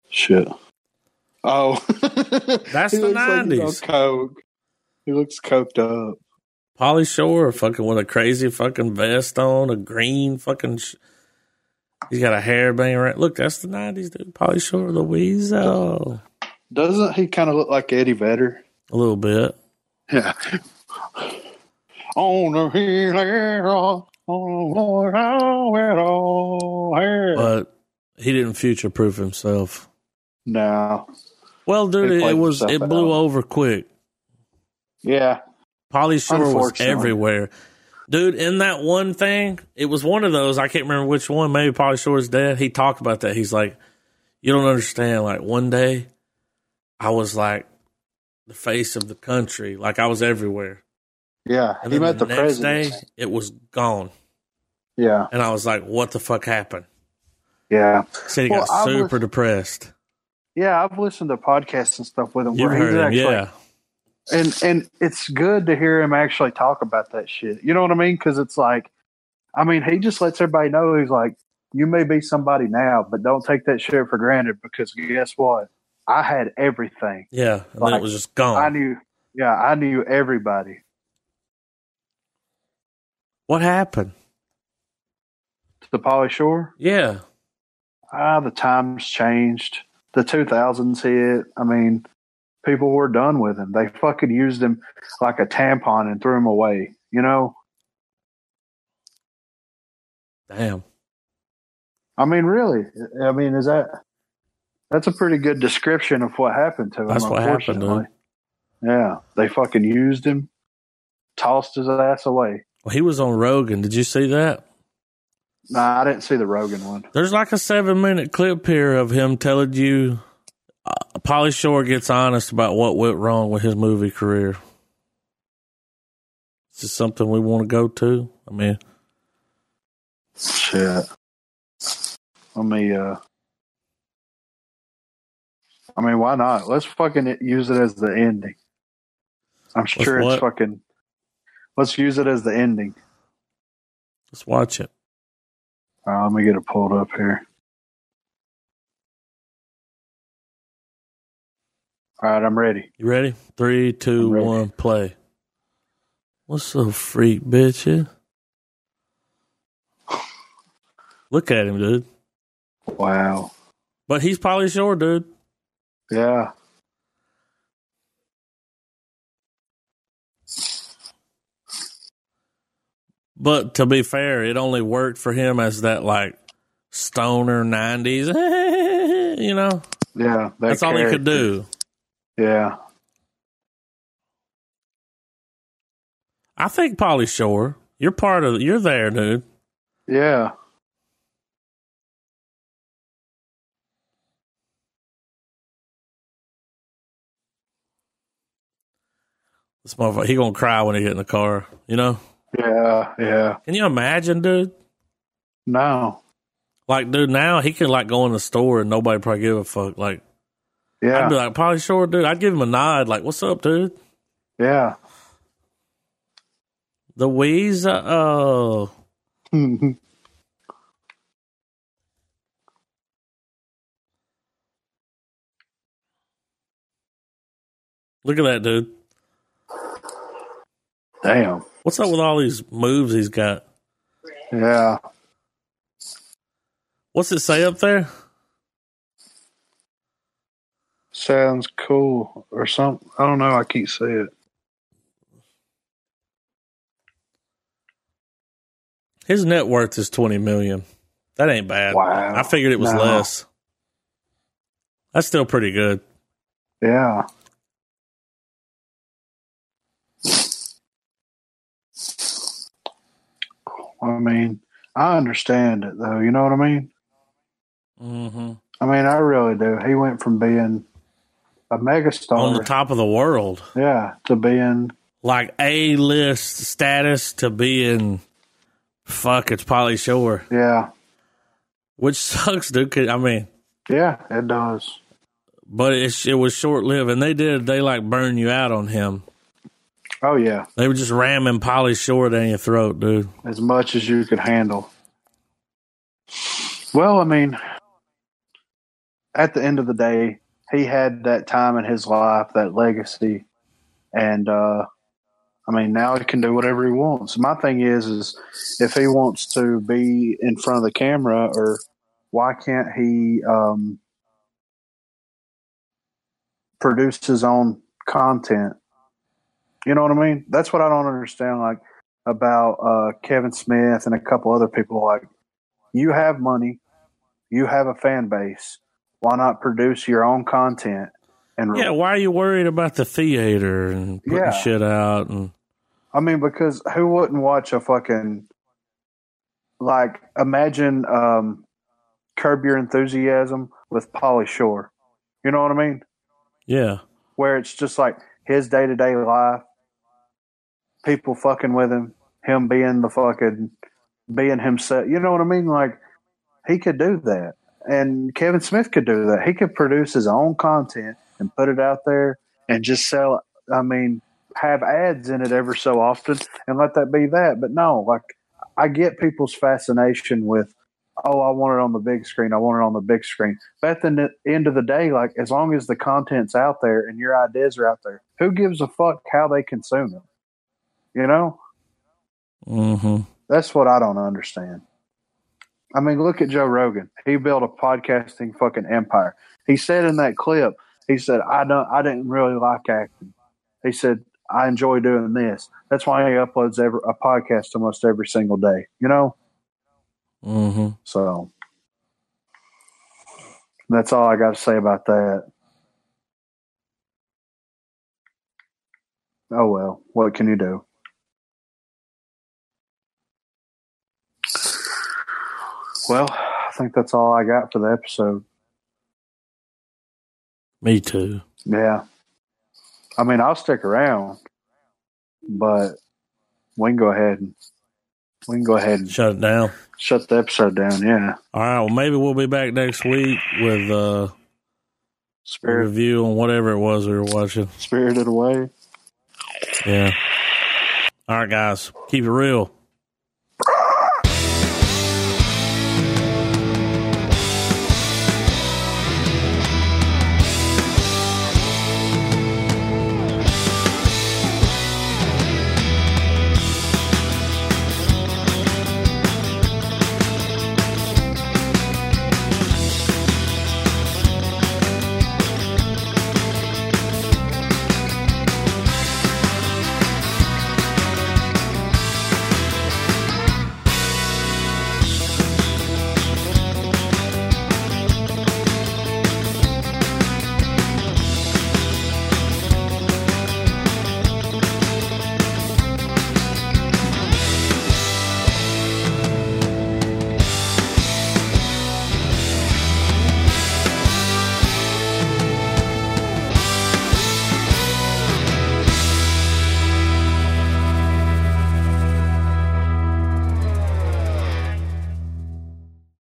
[SPEAKER 2] Shit. Oh,
[SPEAKER 1] That's
[SPEAKER 2] He
[SPEAKER 1] the
[SPEAKER 2] looks like he's on
[SPEAKER 1] 90s.
[SPEAKER 2] coke. He looks coked up.
[SPEAKER 1] Polly Shore, fucking with a crazy fucking vest on, a green fucking. Sh- He's got a hairband right. Look, that's the '90s, dude. Polly Shore, the Weasel,
[SPEAKER 2] Doesn't he kind of look like Eddie Vedder?
[SPEAKER 1] a little bit.
[SPEAKER 2] Yeah. on the hill, there, on the Lord, I will hear.
[SPEAKER 1] But he didn't future-proof himself.
[SPEAKER 2] No.
[SPEAKER 1] Well, dude,
[SPEAKER 2] He
[SPEAKER 1] it,
[SPEAKER 2] played
[SPEAKER 1] was
[SPEAKER 2] himself
[SPEAKER 1] it blew
[SPEAKER 2] out.
[SPEAKER 1] over quick.
[SPEAKER 2] Yeah.
[SPEAKER 1] Polly Shore was
[SPEAKER 2] Unfortunately.
[SPEAKER 1] everywhere. Dude, in that one thing, it was one of those, I can't remember which one, maybe Polly Shore's dad. He talked about that. He's like, You don't understand. Like one day I was like the face of the country. Like I was everywhere.
[SPEAKER 2] Yeah,
[SPEAKER 1] And
[SPEAKER 2] he
[SPEAKER 1] then
[SPEAKER 2] met the,
[SPEAKER 1] the, next
[SPEAKER 2] president.
[SPEAKER 1] day, it was gone,
[SPEAKER 2] Yeah,
[SPEAKER 1] and I was like, "What the fuck happened?"
[SPEAKER 2] yeah,
[SPEAKER 1] Said he
[SPEAKER 2] Well, I
[SPEAKER 1] got
[SPEAKER 2] was-
[SPEAKER 1] super depressed.
[SPEAKER 2] yeah. I've listened to podcasts and stuff with him
[SPEAKER 1] You've
[SPEAKER 2] where he's
[SPEAKER 1] heard him,
[SPEAKER 2] actually,
[SPEAKER 1] yeah.
[SPEAKER 2] and and it's good to hear him actually talk about that shit. You know what I mean? Because it's like, I mean, he just lets everybody know he's like, you may be somebody now, but don't take that shit for granted because guess what? I had everything.
[SPEAKER 1] Yeah, and then
[SPEAKER 2] Like,
[SPEAKER 1] it was just
[SPEAKER 2] I
[SPEAKER 1] gone.
[SPEAKER 2] knew. Yeah, I knew everybody.
[SPEAKER 1] what happened?
[SPEAKER 2] The Polly Shore.
[SPEAKER 1] Yeah,
[SPEAKER 2] Ah, the times changed. The 2000s hit. I mean, people were done with him. They fucking used him like a tampon and threw him away. You know,
[SPEAKER 1] damn.
[SPEAKER 2] I mean, really. I mean, is that that's a pretty good description of what happened to him?
[SPEAKER 1] That's what happened to him.
[SPEAKER 2] unfortunately. Yeah, they fucking used him, tossed his ass away.
[SPEAKER 1] Well, he was on Rogan. Did you see that?
[SPEAKER 2] Nah, I didn't see the Rogan one.
[SPEAKER 1] There's like a seven minute clip here of him telling you uh, Polly Shore gets honest about what went wrong with his movie career. Is this something we want to go to? I mean,
[SPEAKER 2] Shit. Let me. uh I mean, why not? Let's fucking use it as the ending. I'm sure
[SPEAKER 1] what?
[SPEAKER 2] it's fucking. Let's use it as the ending.
[SPEAKER 1] let's watch it.
[SPEAKER 2] Uh, let me get it pulled up here. All right, I'm ready.
[SPEAKER 1] You ready? Three, two,
[SPEAKER 2] I'm ready.
[SPEAKER 1] one, play. What's so freak, bitch? Look at him, dude.
[SPEAKER 2] Wow.
[SPEAKER 1] But he's Polly Shore, dude.
[SPEAKER 2] Yeah.
[SPEAKER 1] But to be fair, it only worked for him as that like stoner nineties, you know.
[SPEAKER 2] Yeah. that
[SPEAKER 1] That's all he could
[SPEAKER 2] character.
[SPEAKER 1] do.
[SPEAKER 2] Yeah.
[SPEAKER 1] I think Polly Shore. You're part of. You're there, dude.
[SPEAKER 2] Yeah.
[SPEAKER 1] This motherfucker. He gonna cry when he get in the car. You know.
[SPEAKER 2] Yeah. Yeah.
[SPEAKER 1] Can you imagine, dude?
[SPEAKER 2] No.
[SPEAKER 1] Like, dude, now he could like go in the store and nobody probably give a fuck. Like, I'd be
[SPEAKER 2] Yeah.
[SPEAKER 1] like Polly Shore, dude. I'd give him a nod. Like, what's up, dude?
[SPEAKER 2] Yeah.
[SPEAKER 1] The wheeze. uh, Oh, look at that, dude.
[SPEAKER 2] Damn.
[SPEAKER 1] What's up with all these moves he's got?
[SPEAKER 2] Yeah.
[SPEAKER 1] What's it say up there?
[SPEAKER 2] sounds cool or something. I don't know. I can't see it.
[SPEAKER 1] His net worth is twenty million. That ain't bad.
[SPEAKER 2] Wow.
[SPEAKER 1] I figured it was
[SPEAKER 2] No.
[SPEAKER 1] less. That's still pretty good.
[SPEAKER 2] Yeah. I mean, I understand it though. You know what I mean?
[SPEAKER 1] Mm-hmm.
[SPEAKER 2] I mean, I really do. He went from being a
[SPEAKER 1] On the
[SPEAKER 2] megastar,
[SPEAKER 1] top of the world,
[SPEAKER 2] yeah, to being
[SPEAKER 1] like A list status to being fuck, it's Polly Shore,
[SPEAKER 2] yeah,
[SPEAKER 1] which sucks, dude. 'cause- I mean,
[SPEAKER 2] yeah. It does.
[SPEAKER 1] but it, it was short lived, and they did they like burn you out on him.
[SPEAKER 2] Oh yeah,
[SPEAKER 1] They were just ramming Polly Shore down your throat, dude.
[SPEAKER 2] as much as you could handle. Well, I mean, at the end of the day, he had that time in his life, that legacy, and uh, I mean, now he can do whatever he wants. My thing is, is if he wants to be in front of the camera, or why can't he um, produce his own content? You know what I mean? That's what I don't understand. Like about uh, Kevin Smith and a couple other people. Like, you have money, you have a fan base. Why not produce your own content? And
[SPEAKER 1] Yeah, why are you worried about the theater and putting
[SPEAKER 2] Yeah.
[SPEAKER 1] shit out? And
[SPEAKER 2] I mean, because who wouldn't watch a fucking like imagine um, Curb Your Enthusiasm with Polly Shore? You know what I mean?
[SPEAKER 1] yeah,
[SPEAKER 2] Where it's just like his day to day life, people fucking with him, him being the fucking being himself. You know what I mean? Like he could do that, and Kevin Smith could do that. He could produce his own content and put it out there and just sell. I mean, have ads in it ever so often and let that be that. But no, like I get people's fascination with, oh, I want it on the big screen. I want it on the big screen. But at the end of the day, like as long as the content's out there and your ideas are out there, who gives a fuck how they consume it? You know?
[SPEAKER 1] Mm-hmm.
[SPEAKER 2] That's what I don't understand. I mean, look at Joe Rogan. He built a podcasting fucking empire. He said in that clip, he said, "I don't, I didn't really like acting." He said, I enjoy doing this. That's why he uploads every, a podcast almost every single day, you know?
[SPEAKER 1] Mm-hmm.
[SPEAKER 2] So that's all I got to say about that. Oh, well, what can you do? Well, I think that's all I got for the episode.
[SPEAKER 1] Me too.
[SPEAKER 2] Yeah. I mean, I'll stick around, but we can go ahead and we can go ahead and
[SPEAKER 1] shut it down.
[SPEAKER 2] Shut the episode down. Yeah.
[SPEAKER 1] All right. Well, maybe we'll be back next week with uh,
[SPEAKER 2] Spirit.
[SPEAKER 1] a review on whatever it was we were watching.
[SPEAKER 2] Spirited Away.
[SPEAKER 1] Yeah. All right, guys. Keep it real.